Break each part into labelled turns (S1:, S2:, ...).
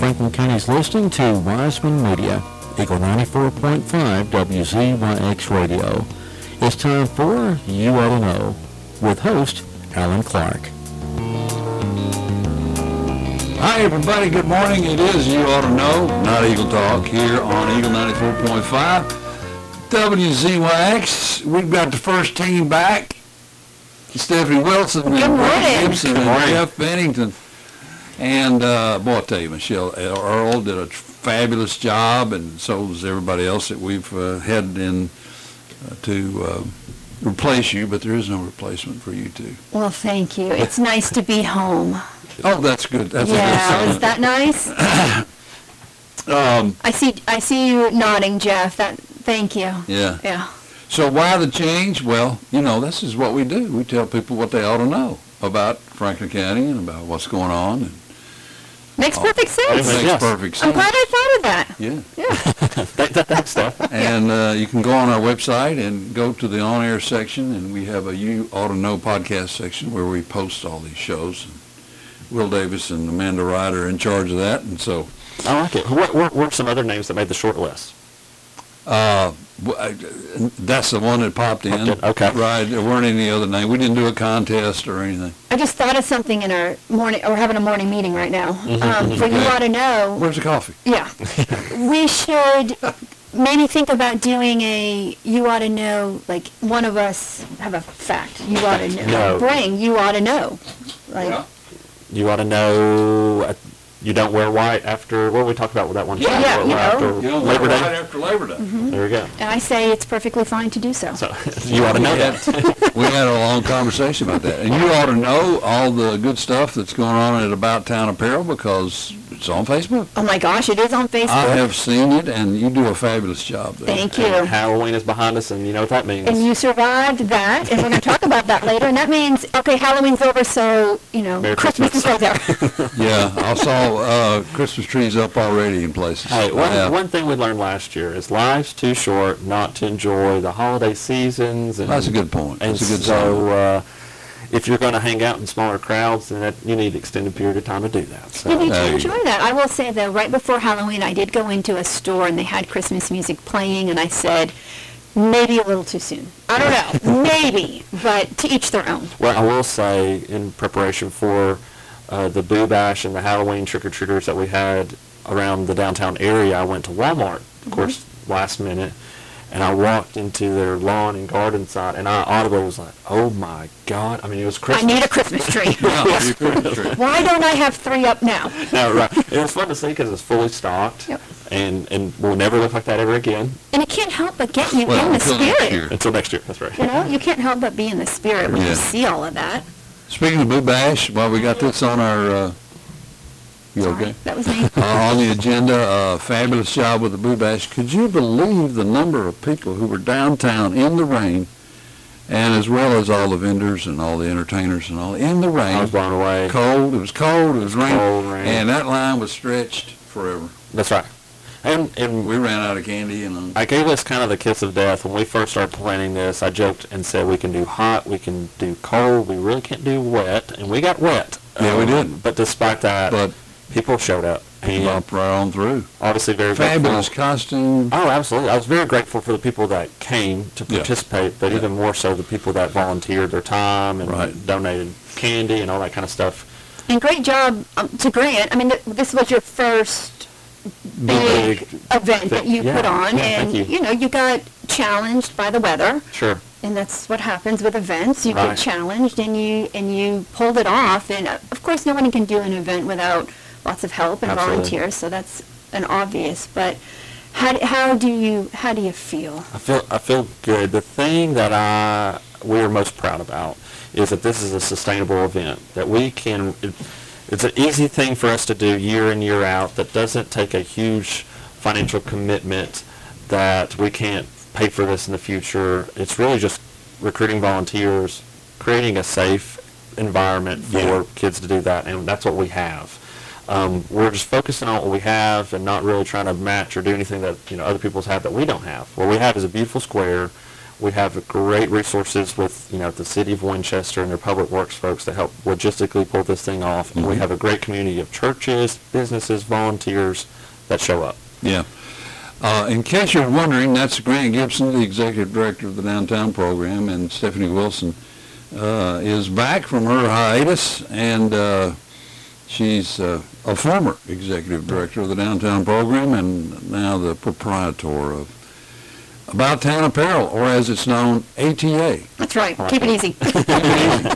S1: Franklin County's listening to Wiseman Media, Eagle 94.5 WZYX Radio. It's time for You Ought to Know with host Alan Clark.
S2: Hi, everybody. Good morning. It is You Ought to Know, Not Eagle Talk, here on Eagle 94.5. WZYX, we've got the first team back. Stephanie Wilson and
S3: Good
S2: Brad
S3: morning.
S2: Gibson and Jeff Bennington. And, uh, boy, I tell you, Michelle Earl did a fabulous job, and so does everybody else that we've uh, had in uh, to uh, replace you, but there is no replacement for you two.
S3: Well, thank you. It's nice to be home.
S2: Oh, that's good. That's a good
S3: yeah,
S2: sign.
S3: is that nice? um, I see. I see you nodding, Jeff. That. Thank you.
S2: Yeah.
S3: Yeah.
S2: So why the change? Well, you know, this is what we do. We tell people what they ought to know about Franklin County and about what's going on. And
S3: Makes
S2: it
S3: perfect sense.
S2: Oh. makes
S1: Yes.
S2: perfect
S3: I'm
S2: sense.
S3: glad I thought of that.
S2: Yeah.
S3: Yeah.
S2: And uh, you can go on our website and go to the on-air section, and we have a You Ought to Know podcast section where we post all these shows. Will Davis and Amanda Ryder are in charge of that, and so
S4: I like it. What, what were some other names that made the short list?
S2: uh, w- I- that's the one that popped in.
S4: Popped in, okay.
S2: Right. There weren't any other name. We didn't do a contest or anything.
S3: I just thought of something in our morning. We're having a morning meeting right now.
S2: Mm-hmm,
S3: Um, for you
S2: Okay.
S3: ought to know.
S2: Where's the coffee?
S3: Yeah. we should maybe think about doing a you ought to know like one of us have a fact you ought to know
S4: No.
S3: bring you ought to know like
S2: Yeah.
S4: You ought to know uh, you don't wear white after, what did we talked about with that one? time?
S3: Yeah,
S4: What-
S3: you
S4: what,
S3: know.
S4: After Labor
S2: right
S4: Day?
S2: after Labor Day.
S4: There we go.
S3: mm-hmm. and I say it's perfectly fine to do so.
S4: So, you ought to know that.
S2: we had a long conversation about that. And you ought to know all the good stuff that's going on at About Town Apparel because it's on Facebook.
S3: Oh my gosh, it is on Facebook.
S2: I have seen it, and you do a fabulous job there.
S3: Thank you.
S4: And Halloween is behind us, and you know what that means.
S3: And you survived that, and we're going to talk about that later. And that means, okay, Halloween's over, so, you know,
S4: Merry
S3: Christmas, is over.
S2: Yeah, I saw uh, Christmas trees up already in places.
S4: Hey, one,
S2: Yeah.
S4: one thing we learned last year is life's too short not to enjoy the holiday seasons. And,
S2: That's a good point.
S4: And
S2: That's a good
S4: so, uh, if you're going to hang out in smaller crowds, then that, you need extended period of time to do that. So.
S3: you need
S2: There
S3: to
S2: you
S3: enjoy that. I will say, though, right before Halloween, I did go into a store, and they had Christmas music playing, and I said, maybe a little too soon. I don't know. maybe. But to each their own.
S4: Well, I will say, in preparation for uh, the Boo Bash and the Halloween trick-or-treaters that we had around the downtown area, I went to Walmart, of
S3: Mm-hmm.
S4: course, last minute, and I walked into their lawn and garden side, and I audibly was like, oh my God. I mean, it was
S3: I
S4: Christmas.
S3: need a Christmas tree.
S2: Yeah, your Christmas tree.
S3: Why don't I have three up now?
S4: no, right. It was fun to see because it's fully stocked,
S3: Yep.
S4: and, and will never look like that ever again
S3: And it can't help but get you
S2: Well,
S3: in the
S2: until next
S3: spirit.
S2: year.
S4: until next year. That's right.
S3: You know, you can't help but be in the spirit when
S2: Yeah.
S3: you see all of that.
S2: Speaking of Boo Bash, well, we got this on our, uh, you
S3: Sorry,
S2: okay?
S3: That was me.
S2: uh, on the agenda, uh, fabulous job with the Boo Bash. Could you believe the number of people who were downtown in the rain, and as well as all the vendors and all the entertainers and all in the
S4: I was
S2: rain?
S4: blown away.
S2: Cold. It was cold. It was rain.
S4: Cold, rain.
S2: And that line was stretched forever.
S4: That's right. And, and
S2: We ran out of candy and. Uh,
S4: I gave us kind of the kiss of death when we first started planning this. I joked and said we can do hot, we can do cold, we really can't do wet, and we got wet. Um,
S2: Yeah, we did.
S4: But despite that,
S2: but
S4: people showed up,
S2: he
S4: and
S2: bumped right on through.
S4: obviously very
S2: Fabulous
S4: Grateful.
S2: costume.
S4: Oh, absolutely! I was very grateful for the people that came to
S2: Yeah.
S4: participate, but even more so the people that volunteered their time and
S2: Right.
S4: donated candy and all that kind of stuff.
S3: And great job um, to Grant. I mean, th- this was your first big
S4: Big-
S3: event that you
S4: yeah,
S3: put on,
S4: yeah,
S3: and,
S4: thank you.
S3: you know, you got challenged by the weather,
S4: Sure.
S3: and that's what happens with events. You
S4: Right.
S3: get challenged, and you, and you pulled it off, and uh, of course, nobody can do an event without lots of help and
S4: Absolutely.
S3: volunteers, so that's an obvious, but how, d- how do you, how do you feel?
S4: I feel I feel good. The thing that I we are most proud about is that this is a sustainable event that we can. It, it's an easy thing for us to do year in year out. That doesn't take a huge financial commitment. That we can't pay for this in the future. It's really just recruiting volunteers, creating a safe environment for
S2: Yeah.
S4: kids to do that, and that's what we have. Um, we're just focusing on what we have and not really trying to match or do anything that you know other people's have that we don't have. What we have is a beautiful square. We have great resources with, you know, the city of Winchester and their public works folks to help logistically pull this thing off. And we have a great community of churches, businesses, volunteers that show up.
S2: Yeah. Uh, in case you're wondering, that's Grant Gibson, the executive director of the downtown program, and Stephanie Wilson uh, is back from her hiatus, and uh, she's uh, a former executive director of the downtown program and now the proprietor of About Town Apparel, or as it's known, ATA.
S3: That's right. Keep it easy.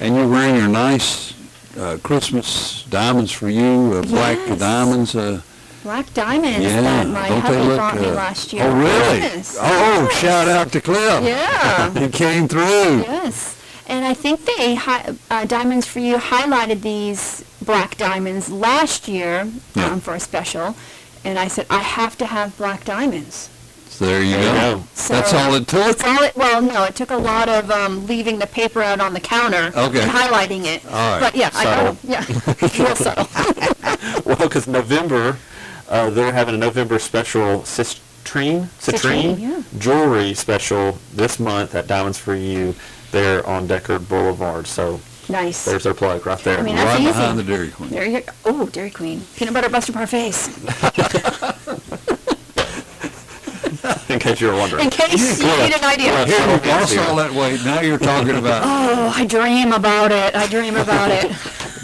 S2: And you're wearing your nice uh, Christmas diamonds for you, uh, black
S3: Yes.
S2: diamonds. Uh,
S3: Black diamonds
S2: Yeah,
S3: that my
S2: don't they
S3: hubby
S2: look,
S3: brought me
S2: uh,
S3: last year.
S2: Oh, really?
S3: Yes.
S2: Oh, shout out to Cliff.
S3: Yeah.
S2: He came through.
S3: yes. And I think they hi- uh, diamonds for you highlighted these black diamonds last year
S2: Yeah.
S3: um, for a special, and I said I have to have black diamonds.
S2: So there you
S4: There you
S2: go.
S4: go.
S2: That's
S3: So-
S2: all it took?
S3: That's all it, well, no, it took a lot of um, leaving the paper out on the counter
S2: Okay.
S3: and highlighting it.
S2: All right.
S3: But yeah, I got
S4: Subtle.
S3: 'em. yeah, real subtle.
S4: Well, because November, uh, they're having a November special citrine,
S3: Citrine,
S4: citrine
S3: yeah.
S4: jewelry special this month at Diamonds for You there on Deckard Boulevard. So
S3: Nice.
S4: there's their plug right there.
S3: I mean,
S2: Right
S3: That's
S2: behind the
S3: easy.
S2: Dairy Queen.
S3: There you go. Oh, Dairy Queen. Peanut butter buster parfaits.
S4: in case you were wondering.
S3: In case you need an idea.
S2: Here, you lost all that weight. Now you're talking about,
S3: Oh, I dream about it. I dream about it.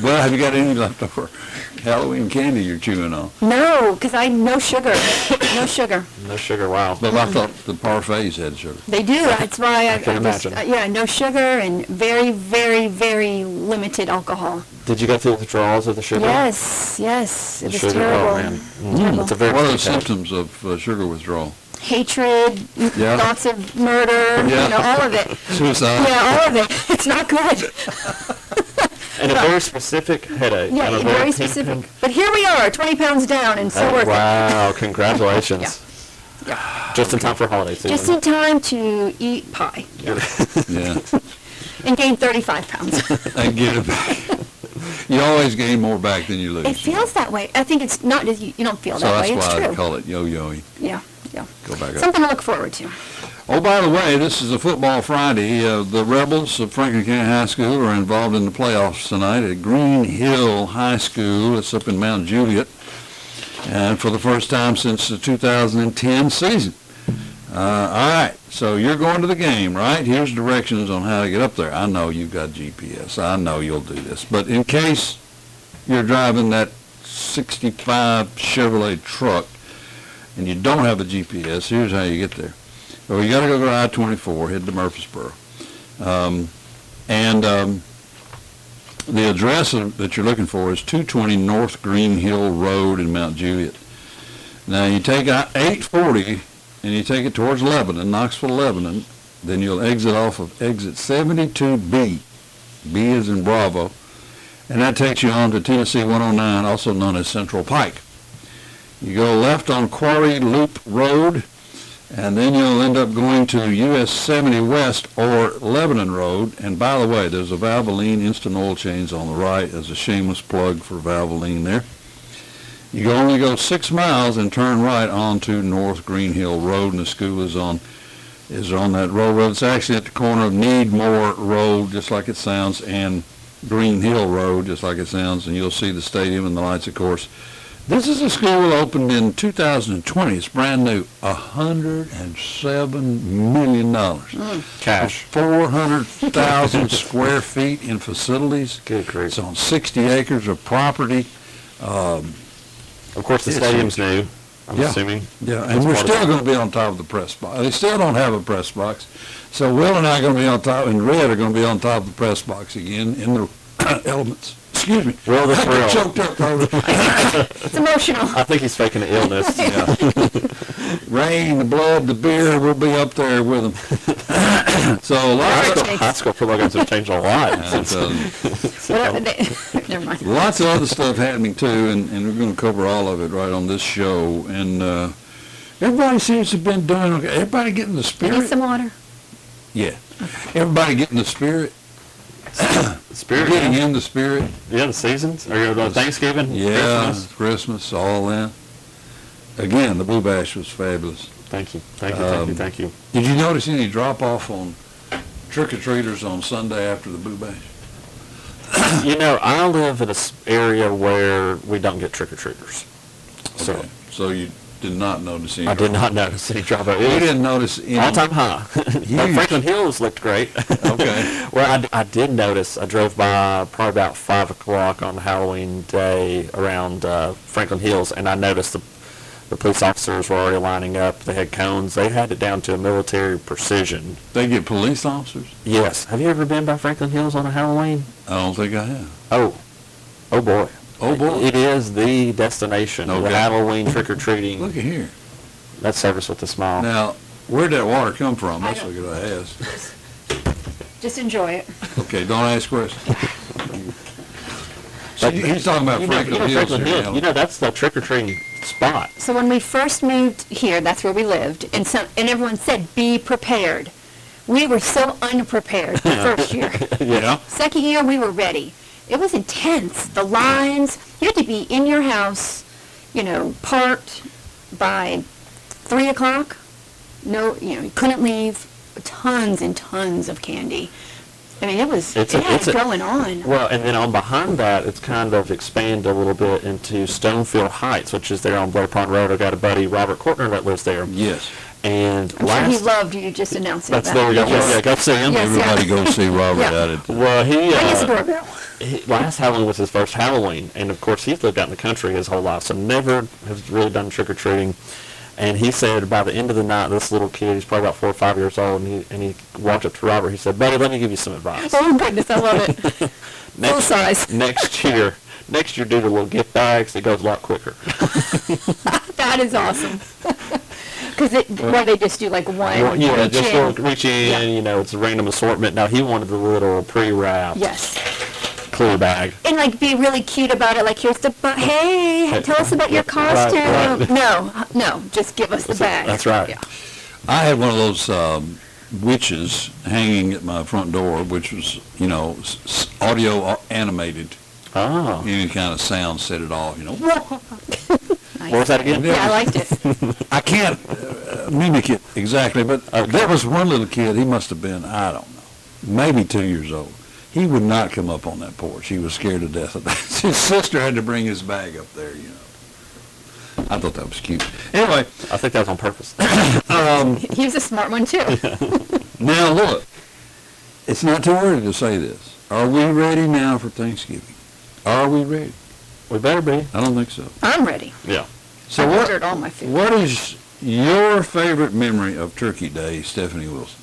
S2: well, have you got any leftover Halloween candy you're chewing on?
S3: No, because I no sugar. No sugar.
S4: No sugar, wow.
S2: But I thought the parfaits had sugar.
S3: They do. That's why I, I,
S4: can
S3: just
S4: imagine.
S3: uh, yeah, no sugar and very, very, very limited alcohol.
S4: Did you go through the withdrawals of the sugar?
S3: Yes, yes, it
S4: The
S3: was
S4: sugar,
S3: terrible.
S4: oh man.
S3: Terrible.
S4: It's a very
S2: What are the
S4: big habit.
S2: symptoms of uh, sugar withdrawal?
S3: Hatred, m-
S2: Yeah.
S3: lots of murder,
S2: Yeah.
S3: you know, all of it.
S4: Uh,
S2: Suicide?
S3: Yeah, all of it. It's not good.
S4: And a very specific headache.
S3: Yeah,
S4: and a
S3: very,
S4: pin-
S3: specific. But here we are, 20 pounds down, and so worth it.
S4: Wow, congratulations. Just in time for holiday season.
S3: Just in time to eat pie
S2: Yeah.
S3: and gain 35 pounds.
S2: And get it back. You always gain more back than you
S3: It
S2: lose.
S3: feels that way. I think it's not, you you don't feel
S2: So
S3: that way,
S2: that's
S3: it's
S2: why I
S3: true.
S2: call it yo-yoing.
S3: Yeah, yeah.
S2: Go back up.
S3: Something to look forward to.
S2: Oh, by the way, this is a football Friday. Uh, the Rebels of Franklin County High School are involved in the playoffs tonight at Green Hill High School. It's up in Mount Juliet, and for the first time since the 2010 season. Uh, all right, so you're going to the game, right? Here's directions on how to get up there. I know you've got GPS. I know you'll do this, but in case you're driving that 65 Chevrolet truck and you don't have a GPS, here's how you get there. Well, you got to go to I-24, head to Murfreesboro. Um, and um, the address of- that you're looking for is 220 North Green Hill Road in Mount Juliet. Now, you take I-840 and you take it towards Lebanon, Knoxville, Lebanon, then you'll exit off of exit 72B. B is in Bravo. And that takes you on to Tennessee 109, also known as Central Pike. You go left on Quarry Loop Road, and then you'll end up going to US 70 West or Lebanon Road. And by the way, there's a Valvoline instant oil change on the right as a shameless plug for Valvoline there. You can only go six miles and turn right onto North Green Hill Road, and the school is on is on that railroad. It's actually at the corner of Needmore Road, just like it sounds, and Green Hill Road, just like it sounds, and you'll see the stadium and the lights, of course. This is a school opened in 2020. It's brand new. $107 million. Mm.
S4: Cash.
S2: 400,000 square feet in facilities.
S4: Good grief.
S2: It's on 60 acres of property.
S4: Of course, the
S2: Yes.
S4: stadium's new, I'm
S2: Yeah.
S4: assuming.
S2: Yeah,
S4: That's
S2: and we're
S4: part of
S2: still
S4: it.
S2: going to be on top of the press box. They still don't have a press box. So Will and I are going to be on top, and Red are going to be on top of the press box again in the elements. Excuse me.
S4: Will the
S2: I got
S4: thrill.
S2: choked up over the
S3: It's emotional.
S4: I think he's faking an illness.
S2: rain, the blood, the beer. We'll be up there with them. so a
S4: High
S2: lot
S4: school,
S2: of,
S4: high school programs have changed a lot since
S3: What el- they- Never mind.
S2: lots of other stuff happening too, and, and we're going to cover all of it right on this show. And uh, everybody seems to have been doing okay. Everybody getting the
S3: I need
S2: spirit.
S3: some water.
S2: Yeah. Everybody getting the spirit.
S4: Spirit.
S2: Getting
S4: Yeah,
S2: in the spirit.
S4: yeah the seasons. Are you on Thanksgiving?
S2: Yeah,
S4: Christmas?
S2: Christmas, all that. Again, the Blue Bash was fabulous. Um,
S4: Thank you, thank you, thank you, thank you.
S2: Did you notice any drop-off on trick-or-treaters on Sunday after the Boo Bash?
S4: You know, I live in an area where we don't get trick or treaters. So
S2: Okay, So you did not notice any?
S4: I did
S2: drop-off?
S4: not notice any dropout.
S2: You
S4: It
S2: didn't notice any?
S4: was all-time high. But
S2: Huge.
S4: Franklin Hills looked great.
S2: Okay.
S4: Well, I, I did notice, I drove by probably about five o'clock on Halloween day around uh, Franklin Hills, and I noticed the, the police officers were already lining up. They had cones. They had it down to a military precision.
S2: They get police officers?
S4: Yes. Have you ever been by Franklin Hills on a Halloween?
S2: I don't think I have.
S4: Oh, oh boy.
S2: Oh, boy.
S4: It is the destination, the
S2: Okay.
S4: Halloween trick-or-treating.
S2: Look at here.
S4: That's service with a smile.
S2: Now, where'd that water come from?
S3: I
S2: That's what
S3: don't-
S2: I asked.
S3: Just enjoy it.
S2: Okay, don't ask questions. So you- he's talking about
S4: You know- you know
S2: Franklin Hills
S4: Franklin
S2: here,
S4: Hills,
S2: Alan.
S4: You know, that's the trick-or-treating spot.
S3: So when we first moved here, that's where we lived, and some, and everyone said, "Be prepared." We were so unprepared the first year.
S2: Yeah.
S3: Second year, we were ready. It was intense. The lines, you had to be in your house, you know, parked by three o'clock. No, you know, you couldn't leave. Tons and tons of candy. I mean, it was
S4: It's a-
S3: it had
S4: it's a-
S3: going on.
S4: Well, and then on behind that, it's kind of expanded a little bit into Stonefield Heights, which is there on Blair Pond Road. I got a buddy, Robert Cortner, that lives there.
S2: Yes.
S4: And
S3: I'm sure
S4: last,
S3: he loved you just announcing
S4: that's
S3: that.
S4: there we go.
S2: Yes.
S4: Yeah, go see him.
S3: Yes.
S2: Everybody go see Robert
S3: Yeah.
S2: out at the
S4: Well, he,
S3: Ring his
S4: uh,
S3: doorbell.
S4: he- last Halloween was his first Halloween, and of course he's lived out in the country his whole life, so never has really done trick or treating. And he said by the end of the night, this little kid, he's probably about four or five years old, and he and he walked up to Robert. He said, "Buddy, let me give you some advice."
S3: Oh goodness, I love it. Full
S4: Next,
S3: size.
S4: next year, next year, do the little gift bags. It goes a lot quicker.
S3: That is awesome. Because it, where they just do like one.
S4: Well, yeah,
S3: each
S4: just
S3: end.
S4: little reach in,
S3: Yeah.
S4: you know, it's a random assortment. Now he wanted the little pre-wrapped
S3: Yes,
S4: clear bag.
S3: and like be really cute about it. Like here's the bu- hey, tell us about your
S4: Right,
S3: costume.
S4: right.
S3: No, no, just give us the bag.
S4: That's right.
S3: Yeah.
S2: I had one of those um, witches hanging at my front door, which was, you know, s- s- audio a- animated,
S4: Oh,
S2: any kind of sound set it all, you know.
S3: Nice.
S4: what was that again?
S3: Yeah, I liked it.
S2: I can't uh, mimic it exactly, but there was one little kid, he must have been, I don't know, maybe two years old. He would not come up on that porch. He was scared to death of that. His sister had to bring his bag up there, you know. I thought that was cute. Anyway, Um,
S4: I think that was on purpose.
S3: He was a smart one too.
S2: Now look, it's not too early to say this. Are we ready now for Thanksgiving? Are we ready?
S4: we better be.
S2: I don't think so.
S3: I'm ready.
S4: Yeah.
S2: So
S3: I
S2: what?
S3: ordered all my food.
S2: What is your favorite memory of Turkey Day, Stephanie Wilson?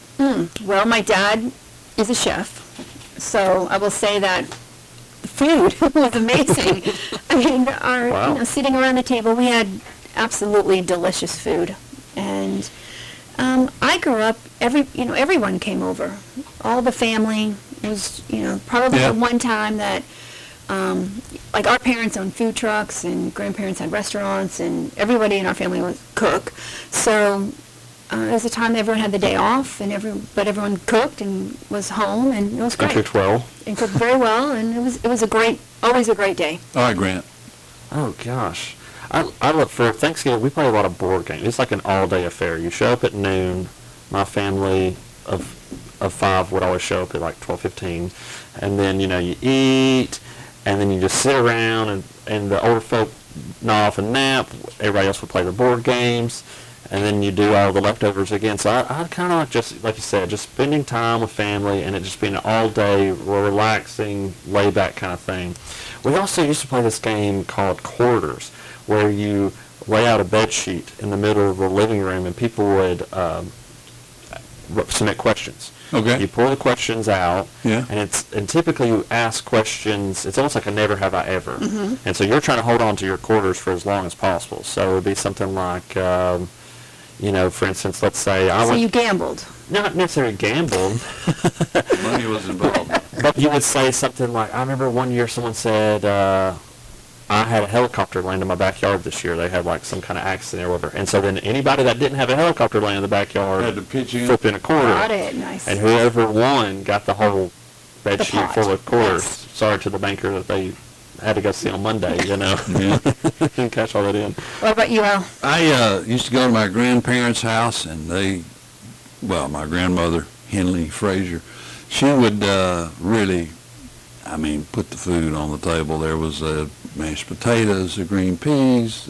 S3: Hmm, Well, my dad is a chef, so I will say that the food was amazing. I mean, our
S4: Wow.
S3: you know, sitting around the table, we had absolutely delicious food, and um, I grew up. Every you know, everyone came over. All the family was you know probably
S2: Yeah.
S3: the one time that. Um, like our parents owned food trucks and grandparents had restaurants and everybody in our family was cook. So uh, it was a time everyone had the day off and every but everyone cooked and was home and it was great
S4: Country 12.
S3: and cooked very well and it was it was a great always a great day.
S2: All right, Grant.
S4: Oh, gosh. I, I look for Thanksgiving. We play a lot of board games. It's like an all-day affair. You show up at noon. My family of of five would always show up at like twelve fifteen, and then you know you eat, and then you just sit around and and the older folk nod off and nap. Everybody else would play the board games, and then you do all the leftovers again. So I, I kind of like just like you said, just spending time with family and it just being an all-day relaxing, laid-back kind of thing. We also used to play this game called quarters, where you lay out a bed sheet in the middle of the living room and people would um, r- submit questions.
S2: Okay.
S4: You pull the questions out,
S2: Yeah.
S4: and it's and typically you ask questions. It's almost like a never have I ever,
S3: Mm-hmm.
S4: and so you're trying to hold on to your quarters for as long as possible. So it would be something like, um, you know, for instance, let's say I
S3: so
S4: would
S3: you gambled.
S4: not necessarily gamble,
S2: Money was involved.
S4: but you would say something like, I remember one year someone said, uh, I had a helicopter land in my backyard this year. They had like some kind of accident or whatever, and so then anybody that didn't have a helicopter land in the backyard
S2: Had to pitch in.
S4: flip in a quarter.
S3: Got it. Nice.
S4: And whoever won got the whole bed
S3: The
S4: sheet
S3: pot.
S4: full of quarters.
S3: Yes.
S4: Sorry to the banker that they had to go see on Monday, you know,
S2: Yeah.
S4: and cash all that in.
S3: What about you, Al?
S2: I uh, used to go to my grandparents' house, and they, well, my grandmother Henley Frazier, she would uh, really, I mean, put the food on the table. There was uh, mashed potatoes, the green peas,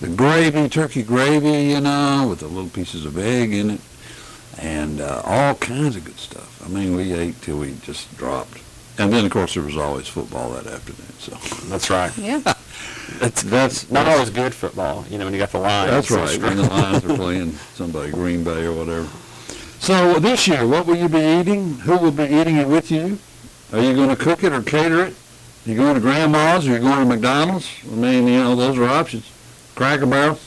S2: the, the gravy, turkey gravy, you know, with the little pieces of egg in it, and uh, all kinds of good stuff. I mean, we ate till we just dropped, and then of course there was always football that afternoon. So
S4: That's right.
S3: Yeah.
S2: that's that's
S4: Not always good football, you know, when you got the line.
S2: That's right. When the Lions are playing somebody, Green Bay or whatever. So this year, what will you be eating? Who will be eating it with you? Are you going to cook it or cater it? You going to Grandma's or you going to McDonald's? I mean, you know, those are options. Cracker Barrel.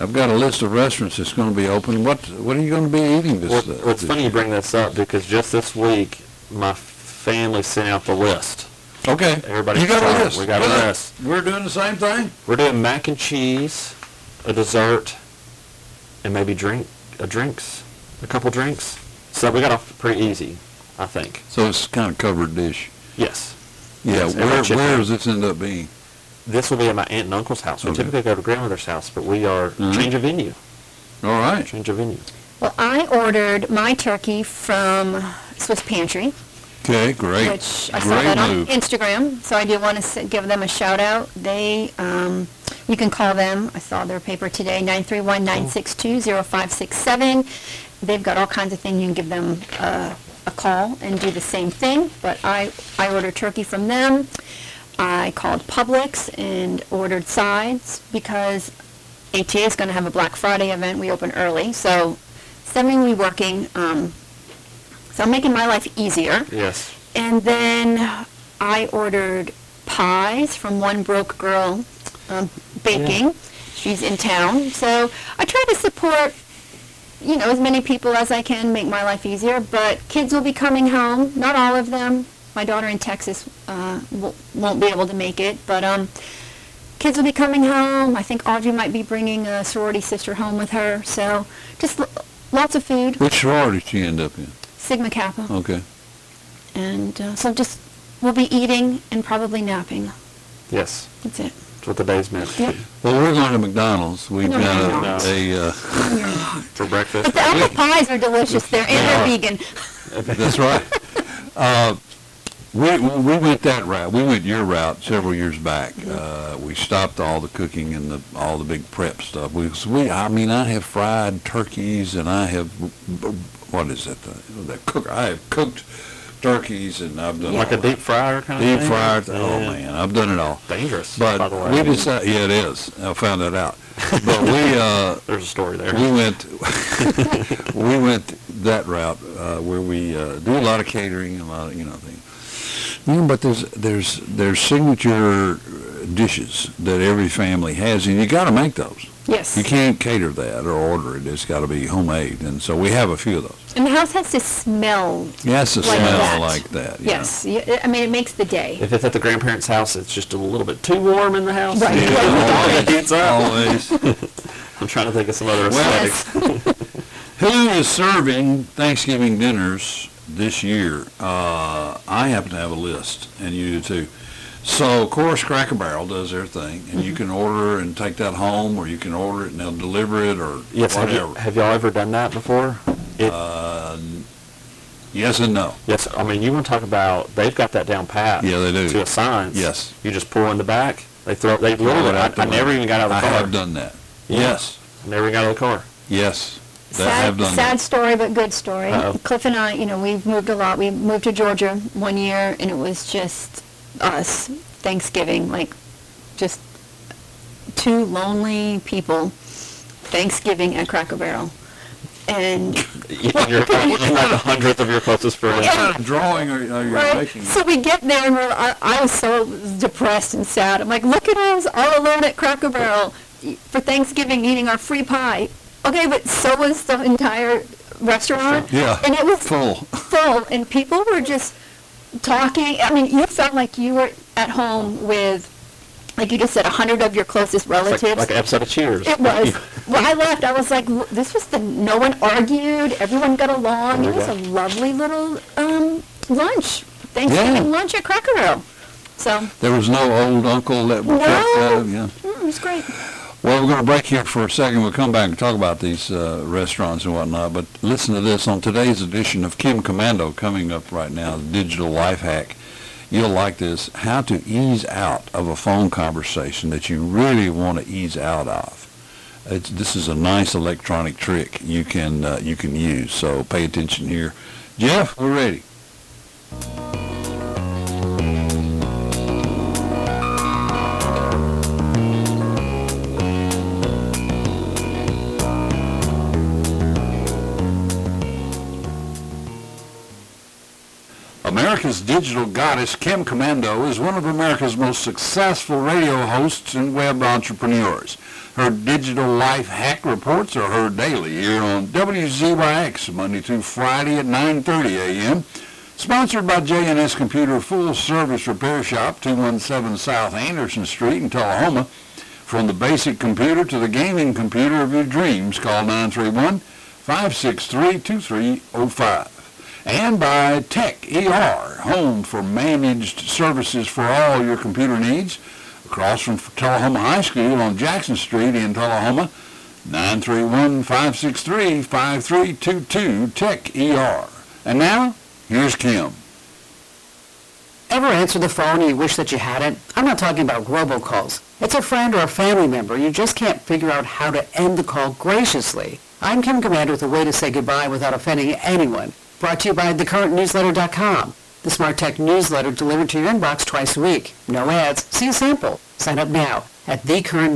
S2: I've got a list of restaurants that's going to be open. What What are you going to be eating this?
S4: Well,
S2: uh,
S4: it's
S2: this
S4: funny you
S2: year?
S4: bring this up because just this week, my family sent out the list.
S2: Okay.
S4: Everybody's
S2: you got
S4: trying.
S2: a list.
S4: We got a
S2: Well,
S4: list.
S2: We're doing the same thing.
S4: We're doing mac and cheese, a dessert, and maybe drink a drinks, a couple drinks. So we got off pretty easy, I think.
S2: So it's kind of covered dish.
S4: Yes.
S2: Yeah.
S4: Yes, and
S2: where
S4: chicken.
S2: Where does this end up being?
S4: This will be at my aunt and uncle's house. We
S2: Okay.
S4: typically go to grandmother's house, but we are
S2: Mhm.
S4: change of venue.
S2: All right.
S4: Change of venue.
S3: Well, I ordered my turkey from Swiss Pantry,
S2: Okay. Great.
S3: which I
S2: great
S3: saw that on
S2: move.
S3: Instagram, so I do want to give them a shout out. They, um, you can call them, I saw their paper today, 931-962-0567. They've got all kinds of things, you can give them uh, a call and do the same thing, but I, I ordered turkey from them. I called Publix and ordered sides because ATA is going to have a Black Friday event, we open early, so seemingly working, um, so I'm making my life easier.
S4: Yes.
S3: And then I ordered pies from one broke girl um, baking. She's in town. So I try to support, you know, as many people as I can, make my life easier. But kids will be coming home. Not all of them. My daughter in Texas uh, w- won't be able to make it. But um, kids will be coming home. I think Audrey might be bringing a sorority sister home with her. So just l- lots of food.
S2: Which sorority did she end up in?
S3: Sigma Kappa.
S2: Okay.
S3: And uh, so just, we'll be eating and probably napping.
S4: Yes.
S3: That's it.
S4: That's what the day's meant to
S3: Yep.
S4: be.
S2: Well, we're going to McDonald's. We've
S3: No,
S2: got
S3: McDonald's.
S2: a, uh,
S4: For breakfast.
S3: But the apple pies are delicious there, and they're vegan.
S2: that's right. Uh, we, we went that route. We went your route several years back. Uh, we stopped all the cooking and the, all the big prep stuff. We, so we, I mean, I have fried turkeys and I have, what is it, the, the cook, I have cooked turkeys and I've done
S4: Like a
S2: all that.
S4: deep fryer kind of
S2: deep
S4: thing?
S2: fried. Oh,
S4: Yeah.
S2: man, I've done it all.
S4: Dangerous, by
S2: But
S4: the way.
S2: we decided, yeah, it is. I found that out. But we, uh,
S4: There's a story there.
S2: We went, we went that route uh, where we uh, do a lot of catering and a lot of you know things. You know, but there's there's there's signature dishes that every family has, and you got to make those.
S3: Yes.
S2: You can't cater that or order it. It's got to be homemade, and so we have a few of those.
S3: And the house has to smell.
S2: Yes, the
S3: Like
S2: smell
S3: that.
S2: like that. yeah.
S3: Yes. Y- I mean, it makes the day.
S4: If it's at the grandparents' house, it's just a little bit too warm in the house.
S3: Right.
S4: You know, all the heat's up.
S2: Always.
S4: I'm trying to think of some other
S2: Well,
S4: aesthetics.
S3: Yes.
S2: Who is serving Thanksgiving dinners this year? Uh, I happen to have a list, and you do too. So, of course, Cracker Barrel does their thing, and
S4: Mm-hmm.
S2: you can order and take that home, or you can order it and they'll deliver it, or
S4: Yes, have, you,
S2: whatever.
S4: have y'all ever done that before? It,
S2: Uh, n- yes and no.
S4: yes, I mean, you want to talk about, they've got that down pat.
S2: Yeah, they do.
S4: To a science.
S2: Yes.
S4: You just pull in the back, they throw, they
S2: Throw
S4: literally,
S2: it
S4: I,
S2: out the
S4: I never
S2: window.
S4: even got out
S2: I
S4: of the car.
S2: have done that.
S4: Yeah.
S2: Yes,
S4: I Never even got out of the car.
S2: yes. They have
S3: Sad,
S2: done Uh-huh.
S3: sad
S2: that.
S3: story, but good story.
S4: Uh-oh.
S3: Cliff and I, you know, we've moved a lot. We moved to Georgia one year, and it was just us, Thanksgiving, like just two lonely people, Thanksgiving at Cracker Barrel. And
S4: You're like the hundredth of your closest friend.
S2: What kind of drawing are are you
S3: Right.
S2: making?
S3: So we get there, and we're, I, I was so depressed and sad. I'm like, look at us, all alone at Cracker Barrel e- for Thanksgiving, eating our free pie. Okay, but so was the entire restaurant.
S2: Yeah.
S3: And it was
S2: Full.
S3: full, and people were just talking. I mean, you felt like you were at home with, like you just said, a hundred of your
S4: It's
S3: closest relatives.
S4: like, like an episode of Cheers.
S3: It was. When I left, I was like, "Look, this was the, no one argued, everyone got along.
S2: Oh
S3: It was a lovely little um, lunch, Thanksgiving
S2: Yeah.
S3: lunch at Cracker Barrel. So,
S2: There was no old uncle that we kept
S3: No.
S2: out of, yeah.
S3: mm, it was great.
S2: Well, we're going to break here for a second. We'll come back and talk about these uh, restaurants and whatnot. But listen to this on today's edition of Kim Commando coming up right now, Digital Life Hack. You'll like this. How to ease out of a phone conversation that you really want to ease out of. It's, this is a nice electronic trick you can uh, you can use. So pay attention here. Jeff, we're ready. America's digital goddess Kim Commando is one of America's most successful radio hosts and web entrepreneurs. Her digital life hack reports are heard daily here on WZYX Monday through Friday at 9:30 a.m. Sponsored by J&S Computer Full Service Repair Shop, 217 South Anderson Street in Tullahoma. From the basic computer to the gaming computer of your dreams, call 931-563-2305 and by Tech ER, home for managed services for all your computer needs, across from Tullahoma High School on Jackson Street in Tullahoma, 931-563-5322, Tech ER. And now, here's Kim.
S5: Ever answer the phone and you wish that you hadn't? I'm not talking about robocalls. It's a friend or a family member. You just can't figure out how to end the call graciously. I'm Kim Commander with a way to say goodbye without offending anyone. Brought to you by thecurrentnewsletter.com. The Smart Tech newsletter delivered to your inbox twice a week. No ads. See a sample. Sign up now at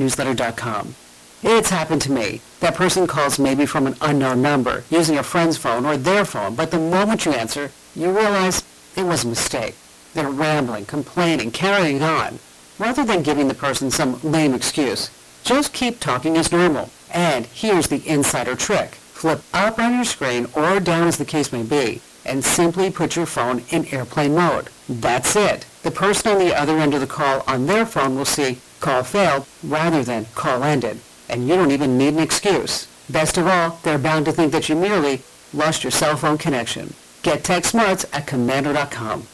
S5: thecurrentnewsletter.com. It's happened to me. That person calls maybe from an unknown number, using a friend's phone or their phone, but the moment you answer, you realize it was a mistake. They're rambling, complaining, carrying on. Rather than giving the person some lame excuse, just keep talking as normal. And here's the insider trick. Flip up on your screen or down as the case may be, and simply put your phone in airplane mode. That's it. The person on the other end of the call on their phone will see call failed rather than call ended and you don't even need an excuse. Best of all, they're bound to think that you merely lost your cell phone connection. Get tech smarts at commando.com.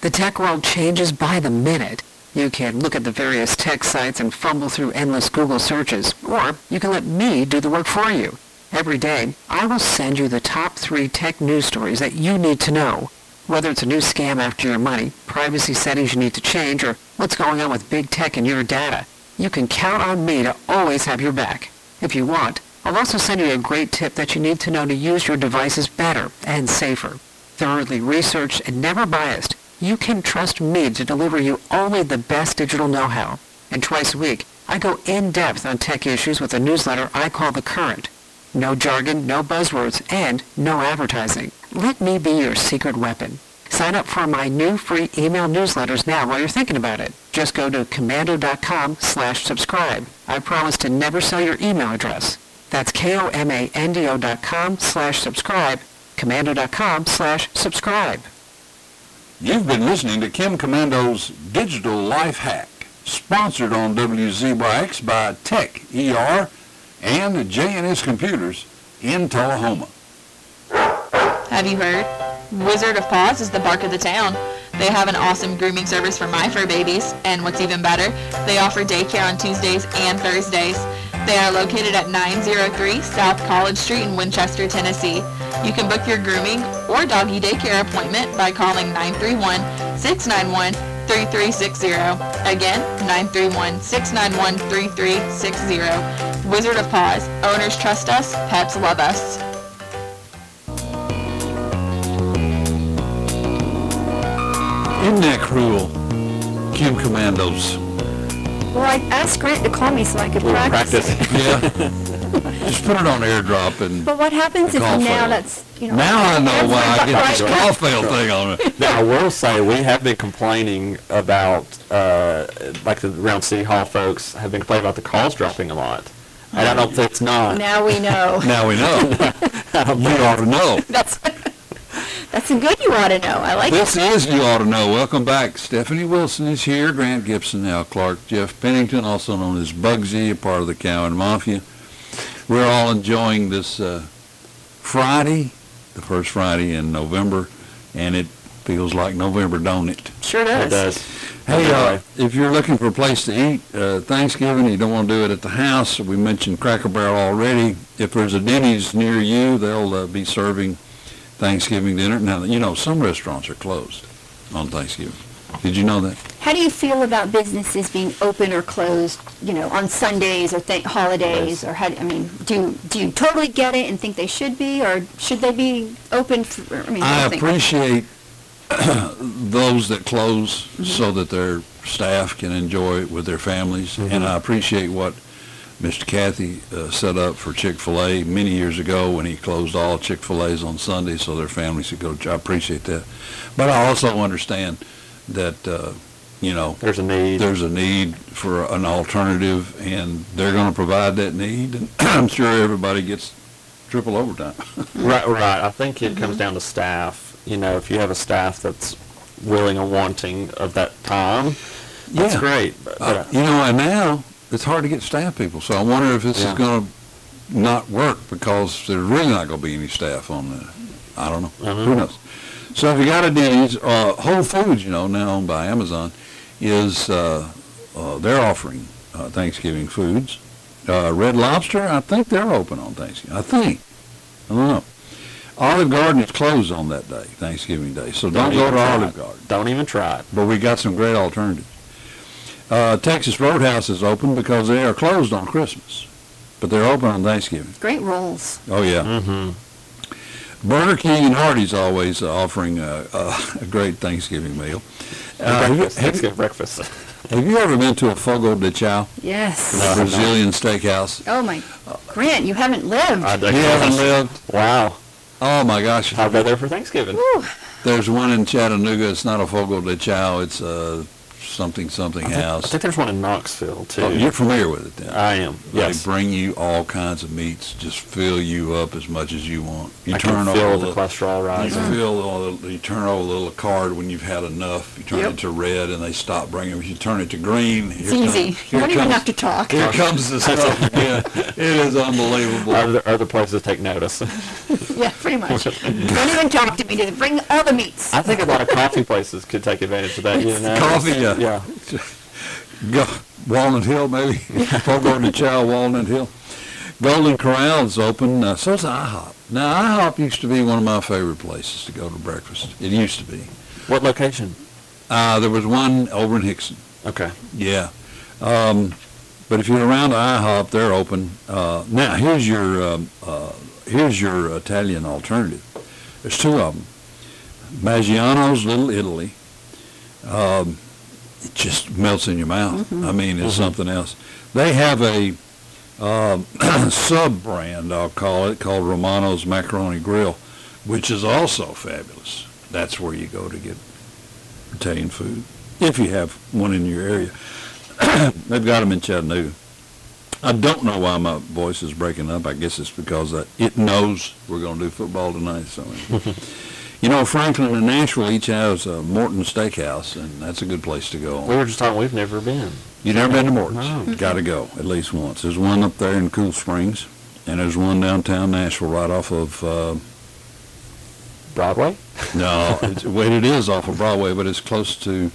S5: The tech world changes by the minute. You can look at the various tech sites and fumble through endless Google searches, or you can let me do the work for you. Every day, I will send you the top three tech news stories that you need to know. Whether it's a new scam after your money, privacy settings you need to change, or what's going on with big tech and your data, you can count on me to always have your back. If you want, I'll also send you a great tip that you need to know to use your devices better and safer. Thoroughly researched and never biased, you can trust me to deliver you only the best digital know-how. And twice a week, I go in-depth on tech issues with a newsletter I call The Current. No jargon, no buzzwords, and no advertising. Let me be your secret weapon. Sign up for my new free email newsletters now while you're thinking about it. Just go to commando.com slash subscribe. I promise to never sell your email address. That's K-O-M-A-N-D-O dot com slash subscribe, commando.com slash subscribe.
S2: You've been listening to Kim Commando's Digital Life Hack, sponsored on WZYX by Tech ER and the JNS Computers in Tullahoma.
S6: Have you heard? Wizard of Paws is the bark of the town. They have an awesome grooming service for my fur babies, and what's even better, they offer daycare on Tuesdays and Thursdays. They are located at 903 South College Street in Winchester, Tennessee. You can book your grooming or doggy daycare appointment by calling 931-691-3360. Again, 931-691-3360. Wizard of Paws. Owners trust us. Pets love us.
S2: Isn't that cruel? Kim Commandos.
S3: Well, I asked Grant to call me so I could practice. it.
S2: Yeah. Just put it on airdrop and
S3: But what happens
S2: The
S3: if
S2: call
S3: now
S2: failed.
S3: that's, you know.
S2: now I know why I get this
S3: Right.
S2: call fail thing on it.
S4: Now, I will say, we have been complaining about, uh, like the around City Hall folks have been complaining about the calls dropping a lot. And I don't think it's not.
S3: Now we know.
S2: Now we know. you ought to know.
S3: That's, that's a good you ought to know. I like it.
S2: This is You Ought to Know. Welcome back. Stephanie Wilson is here. Grant Gibson, Al Clark, Jeff Pennington, also known as Bugsy, a part of the Cow and Mafia. We're all enjoying this uh, Friday, the first Friday in November, and it Feels like November, don't it?
S3: Sure
S4: It
S3: does.
S4: does.
S2: Hey, uh,
S4: Anyway.
S2: if you're looking for a place to eat uh, Thanksgiving, you don't want to do it at the house. We mentioned Cracker Barrel already. If there's a Denny's near you, they'll uh, be serving Thanksgiving dinner. Now, you know, some restaurants are closed on Thanksgiving. Did you know that?
S3: How do you feel about businesses being open or closed, you know, on Sundays or th- holidays? Or how, I mean, do, you- do you totally get it and think they should be, or should they be open for, I mean,
S2: I
S3: don't think-
S2: appreciate those that close
S3: Mm-hmm.
S2: so that their staff can enjoy it with their families.
S4: Mm-hmm.
S2: And I appreciate what Mr. Cathy uh, set up for Chick-fil-A many years ago when he closed all Chick-fil-A's on Sunday so their families could go. to- I appreciate that. But I also understand that, uh, you know,
S4: There's a need.
S2: there's a need for an alternative and they're going to provide that need. And I'm sure everybody gets triple overtime.
S4: Right, right. I think it
S3: Mm-hmm.
S4: comes down to staff. You know, if you have a staff that's willing and wanting of that time, that's
S2: Yeah.
S4: great. But,
S2: Uh, You know, and now it's hard to get staff people, so I wonder if this
S4: Yeah.
S2: is going to not work because there's really not going to be any staff on the. I don't know. Who knows? So if you got a Denny's, uh, Whole Foods, you know, now owned by Amazon, is uh, uh, they're offering uh, Thanksgiving foods. Uh, Red Lobster, I think they're open on Thanksgiving. I think. I don't know. Olive Garden is closed on that day, Thanksgiving Day, so don't go
S4: even
S2: to
S4: try
S2: Olive
S4: it.
S2: Garden
S4: Don't even try it.
S2: but we got some great alternatives. Uh, Texas Roadhouse is open because they are closed on Christmas, but they're open on Thanksgiving.
S3: Great rolls.
S2: Oh yeah.
S4: Mm-hmm.
S2: Burger King and Hardee's always uh, offering a, a, a great Thanksgiving meal. Uh, have,
S4: breakfast.
S2: you,
S4: Let's
S2: have you-
S4: get breakfast.
S2: have you ever been to a Fogo de Chao,
S3: Yes.
S2: the Brazilian steakhouse?
S3: Oh my, Grant, you haven't lived.
S4: I
S2: You haven't lived?
S4: Uh, Wow.
S2: Oh my gosh!
S4: I'll go there for Thanksgiving.
S3: Whew.
S2: There's one in Chattanooga. It's not a Fogo de Chao. It's uh, something something
S4: I
S2: house.
S4: think there's one in Knoxville, too.
S2: Oh, you're familiar with it then?
S4: I am. Yes.
S2: They bring you all kinds of meats, just fill you up as much as you want. You
S4: I
S2: turn
S4: can
S2: over
S4: feel
S2: the-
S4: the cholesterol Mm-hmm.
S2: you
S4: rising.
S2: fill all the- you turn over the little card when you've had enough. You turn
S3: Yep.
S2: it to red, and they stop bringing. it. You turn it to green.
S3: It's
S2: here
S3: easy.
S2: Comes,
S3: You
S2: here
S3: don't even
S2: comes-
S3: have to talk.
S2: Here comes the stuff again. It is unbelievable.
S4: Other, other places take notice.
S3: Yeah, pretty much. Don't even talk to me. Just bring all the meats.
S4: I think a lot of coffee places could take advantage of that. You know?
S2: Coffee, yeah.
S4: Yeah.
S2: Go, Walnut Hill, maybe. Fogo de Chao, Walnut Hill. Golden Corral is open. Uh, so is IHOP. Now, IHOP used to be one of my favorite places to go to breakfast. It used to be.
S4: What location?
S2: Uh, there was one over in Hickson.
S4: Okay.
S2: Yeah. Um, but if you're around IHOP, they're open. Uh, now here's your um, uh, here's your Italian alternative. There's two of them. um, Maggiano's Little Italy. Um, it just melts in your mouth. I mean, it's something else. They have a um, sub brand, I'll call it, called Romano's Macaroni Grill, which is also fabulous. That's where you go to get Italian food if you have one in your area. They've got them in Chattanooga. I don't know why my voice is breaking up. I guess it's because uh, it knows we're going to do football tonight. So, you know, Franklin and Nashville each has a Morton Steakhouse, and that's a good place to go.
S4: We were just talking, we've never been.
S2: You've never been to Morton's?
S4: No.
S2: Got to go at least once. There's one up there in Cool Springs, and there's one downtown Nashville, right off of uh,
S4: Broadway?
S2: no, it's, well, it is off of Broadway, but it's close to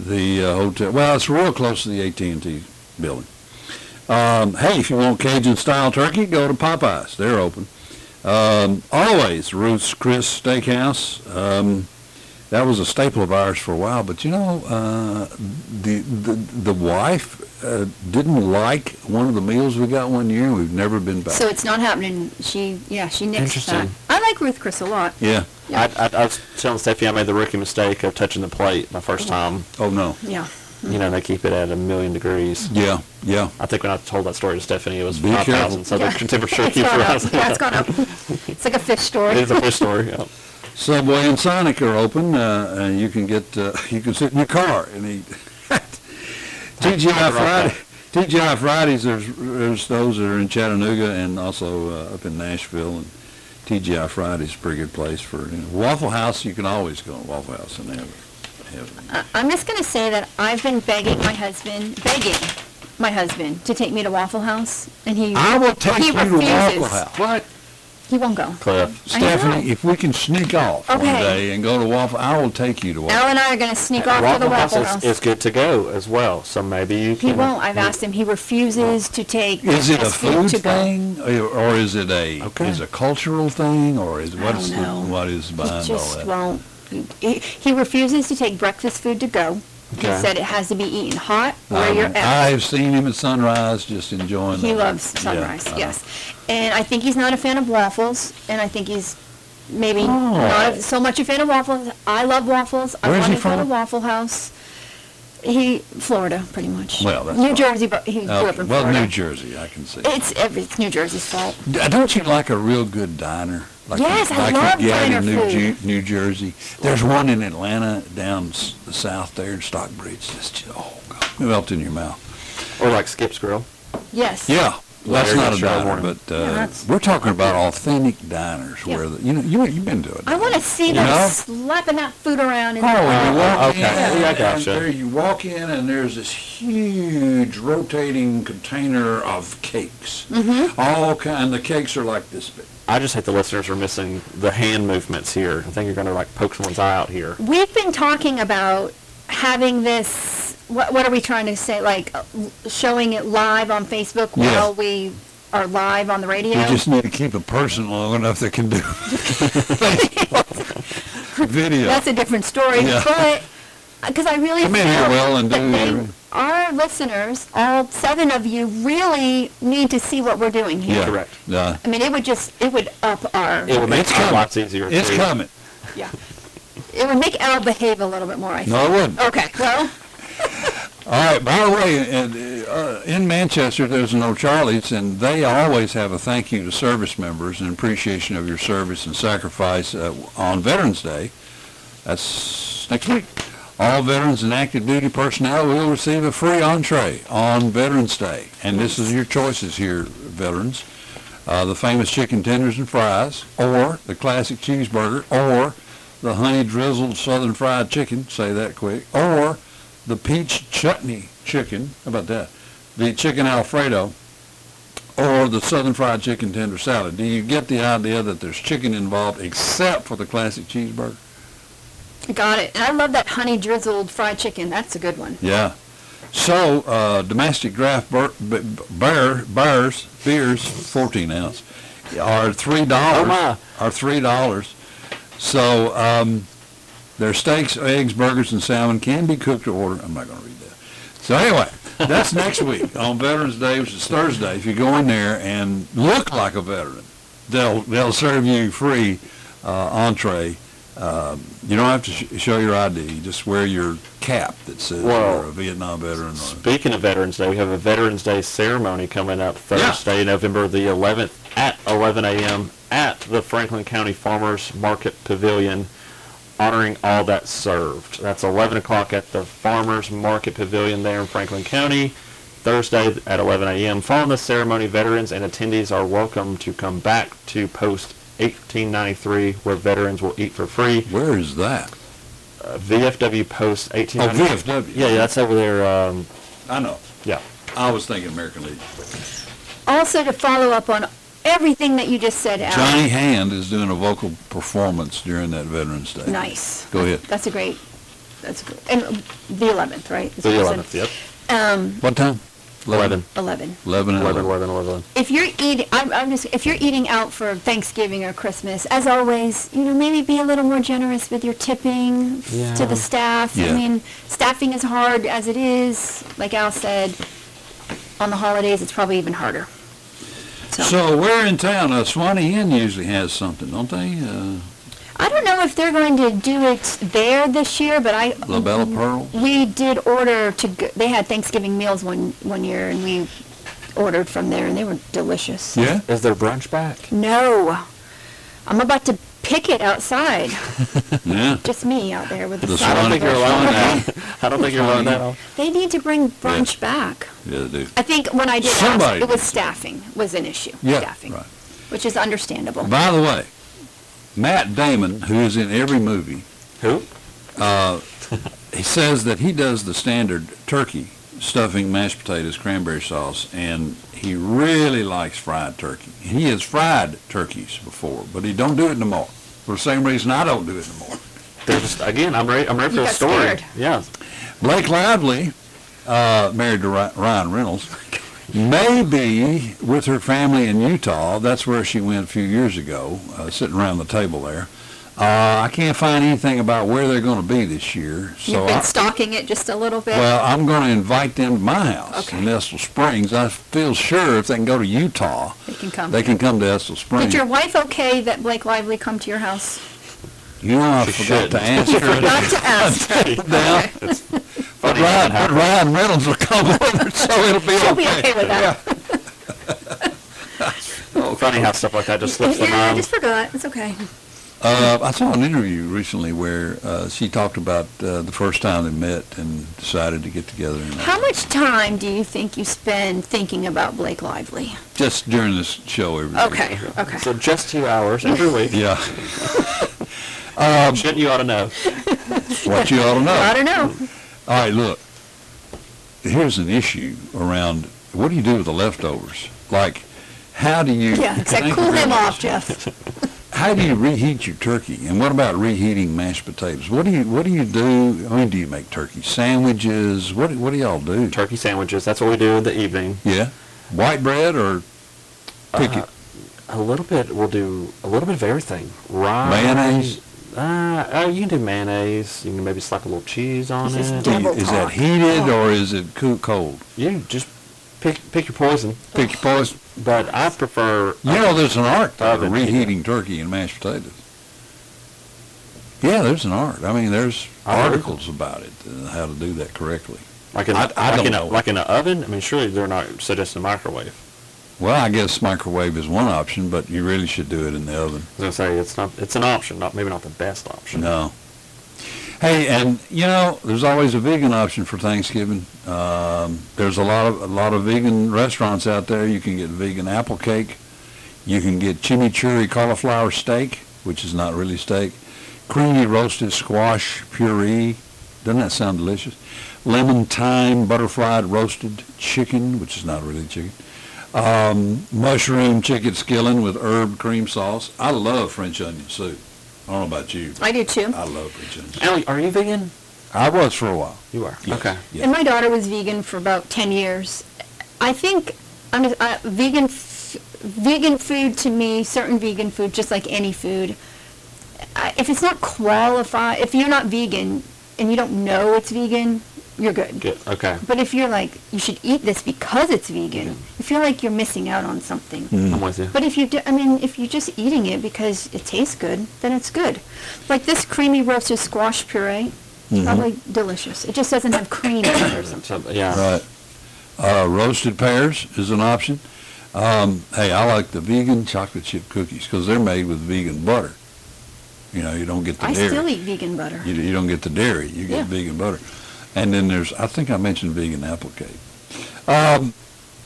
S2: the uh, hotel. Well, it's real close to the AT&T building. Um, hey, if you want Cajun-style turkey, go to Popeyes. They're open. Um, always Ruth's Chris Steakhouse. Um, that was a staple of ours for a while, but you know, uh, the, the the wife uh, didn't like one of the meals we got one year. and We've never been back.
S3: So it's not happening. She, yeah, she nixed that.
S4: Interesting.
S3: I like Ruth Chris a lot.
S2: yeah.
S4: I, I, I was telling Steffi I made the rookie mistake of touching the plate my first time.
S2: Oh no.
S3: Yeah.
S4: You know, they keep it at a million degrees.
S2: Yeah. Yeah.
S4: I think when I told that story to Stephanie, it was
S2: Be
S4: 5,000, so the
S3: Yeah.
S4: temperature
S3: It's
S4: keeps
S3: gone up.
S4: rising.
S3: Yeah, it's gone up. It's like a fish
S4: It
S3: story.
S4: is a fish story. yeah.
S2: Subway and Sonic are open, uh, and you can get uh, you can sit in your car and eat. TGI Friday, TGI Fridays. There's, there's those that are in Chattanooga and also uh, up in Nashville. And TGI Fridays is a pretty good place for you know, Waffle House. You can always go to Waffle House and have, have
S3: I- Uh, I'm just going to say that I've been begging my husband, begging my husband to take me to Waffle House, and he
S2: I will take
S3: he
S2: you to
S3: refuses.
S2: Waffle House. What?
S3: He won't go.
S4: Cliff.
S3: I know.
S2: Stephanie, if we can sneak off one
S3: Okay.
S2: day and go to Waffle, I will take you to Waffle.
S3: Al and I are gonna sneak off to the
S4: Waffle
S3: Waffle
S4: House
S3: House.
S4: is, is good to go as well, so maybe you can.
S3: He won't, I've asked him, he refuses to take.
S2: Is it a
S3: his food
S2: food
S3: to go.
S2: thing, or or is it a,
S4: Okay.
S2: is it a cultural thing, or is, what's, the-
S3: know.
S2: what is
S3: He
S2: behind all
S3: just
S2: that?
S3: won't, he, he refuses to take breakfast food to go. He
S4: Okay.
S3: said it has to be eaten hot where
S2: Um,
S3: you're at.
S2: I've seen him at sunrise, just enjoying.
S3: He
S2: the-
S3: loves
S2: yeah,
S3: sunrise,
S2: uh,
S3: yes. And I think he's not a fan of waffles, and I think he's maybe
S2: Oh.
S3: not so much a fan of waffles. I love waffles. I
S2: Where's
S3: want
S2: he
S3: to go to
S2: from?
S3: Waffle House. He, Florida, pretty much.
S2: Well, that's
S3: New
S2: fine.
S3: Jersey, but he grew up
S2: Okay,
S3: in
S2: uh, Well, New
S3: Florida.
S2: Jersey, I can see.
S3: It's, every- it's New Jersey's fault.
S2: D- Don't you like a real good diner? Like you-
S3: Yes, I
S2: like
S3: love
S2: you get
S3: diner
S2: in New
S3: food.
S2: Ju- New Jersey. There's one in Atlanta down s- the south there in Stockbridge. It's just, oh, God, it melts in your mouth.
S4: Or like Skip's Grill.
S3: Yes.
S2: Yeah, that's
S4: Larry
S2: not a
S4: Sherwood.
S2: diner, but
S3: Yeah,
S2: uh,
S3: that's-
S2: we're talking about authentic diners
S3: Yeah.
S2: where, the- you know, you- you've been to it.
S3: I want to see them
S2: know?
S3: slapping that food around. And
S2: Oh, and you walk
S4: okay.
S2: in,
S4: Yeah, I
S2: and
S4: gotcha.
S2: there you walk in, and there's this huge rotating container of cakes.
S3: Mm-hmm.
S2: All kind, the cakes are like this big.
S4: I just hate the listeners are missing the hand movements here. I think you're going to like poke someone's eye out here.
S3: We've been talking about having this. What, what are we trying to say? Like uh, l- showing it live on Facebook
S2: Yeah.
S3: while we are live on the radio.
S2: You just need to keep a person long enough that can do video.
S3: That's a different story.
S2: Yeah.
S3: But because I really
S2: Come
S3: feel
S2: in here, Will, and
S3: that
S2: do
S3: they-
S2: your-
S3: our listeners, all seven of you, really need to see what we're doing here.
S2: yeah,
S4: Correct.
S2: Yeah.
S3: I mean, it would just it would up our
S4: It would make
S2: It's
S4: it
S2: coming.
S4: lots easier.
S2: It's
S4: too.
S2: coming.
S3: yeah. It would make Al behave a little bit more. I think.
S2: No, it wouldn't.
S3: Okay. Well.
S2: All right. By the way, in, uh, in Manchester, there's an O'Charlie's, and they always have a thank you to service members in appreciation of your service and sacrifice uh, on Veterans Day. That's next week. All veterans and active duty personnel will receive a free entree on Veterans Day, and this is your choices here, veterans: uh, the famous chicken tenders and fries, or the classic cheeseburger, or the honey drizzled Southern fried chicken. Say that quick, or the peach chutney chicken. How about that? The chicken alfredo or the southern fried chicken tender salad. Do you get the idea that there's chicken involved except for the classic cheeseburger?
S3: Got it. And I love that honey drizzled fried chicken. That's a good one.
S2: Yeah. So, uh, domestic draft bur- b- b- bear, bears, beers, 14 ounce, are $3.
S4: Oh my!
S2: are three dollars. So um, their steaks, eggs, burgers, and salmon can be cooked to order. I'm not going to read that. So anyway, that's next week on Veterans Day, which is Thursday. If you go in there and look like a veteran, they'll they'll serve you free uh, entree. Um, you don't have to sh- show your ID. You just wear your cap that says
S4: Well,
S2: you're a Vietnam veteran. Or,
S4: Speaking of Veterans Day, we have a Veterans Day ceremony coming up Thursday, November the 11th at 11 a.m. at the Franklin County Farmers Market Pavilion, honoring all that served. That's 11 o'clock at the Farmers Market Pavilion there in Franklin County, Thursday at 11 a.m. Following the ceremony, veterans and attendees are welcome to come back to Post 1893, where veterans will eat for free.
S2: where is that?
S4: Uh, VFW Post
S2: Oh,
S4: 1893.
S2: VFW.
S4: Yeah, yeah, that's over there. Um,
S2: I know.
S4: yeah.
S2: I was thinking American Legion.
S3: Also, to follow up on everything that you just said, Al.
S2: Johnny Hand is doing a vocal performance during that Veterans Day.
S3: Nice.
S2: Go ahead.
S3: That's a great. That's a good. And the 11th, right?
S4: The 11th, yep.
S3: Um,
S2: What time?
S4: 11.
S3: 11.
S2: 11 and
S4: 11,
S2: 11.
S4: 11, 11.
S3: If you're eating, I'm, I'm just. If you're eating out for Thanksgiving or Christmas, as always, you know, maybe be a little more generous with your tipping to
S4: Yeah.
S3: the staff.
S2: Yeah.
S3: I mean, staffing is hard as it is. Like Al said, on the holidays, it's probably even harder.
S2: So we're in town. Uh, Swanee Inn usually has something, don't they? Uh,
S3: I don't know if they're going to do it there this year, but I
S2: La Bella Pearl?
S3: we did order to. Go, they had Thanksgiving meals one one year, and we ordered from there, and they were delicious.
S2: Yeah.
S4: Is there brunch back?
S3: No, I'm about to pick it outside.
S2: Yeah.
S3: Just me out there with the.
S2: The
S4: I
S3: salad
S4: don't think you're
S3: dressing.
S4: alone now. I don't think you're alone now.
S3: They need to bring brunch back.
S2: Yeah, they do.
S3: I think when I did
S2: Somebody
S3: ask, it was
S2: needs to.
S3: staffing was an issue.
S2: Yeah,
S3: staffing,
S2: right.
S3: which is understandable.
S2: By the way, Matt Damon, who is in every movie, uh,
S4: Who?
S2: he says that he does the standard turkey stuffing, mashed potatoes, cranberry sauce, and he really likes fried turkey. He has fried turkeys before, but he don't do it no more. For the same reason I don't do it no more.
S4: They're just, again, I'm ready, I'm ready for the
S3: You got
S4: story.
S3: scared.
S4: Yeah.
S2: Blake Lively, uh, married to Ry- Ryan Reynolds, may be with her family in Utah. That's where she went a few years ago, uh, sitting around the table there. Uh, I can't find anything about where they're going to be this year. So
S3: You've been
S2: I-
S3: stalking it just a little bit?
S2: Well, I'm going to invite them to my house
S3: Okay.
S2: in Estill Springs. I feel sure if they can go to Utah,
S3: They can come.
S2: they can come to Estill Springs.
S3: Did your wife okay that Blake Lively come to your house?
S2: you know, I
S4: She
S2: forgot to
S4: shouldn't.
S2: answer
S3: Not to ask.
S2: it now. But
S4: Funny how that
S2: Ryan, but
S4: happens.
S2: Ryan Reynolds will come over, so it'll be
S3: She'll be
S2: okay.
S3: okay with that.
S4: Oh, Funny how stuff like that just slips the
S3: Yeah, I
S4: mind.
S3: just forgot. It's okay.
S2: Uh, I saw an interview recently where uh, she talked about uh, the first time they met and decided to get together. And,
S3: How much time do you think you spend thinking about Blake Lively?
S2: Just during this show every day.
S3: Okay, okay.
S4: So just two hours every week.
S2: Yeah, Um,
S4: Shouldn't you ought to know?
S2: what you ought to know.
S3: I don't know.
S2: All right, look. Here's an issue around what do you do with the leftovers? Like, how do you?
S3: Yeah, exactly.
S2: Thank you
S3: Cool
S2: very
S3: him
S2: much.
S3: off, Jeff.
S2: How do you reheat your turkey? And what about reheating mashed potatoes? What do you What do you do? I mean, do you make turkey sandwiches? What do- What do y'all do?
S4: Turkey sandwiches. That's what we do in the evening. Uh,
S2: Yeah, white bread or pick it.
S4: A little bit. We'll do a little bit of everything. Rye.
S2: Mayonnaise?
S4: Uh, oh, you can do mayonnaise. You can maybe slap a little cheese on
S3: This is
S4: it.
S2: Do you-
S3: double
S2: is that
S3: talk.
S2: heated or is it cool, cold?
S4: You just pick pick your poison.
S2: Pick your poison.
S4: But I prefer.
S2: You know, there's an art to
S4: Oven, Uh, yeah.
S2: reheating turkey and mashed potatoes. Yeah, there's an art. I mean, there's
S4: I heard.
S2: articles about it, uh, how to do that correctly.
S4: like in,
S2: I- I
S4: like
S2: don't
S4: in a,
S2: know.
S4: like in an oven. I mean, surely they're not suggesting microwave.
S2: Well, I guess microwave is one option, but you really should do it in the oven.
S4: I was gonna say it's not. It's an option. Not maybe not the best option.
S2: No. Hey, and you know, there's always a vegan option for Thanksgiving. Um, there's a lot of a lot of vegan restaurants out there. You can get vegan apple cake. You can get chimichurri cauliflower steak, which is not really steak. Creamy roasted squash puree. Doesn't that sound delicious? Lemon thyme butterfried roasted chicken, which is not really chicken. Um, mushroom chicken skillet with herb cream sauce. I love French onion soup. I don't know about you.
S3: I do too.
S2: I love pigeons.
S4: Allie, are you vegan?
S2: I was for a while.
S4: You are.
S2: Yes.
S4: Okay.
S2: Yeah.
S3: And my daughter was vegan for about 10 years. I think I mean, uh, vegan f- vegan food to me, certain vegan food, just like any food, I- if it's not qualified, if you're not vegan and you don't know it's vegan, you're good.
S4: Good. Okay.
S3: But if you're like, you should eat this because it's vegan, you feel like you're missing out on something.
S4: I'm with you.
S3: Mm. But if you do, I mean, if you're just eating it because it tastes good, then it's good. Like this creamy roasted squash puree, probably delicious. It just doesn't have cream in it or
S4: So,
S3: something.
S4: yeah.
S2: Right. Uh, roasted pears is an option. Um, hey, I like the vegan chocolate chip cookies because they're made with vegan butter. You know, you don't get the
S3: I
S2: dairy.
S3: still eat vegan butter.
S2: you, you don't get the dairy. You get
S3: Yeah.
S2: vegan butter. And then there's, I think I mentioned vegan apple cake. Um,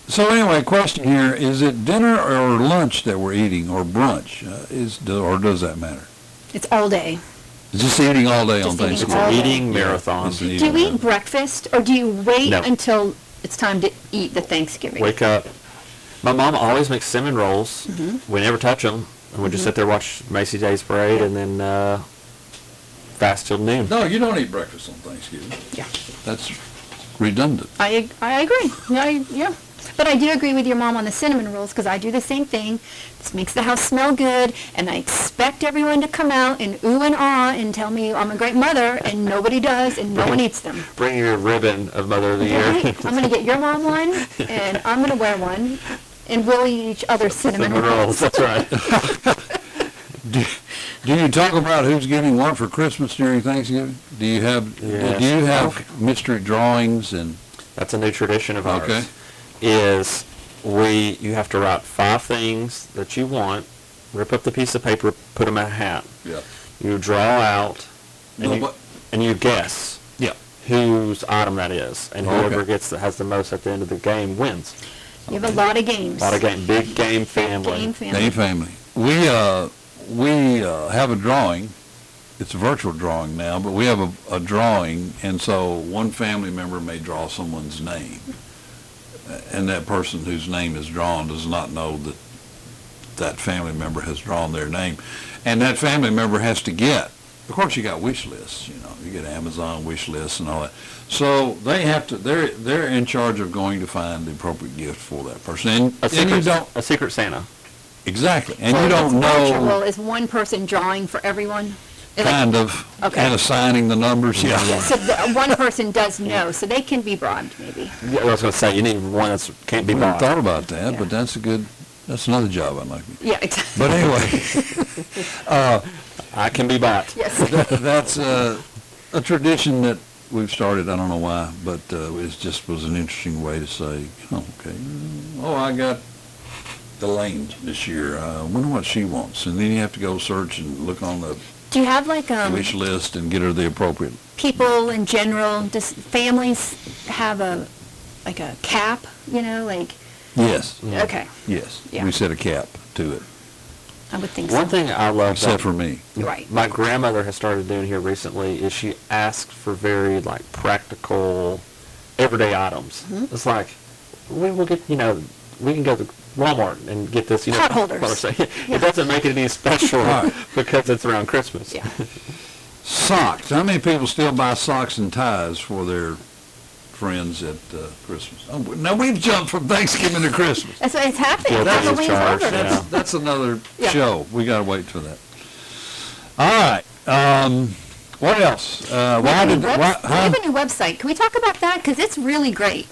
S2: so anyway, question here: Is it dinner or lunch that we're eating, or brunch? Uh, is do, or does that matter?
S3: It's all day.
S2: Just eating all day on
S3: Just eating
S2: Thanksgiving.
S3: all
S4: It's an
S3: day.
S4: eating marathon.
S2: It's an
S3: Do
S2: eating
S3: you eat breakfast or do you wait
S4: No.
S3: until it's time to eat the Thanksgiving?
S4: Wake up. My mom always makes cinnamon rolls.
S3: Mm-hmm.
S4: We never touch them. And we just sit there watch Macy Day's Parade and then uh, fast till noon.
S2: No, Oh, you don't eat breakfast on Thanksgiving.
S3: Yeah.
S2: That's redundant.
S3: I, ag- I agree. Yeah, I, yeah. But I do agree with your mom on the cinnamon rolls because I do the same thing. This makes the house smell good, and I expect everyone to come out and ooh and ah and tell me I'm a great mother, and nobody does, and no one eats them.
S4: Bring your ribbon of Mother of the
S3: All
S4: Year.
S3: right, I'm gonna get your mom one, and I'm gonna wear one, and we'll eat each other cinnamon
S4: cinnamon rolls.
S3: rolls.
S4: That's right.
S2: Do you talk about who's getting what for Christmas during Thanksgiving? Do you have
S4: Yes.
S2: do you have mystery drawings and
S4: That's a new tradition of ours.
S2: Okay.
S4: Is we you have to write five things that you want, rip up the piece of paper, put them in a hat.
S2: yeah
S4: You draw out, and,
S2: No,
S4: you,
S2: but-
S4: and you guess
S2: yeah
S4: whose item that is, and
S2: Okay.
S4: whoever gets that has the most at the end of the game wins.
S3: You have a lot of games.
S4: A lot of game, big game family.
S3: Game
S2: Dave
S3: family.
S2: family? We uh we uh, have a drawing it's a virtual drawing now, but we have a, a drawing, and so one family member may draw someone's name. And that person whose name is drawn does not know that that family member has drawn their name. And that family member has to get, of course, you got wish lists, you know, you get Amazon wish lists and all that. So they have to, they're, they're in charge of going to find the appropriate gift for that person. And,
S4: A
S2: and you
S4: secret,
S2: don't,
S4: a secret Santa.
S2: exactly, and you don't
S3: Well,
S2: know,
S3: is one person drawing for everyone? Is it-
S2: Oh. kind of,
S3: Okay.
S2: and assigning the numbers,
S3: Yeah,
S2: yeah.
S3: so the- one person does know, so they can be bribed, maybe.
S4: Yeah, I was going to say you need one that can't be
S2: We haven't
S4: bought.
S2: thought about that,
S3: Yeah.
S2: but that's a good, that's another job I'd like. to-
S3: Yeah, exactly,
S2: But anyway, Uh,
S4: I can be bought.
S3: yes.
S2: that's a, a tradition that we've started. I don't know why, but uh, it just was an interesting way to say, oh, okay, oh, I got Elaine this year. uh, I wonder what she wants. And then you have to go search and look on the
S3: Do you have like, um,
S2: wish list and get her the appropriate.
S3: people in general, does families have a, like a cap, you know, like,
S2: Yes,
S3: okay,
S2: yes.
S3: Yeah.
S2: We set a cap to it,
S3: I would think
S4: One
S3: so.
S4: thing I love
S2: except
S4: that
S2: for me.
S3: Right.
S4: my grandmother has started doing here recently is she asks for very like practical, everyday items.
S3: Mm-hmm.
S4: It's like we will get you know we can go to Walmart and get this you know
S3: Pot holders.
S4: what I'm saying. It doesn't make it any special
S2: Right.
S4: because it's around Christmas.
S3: Yeah.
S2: Socks. How many people still buy socks and ties for their friends at uh, Christmas? Oh, we- now we've jumped from Thanksgiving to Christmas.
S3: That's what it's happening,
S4: Guilty as
S3: Halloween's
S4: charged,
S3: over.
S4: yeah.
S2: That's another
S3: Yeah.
S2: show. We got to wait for that. All right. Um, what else? Uh, why
S3: We have
S2: did
S3: a web-
S2: why,
S3: We
S2: huh?
S3: have a new website, can we talk about that? Because it's really great.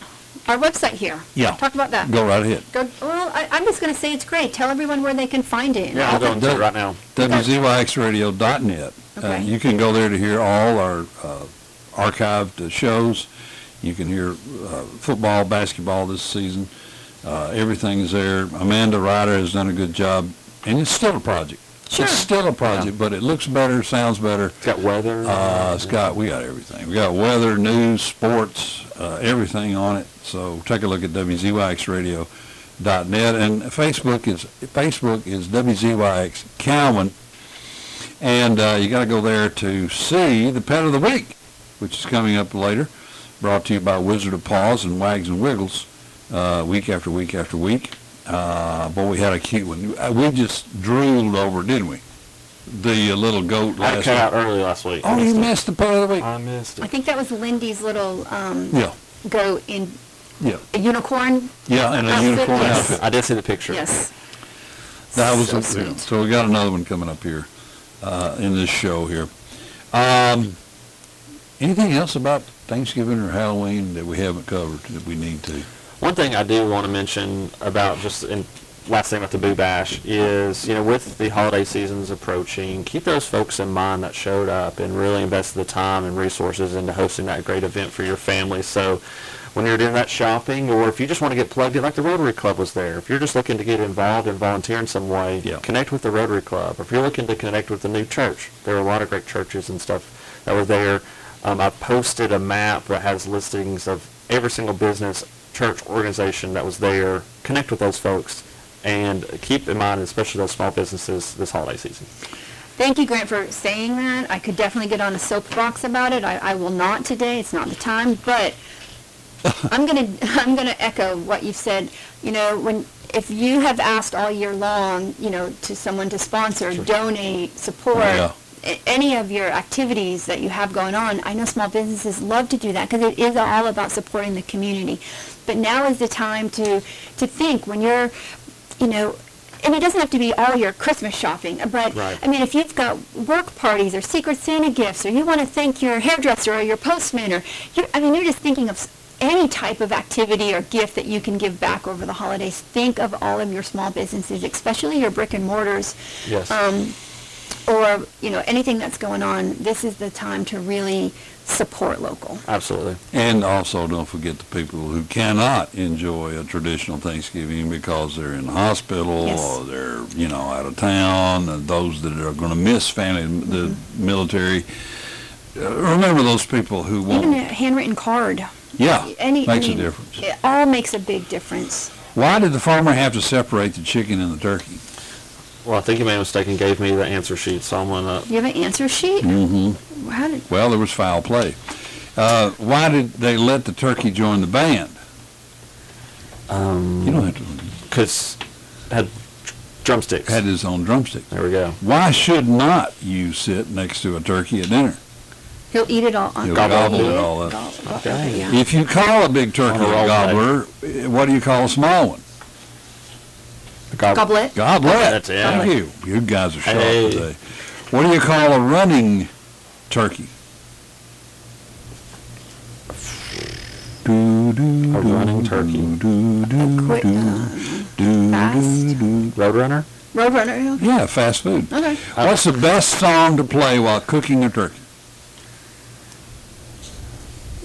S3: Our website here.
S2: Yeah.
S3: Talk about that.
S2: go right ahead?
S3: Go, well, I, I'm just gonna say it's great, tell everyone where they can find it. and
S4: Yeah,
S3: all
S4: I'm
S3: that.
S4: going to it right now.
S2: WZYXradio.net. Uh,
S3: Okay.
S2: you can go there to hear all our uh, archived uh, shows. You can hear uh, football, basketball this season. Uh, everything's there. Amanda Ryder has done a good job, and it's still a project.
S3: Sure.
S2: It's still a project, but it looks better, sounds better.
S4: It's got weather.
S2: Uh, it's got, we got everything. We got weather, news, sports, uh, everything on it. So take a look at WZYXradio.net. And Facebook is, Facebook is WZYX Calvin. And uh, you got to go there to see the pet of the week, which is coming up later, brought to you by Wizard of Paws and Wags and Wiggles, uh, week after week after week. Uh, boy, we had a cute one. Uh, We just drooled over, it, didn't we? The uh, little goat
S4: I
S2: last
S4: cut
S2: week.
S4: out early last week.
S2: Oh, you missed the part of the week.
S4: I missed
S3: I
S4: it.
S3: think that was Lindy's little, um,
S2: Yeah,
S3: goat in,
S2: yeah,
S3: a unicorn,
S2: yeah, and a
S3: Outfit,
S2: unicorn
S3: yes.
S2: outfit.
S4: I did see the picture.
S3: yes.
S2: That was,
S3: So
S2: the- yeah.
S3: sweet.
S2: so we got another one coming up here, uh, in this show here. Um, anything else about Thanksgiving or Halloween that we haven't covered that we need to?
S4: One thing I do want to mention about just in last thing about the Boo Bash is, you know, with the holiday seasons approaching, keep those folks in mind that showed up and really invested the time and resources into hosting that great event for your family. So when you're doing that shopping or if you just want to get plugged in, like the Rotary Club was there, if you're just looking to get involved and volunteer in some way,
S2: Yeah.
S4: connect with the Rotary Club. If you're looking to connect with the new church, there were a lot of great churches and stuff that were there. Um, I posted a map that has listings of every single business, church, organization that was there. Connect with those folks and keep in mind, especially those small businesses this holiday season.
S3: Thank you, Grant, for saying that. I could definitely get on a soapbox about it. I, I will not today. It's not the time. But I'm gonna I'm gonna echo what you've said. You know, when if you have asked all year long, you know, to someone to sponsor, donate, support
S2: Yeah.
S3: a- any of your activities that you have going on, I know small businesses love to do that because it is all about supporting the community. But now is the time to to think when you're, you know. And it doesn't have to be all your Christmas shopping, but
S4: Right.
S3: I mean, if you've got work parties or Secret Santa gifts, or you want to thank your hairdresser or your postman, or you're, I mean, you're just thinking of s- any type of activity or gift that you can give back over the holidays. Think of all of your small businesses, especially your brick and mortars,
S4: Yes.
S3: um, or you know anything that's going on. This is the time to really support local.
S4: Absolutely.
S2: And also, don't forget the people who cannot enjoy a traditional Thanksgiving because they're in the hospital
S3: Yes.
S2: or they're, you know, out of town, and those that are going to miss family, the
S3: Mm-hmm.
S2: military. Uh, remember those people who
S3: Even a
S2: won't.
S3: handwritten card,
S2: Yeah,
S3: any I
S2: Ah, makes a
S3: mean,
S2: difference.
S3: It all makes a big difference.
S2: Why did the farmer have to separate the chicken and the turkey?
S4: Well, I think you made a mistake and gave me the answer sheet, so I'm gonna,
S3: You have an answer sheet?
S2: Mm-hmm.
S3: How did,
S2: Well, there was foul play. Uh, why did they let the turkey join the band?
S4: um,
S2: You don't have to,
S4: cause had drumsticks.
S2: had his own drumstick.
S4: There we go.
S2: Why should not you sit next to a turkey at dinner?
S3: he'll eat it all up.
S2: He'll
S4: gobble
S2: it all up.
S3: Gobble up,
S4: Okay.
S3: yeah.
S2: If you call a big turkey
S4: On a
S2: a
S4: roll
S2: gobbler, eh, what do you call a small one?
S4: Gob-
S3: Goblet.
S2: Goblet.
S4: That's it.
S2: Thank you. You guys are sharp
S4: Hey.
S2: today. What do you call a running turkey? Do,
S4: A
S2: do, do,
S4: running turkey.
S2: do, do,
S3: Quick,
S2: do,
S3: uh,
S2: do,
S3: fast.
S2: do, do.
S4: Roadrunner?
S3: Roadrunner. yeah.
S2: Yeah, fast food.
S3: Okay.
S2: What's the best song to play while cooking a turkey?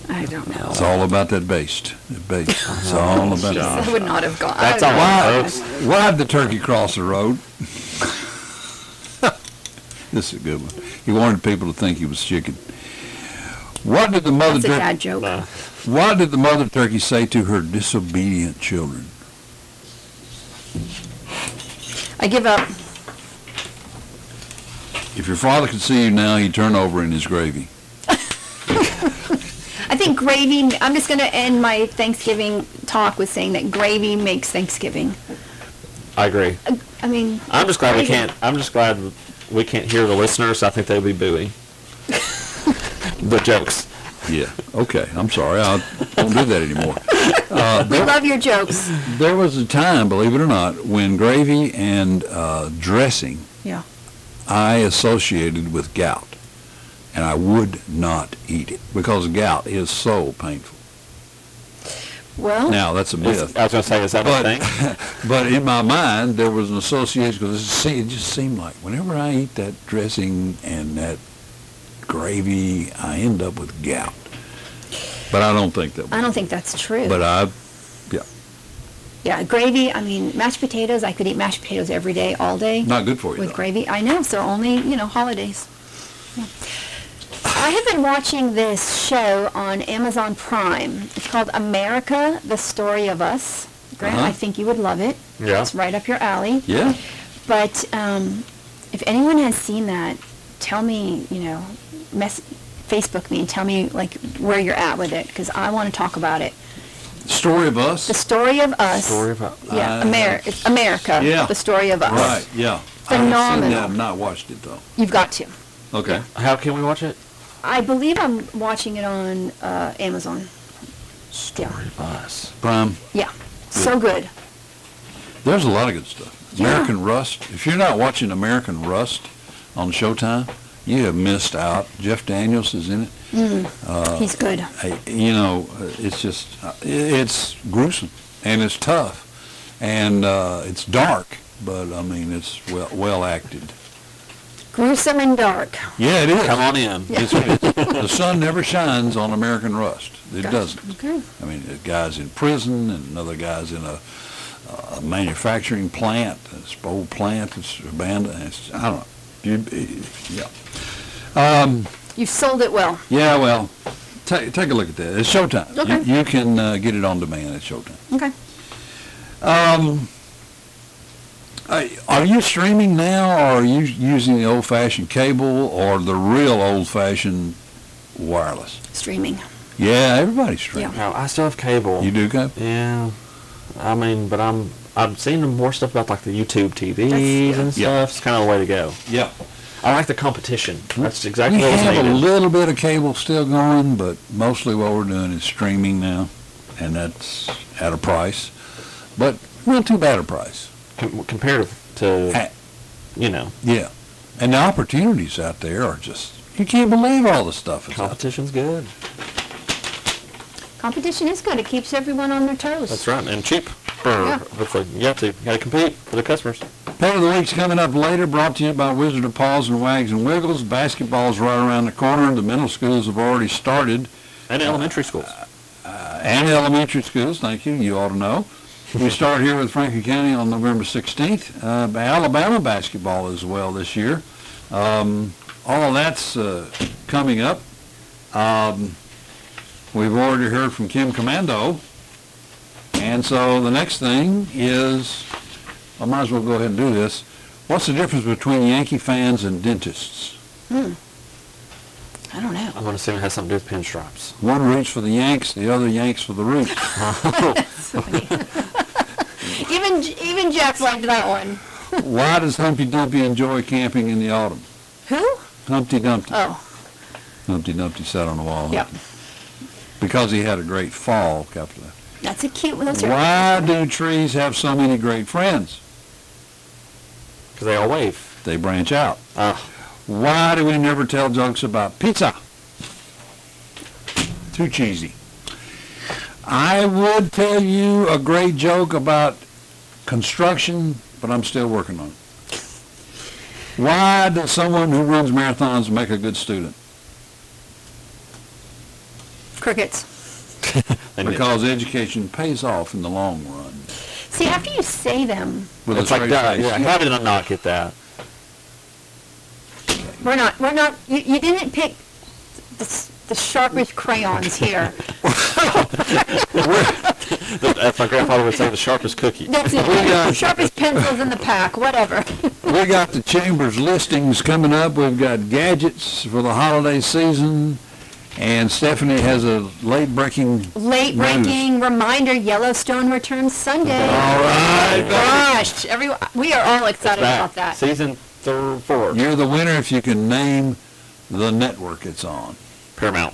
S3: I don't know.
S2: It's all about that baste. That baste. It's all about it.
S3: Uh-huh. I would not have gone.
S4: That's
S3: I
S4: all
S3: don't know.
S4: right,
S2: Why,
S4: folks.
S2: why'd the turkey cross the road? this is a good one. He wanted people to think he was chicken. What did the mother
S3: That's a
S2: turkey?
S3: dad joke.
S4: No.
S2: What did the mother turkey say to her disobedient children?
S3: I give up.
S2: If your father could see you now, he'd turn over in his gravy.
S3: I think gravy, I'm just going to end my Thanksgiving talk with saying that gravy makes Thanksgiving.
S4: I agree.
S3: I mean,
S4: I'm just glad we
S3: Crazy.
S4: can't. I'm just glad we can't hear the listeners. I think they'll be booing the jokes.
S2: Yeah. Okay. I'm sorry. I don't do that anymore. Uh,
S3: we love your jokes.
S2: There was a time, believe it or not, when gravy and uh, dressing
S3: Yeah.
S2: I associated with gout, and I would not eat it because gout is so painful.
S3: Well,
S2: Now that's a myth,
S4: Is- I was gonna say, is that
S2: But-
S4: a thing?
S2: but in my mind there was an association because it, se- it just seemed like whenever I eat that dressing and that gravy, I end up with gout. But I don't think that.
S3: I don't think that's true.
S2: But uh, I,
S3: yeah, gravy, I mean, mashed potatoes, I could eat mashed potatoes every day, all day.
S2: not good for you.
S3: With
S2: though.
S3: gravy? I know, so only, you know, holidays. Yeah. I have been watching this show on Amazon Prime. It's called America, The Story of Us. Grant,
S2: Uh-huh.
S3: I think you would love it.
S4: Yeah.
S3: It's right up your alley.
S2: Yeah.
S3: But um, if anyone has seen that, tell me, you know, mess, Facebook me and tell me, like, where you're at with it, because I want to talk about it.
S2: Story of
S3: The
S2: us.
S3: Story of Us.
S4: Story about-
S3: yeah,
S2: I-
S3: Amer- it's America,
S2: Yeah.
S3: The Story of Us.
S2: Right. Yeah. I've seen
S3: Phenomenal.
S2: that. I've not watched it though.
S3: You've got to.
S2: Okay.
S4: How can we watch it?
S3: I believe I'm watching it on uh, Amazon.
S4: Story of Us.
S2: Prime.
S3: Yeah, so good.
S2: Um, There's a lot of good stuff.
S3: Yeah.
S2: American Rust. If you're not watching American Rust on Showtime, you have missed out. Jeff Daniels is in it.
S3: Mm,
S2: Oh. Uh,
S3: He's good.
S2: I, you know, uh, it's just uh, i- it's gruesome and it's tough and uh, it's dark, but I mean it's well well acted.
S3: Gruesome and dark.
S2: Yeah, it is.
S4: Come on in.
S2: It's, it's, the sun never shines on American Rust. It
S3: Gotcha.
S2: doesn't.
S3: Okay.
S2: I mean, a guy's in prison, and another guy's in a, a manufacturing plant, this old plant that's abandoned. It's, I don't know. You, yeah. Um,
S3: You've sold it well.
S2: Yeah, well, take, take a look at that. It's Showtime. You-
S3: Okay.
S2: You, can uh, get it on demand at Showtime.
S3: Okay.
S2: Um, I- are you streaming now, or are you using the old-fashioned cable or the real old-fashioned wireless?
S3: Streaming.
S2: Yeah, everybody's streaming.
S4: No, I still have cable.
S2: You do, Cap?
S4: Yeah. I mean, but I'm. I'm seeing more stuff about like the YouTube TVs
S3: That's- yeah.
S4: and stuff.
S2: Yeah.
S4: It's kind of the way to go.
S2: Yeah.
S4: I like the competition. That's exactly
S2: Mm-hmm. We
S4: what I
S2: have a
S4: needed.
S2: little bit of cable still going, but mostly what we're doing is streaming now, and that's at a price, but not too bad a price.
S4: Com- comparative to
S2: Eh.
S4: you know
S2: Yeah, and the opportunities out there are just you can't believe all the stuff that's out there.
S4: competition's good.
S3: Competition is good. It keeps everyone on their toes.
S4: That's right, and cheap.
S3: Yeah.
S4: Hopefully, you have to. You got to compete for the customers.
S2: Pet of the week's coming up later, brought to you by Wizard of Paws and Wags and Wiggles. Basketball's right around the corner. The middle schools have already started. Uh,
S4: And elementary schools.
S2: and elementary schools, thank you, you ought to know. We start here with Franklin County on November 16th. Uh, by Alabama basketball as well this year. Um, all that's uh, coming up. Um, we've already heard from Kim Commando. And so the next thing is, I might as well go ahead and do this. What's the difference between Yankee fans and dentists?
S3: I don't know.
S4: I'm going to assume it has something to do with pinstripes.
S2: One roots for the Yanks, the other Yanks for the roots. Oh.
S3: Even even Jeff liked that one.
S2: Why does Humpty Dumpty enjoy camping in the autumn?
S3: Who?
S2: Humpty Dumpty.
S3: Oh,
S2: Humpty Dumpty sat on the wall.
S3: Yep.
S2: Because he had a great fall. Captain.
S3: that's a cute one. Those are,
S2: Why do trees have so many great friends?
S4: Because they all wave.
S2: They branch out.
S4: Ah.
S2: Why do we never tell jokes about pizza? Too cheesy. I would tell you a great joke about construction, but I'm still working on it. Why does someone who runs marathons make a good student?
S3: crickets.
S4: They knit.
S2: Because education pays off in the long run.
S3: See, after you say them,
S2: With a
S4: it's like
S2: straight
S4: that.
S2: face.
S4: Yeah, how did I not get that?
S3: we're not we're not. You, you didn't pick the, s- the sharpest crayons here.
S4: As my grandfather would say, the sharpest cookie.
S3: That's
S2: uh,
S3: it. sharpest pencils in the pack. Whatever.
S2: We got the chambers listings coming up. We've got gadgets for the holiday season. And Stephanie has a late breaking.
S3: Late breaking reminder: Yellowstone returns Sunday.
S2: All right.
S3: Gosh, everyone, we are all excited about that.
S4: Season thir- four.
S2: You're the winner if you can name the network it's on.
S4: Paramount.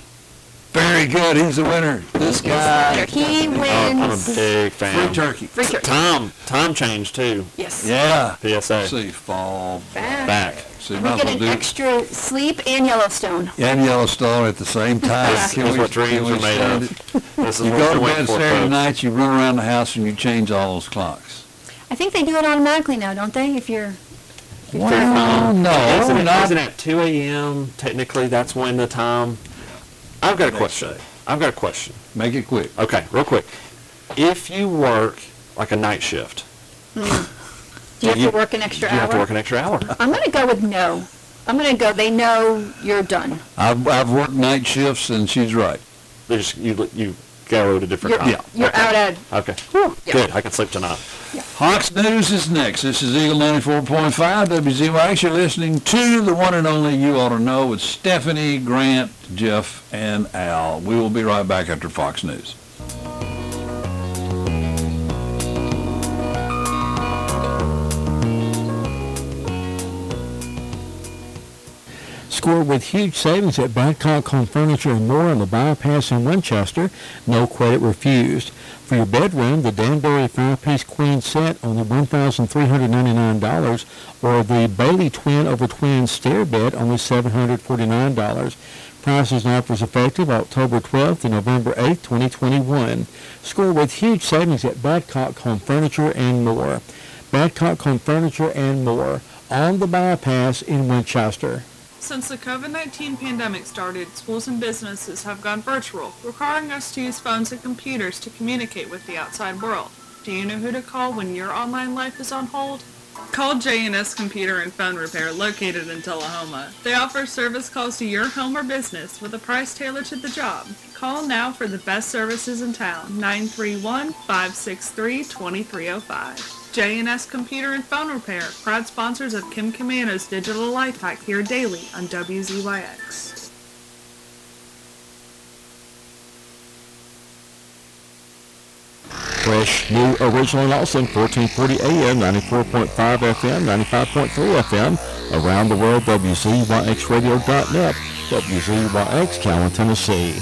S2: Very good. He's the winner. This guy.
S3: He
S4: Oh, I'm
S3: wins.
S4: a big
S2: Free
S4: fan.
S2: turkey.
S3: Free turkey.
S4: Tom. Time change too.
S3: Yes.
S2: Yeah.
S4: PSA.
S2: See, fall.
S3: Back.
S4: Back.
S2: See,
S3: We
S2: might as
S3: get
S2: well
S3: an
S2: do it.
S3: extra sleep and Yellowstone.
S2: And Yellowstone at the same time.
S4: This
S2: Can
S4: is
S2: we-
S4: what
S2: can
S4: dreams
S2: we
S4: are made
S2: stand
S4: of.
S2: it?
S4: This is
S2: You
S4: what
S2: go
S4: we're
S2: to
S4: waiting
S2: bed
S4: for,
S2: Saturday
S4: folks.
S2: night, you run around the house and you change all those clocks.
S3: I think they do it automatically now, don't they? If you're
S2: Well, no,
S4: Isn't it,
S2: not
S4: isn't it 2 a.m.? Technically, that's when the time. I've got a question. I've got a question.
S2: Make it quick.
S4: Okay, real quick. If you work like a night shift,
S3: do you Hmm. have
S4: You-
S3: to work an extra
S4: do you
S3: hour?
S4: have to work an extra hour?
S3: I'm gonna go with no. I'm gonna go. They know you're done.
S2: I've, I've worked night shifts, and she's right.
S4: There's you you go to different.
S3: You're,
S4: time.
S3: you're
S4: okay.
S3: out of.
S4: Okay.
S3: Yeah.
S4: Good. I can sleep tonight.
S2: Hawks News is next. This is Eagle 94.5 WZYX. You're listening to the one and only You Ought to Know with Stephanie, Grant, Jeff, and Al. We will be right back after Fox News.
S1: Score with huge savings at Badcock Home Furniture and More on the Bypass in Winchester. No credit refused. For your bedroom, the Danbury five-piece queen set only $1,399 or the Bailey twin over twin stair bed only $749. Prices and offers effective October 12th to November 8th, 2021. Score with huge savings at Badcock Home Furniture and More. Badcock Home Furniture and More on the bypass in Winchester.
S7: Since the COVID 19 pandemic started, schools and businesses have gone virtual, requiring us to use phones and computers to communicate with the outside world. Do you know who to call when your online life is on hold? Call JNS Computer and Phone Repair located in Tullahoma. They offer service calls to your home or business with a price tailored to the job. Call now for the best services in town, 931-563-2305. JNS Computer oh and Phone Repair, proud sponsors of Kim Commando's Digital Life Hack here daily on WZYX.
S1: Fresh, new, original in Austin, 1440 AM, 94.5 FM, 95.3 FM, around the world, WZYXradio.net, WZYX, Cowan, Tennessee.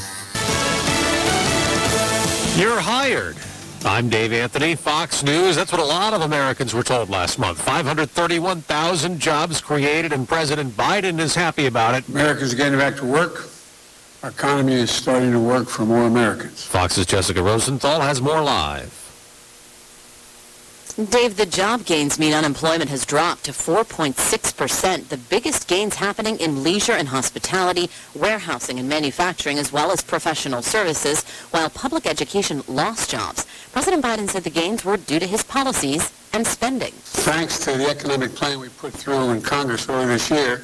S8: You're hired. I'm Dave Anthony, Fox News. That's what a lot of Americans were told last month. 531,000 jobs created, and President Biden is happy about it.
S9: Americans are getting back to work. Our economy is starting to work for more Americans.
S8: Fox's Jessica Rosenthal has more live.
S10: Dave, the job gains mean unemployment has dropped to 4.6%, the biggest gains happening in leisure and hospitality, warehousing and manufacturing, as well as professional services, while public education lost jobs. President Biden said the gains were due to his policies and spending.
S9: Thanks to the economic plan we put through in Congress earlier this year,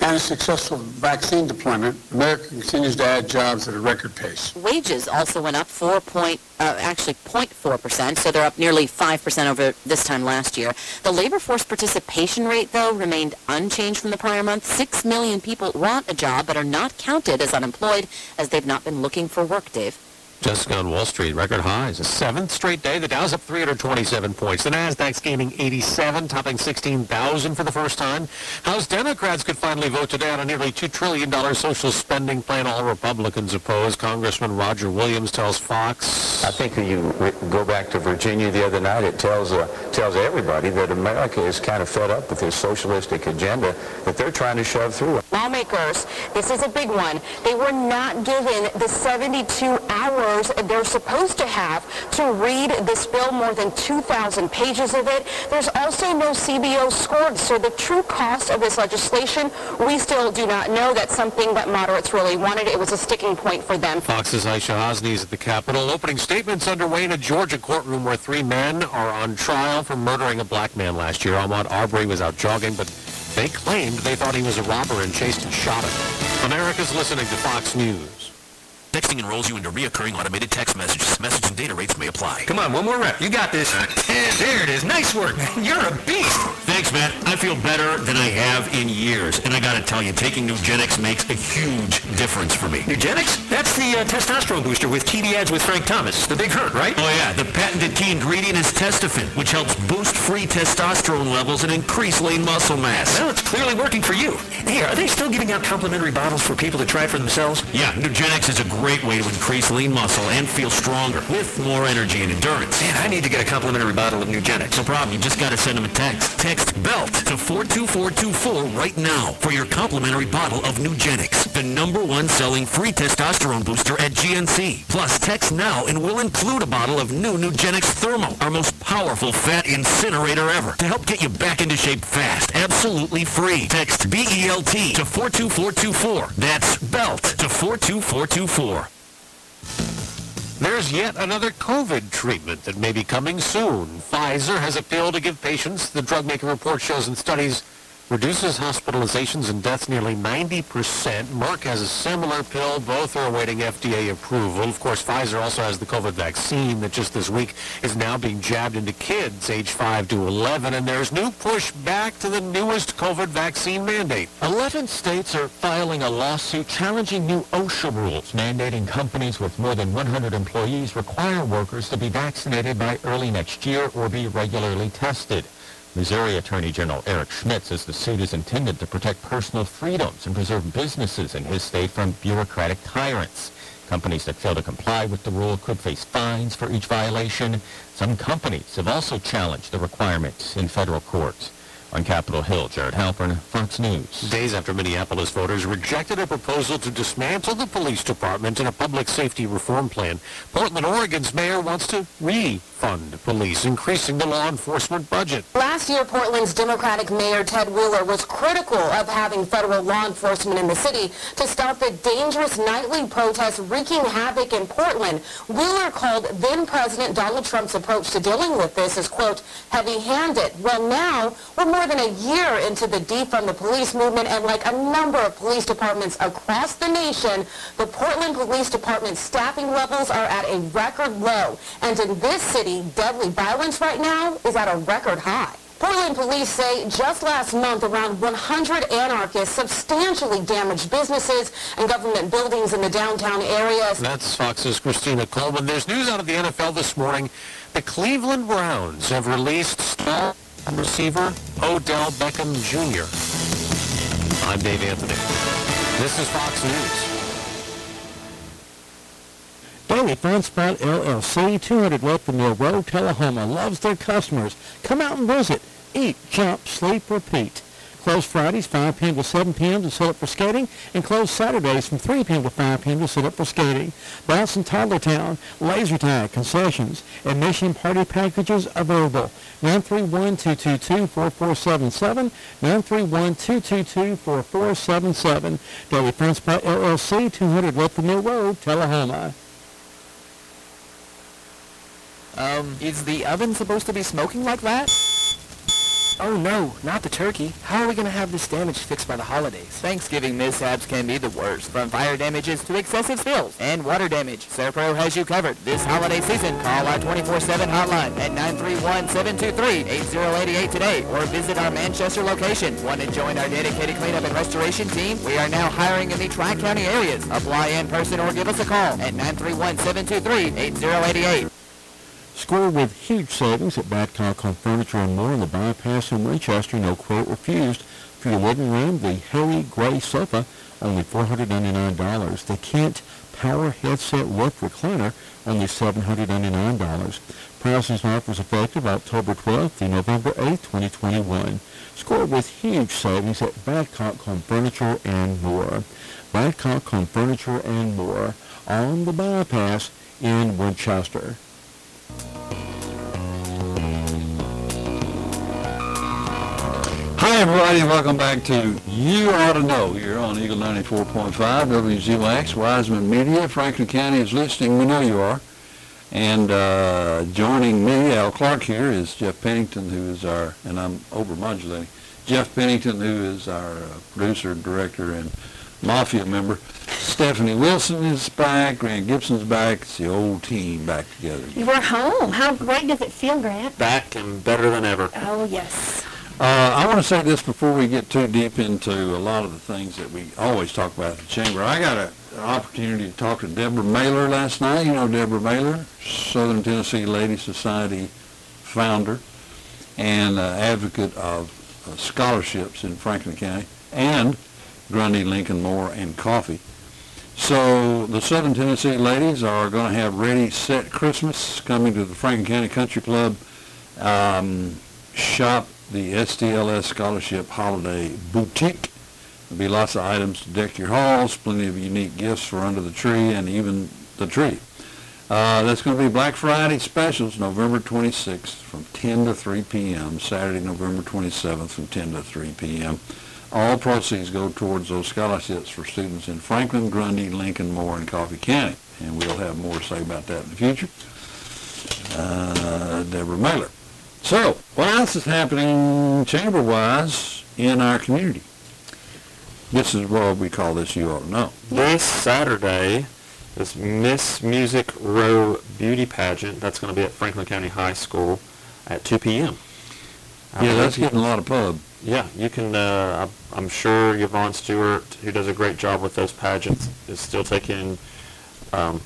S9: and a successful vaccine deployment, America continues to add jobs at a record pace.
S10: Wages also went up 4 point, uh, actually 0.4%, so they're up nearly 5% over this time last year. The labor force participation rate, though, remained unchanged from the prior month. 6 million people want a job but are not counted as unemployed as they've not been looking for work, Dave.
S8: Jessica on Wall Street, record highs. A seventh straight day. The Dow's up 327 points. The Nasdaq's gaining 87, topping 16,000 for the first time. House Democrats could finally vote today on a nearly $2 trillion social spending plan all Republicans oppose. Congressman Roger Williams tells Fox.
S11: I think when you re- go back to Virginia the other night, it tells, uh, tells everybody that America is kind of fed up with this socialistic agenda that they're trying to shove through.
S12: Lawmakers, this is a big one. They were not given the 72 hours they're supposed to have to read this bill, more than 2,000 pages of it. There's also no CBO scored, so the true cost of this legislation, we still do not know. That's something that moderates really wanted. It was a sticking point for them.
S8: Fox's Aisha Hosni is at the Capitol. Opening statements underway in a Georgia courtroom where three men are on trial for murdering a black man last year. Ahmad Arbery was out jogging, but they claimed they thought he was a robber and chased and shot him. America's listening to Fox News.
S13: Texting enrolls you into reoccurring automated text messages. Message and data rates may apply.
S14: Come on, one more rep. You got this. There it is. Nice work, man. You're a beast.
S13: Thanks, Matt. I feel better than I have in years. And I gotta tell you, taking Nugenics makes a huge difference for me.
S14: Eugenics? That's the uh, testosterone booster with TV ads with Frank Thomas. The big hurt, right?
S13: Oh yeah, the patented key ingredient is Testofen, which helps boost free testosterone levels and increase lean muscle mass.
S14: Well, it's clearly working for you. Hey, are they still giving out complimentary bottles for people to try for themselves?
S13: Yeah, Nugenics is a great way to increase lean muscle and feel stronger with more energy and endurance.
S14: Man, I need to get a complimentary bottle of Nugenics.
S13: No problem. You just got to send them a text. Text BELT to 42424 right now for your complimentary bottle of Nugenics, the number one selling free testosterone booster at GNC. Plus, text now and we'll include a bottle of new Nugenics Thermo, our most powerful fat incinerator ever, to help get you back into shape fast, absolutely free. Text BELT to 42424. That's BELT to 42424.
S8: There's yet another COVID treatment that may be coming soon. Pfizer has a pill to give patients. The drug maker report shows in studies reduces hospitalizations and deaths nearly 90%. Merck has a similar pill. Both are awaiting FDA approval. Of course, Pfizer also has the COVID vaccine that just this week is now being jabbed into kids age 5 to 11. And there's new pushback to the newest COVID vaccine mandate.
S15: 11 states are filing a lawsuit challenging new OSHA rules mandating companies with more than 100 employees require workers to be vaccinated by early next year or be regularly tested. Missouri Attorney General Eric Schmidt says the suit is intended to protect personal freedoms and preserve businesses in his state from bureaucratic tyrants. Companies that fail to comply with the rule could face fines for each violation. Some companies have also challenged the requirements in federal courts. On Capitol Hill, Jared Halpern, Fox News.
S8: Days after Minneapolis voters rejected a proposal to dismantle the police department in a public safety reform plan, Portland, Oregon's mayor wants to refund police, increasing the law enforcement budget.
S12: Last year, Portland's Democratic Mayor Ted Wheeler was critical of having federal law enforcement in the city to stop the dangerous nightly protests wreaking havoc in Portland. Wheeler called then-President Donald Trump's approach to dealing with this as, quote, heavy-handed. Well, now, we're more than a year into the defund the police movement, and like a number of police departments across the nation, the Portland Police Department staffing levels are at a record low. And in this city, deadly violence right now is at a record high. Portland police say just last month around 100 anarchists substantially damaged businesses and government buildings in the downtown area.
S8: That's Fox's Christina Coleman. There's news out of the NFL this morning. The Cleveland Browns have released star receiver Odell Beckham Jr. I'm Dave Anthony. This is Fox News.
S1: Daily Fun Spot LLC, 200 left in Mill Road, Tullahoma, loves their customers. Come out and visit. Eat, jump, sleep, repeat. Closed Fridays 5 p.m. to 7 p.m. to set up for skating, and closed Saturdays from 3 p.m. to 5 p.m. to set up for skating. Bounce and Toddler Town, Laser Tag, concessions, admission party packages available. 931-222-4477, 931-222-4477. Daily Fun Spot LLC, 200 Left the Mill Road, Tullahoma.
S16: Um, is the oven supposed to be smoking like that? Oh no, not the turkey. How are we going to have this damage fixed by the holidays?
S17: Thanksgiving mishaps can be the worst, from fire damages to excessive spills and water damage. Serpro has you covered this holiday season. Call our 24-7 hotline at 931-723-8088 today or visit our Manchester location. Want to join our dedicated cleanup and restoration team? We are now hiring in the Tri-County areas. Apply in person or give us a call at 931-723-8088.
S1: Score with huge savings at Badcock on furniture and more on the bypass in Winchester. No quote refused. For your living room, the Harry Gray sofa, only $499. The Kent Power Headset Left Recliner, only $799. Prices and offers effective October 12th through November 8th, 2021. Score with huge savings at Badcock Home Furniture and More. Badcock Home Furniture and More on the bypass in Winchester.
S2: Hi, everybody, and welcome back to You Ought to Know here on Eagle 94.5 WZLX, Wiseman Media. Franklin County is listening. We know you are. And uh, joining me, Al Clark here, is Jeff Pennington, who is our, and I'm overmodulating, Jeff Pennington, who is our uh, producer, director, and Mafia member. Stephanie Wilson is back. Grant Gibson's back. It's the old team back together.
S3: You were home. How great does it feel, Grant?
S2: Back and better than ever.
S3: Oh, yes.
S2: Uh, I want to say this before we get too deep into a lot of the things that we always talk about at the chamber. I got a, an opportunity to talk to Deborah Mailer last night. You know Deborah Mailer, Southern Tennessee Ladies Society founder and uh, advocate of uh, scholarships in Franklin County and Grundy, Lincoln, Moore, and Coffee. So the Southern Tennessee ladies are going to have Ready, Set Christmas coming to the Franklin County Country Club. Um, shop the STLS Scholarship Holiday Boutique. There'll be lots of items to deck your halls, plenty of unique gifts for under the tree and even the tree. Uh, that's going to be Black Friday specials, November 26th from 10 to 3 p.m., Saturday, November 27th from 10 to 3 p.m. All proceeds go towards those scholarships for students in Franklin, Grundy, Lincoln, Moore, and Coffee County. And we'll have more to say about that in the future. Uh, Deborah Mailer. So, what else is happening chamber-wise in our community? This is what we call this, you ought to know.
S4: This Saturday is Miss Music Row Beauty Pageant. That's going to be at Franklin County High School at 2 p.m. I
S2: Yeah,
S4: believe
S2: that's
S4: you-
S2: getting a lot of pub.
S4: Yeah, you can, uh, I'm I'm sure Yvonne Stewart, who does a great job with those pageants, is still taking um,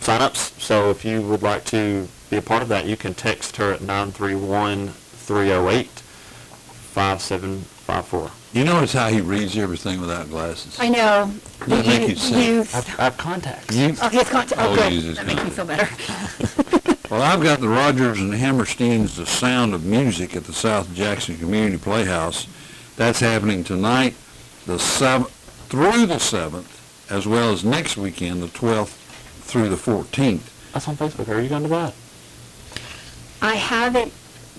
S4: signups. So if you would like to be a part of that, you can text her at 931-308-5754.
S2: You notice how he reads everything without glasses?
S3: I know.
S2: Doesn't make you sick.
S4: I have contacts.
S2: You-
S3: Oh, his contact. Oh,
S2: Oh,
S3: good.
S2: use his
S3: that makes me feel better.
S2: Well, I've got the Rogers and Hammerstein's The Sound of Music at the South Jackson Community Playhouse. That's happening tonight, the seventh through the seventh, as well as next weekend, the twelfth through the fourteenth.
S4: That's on Facebook. Are you going to that?
S3: I haven't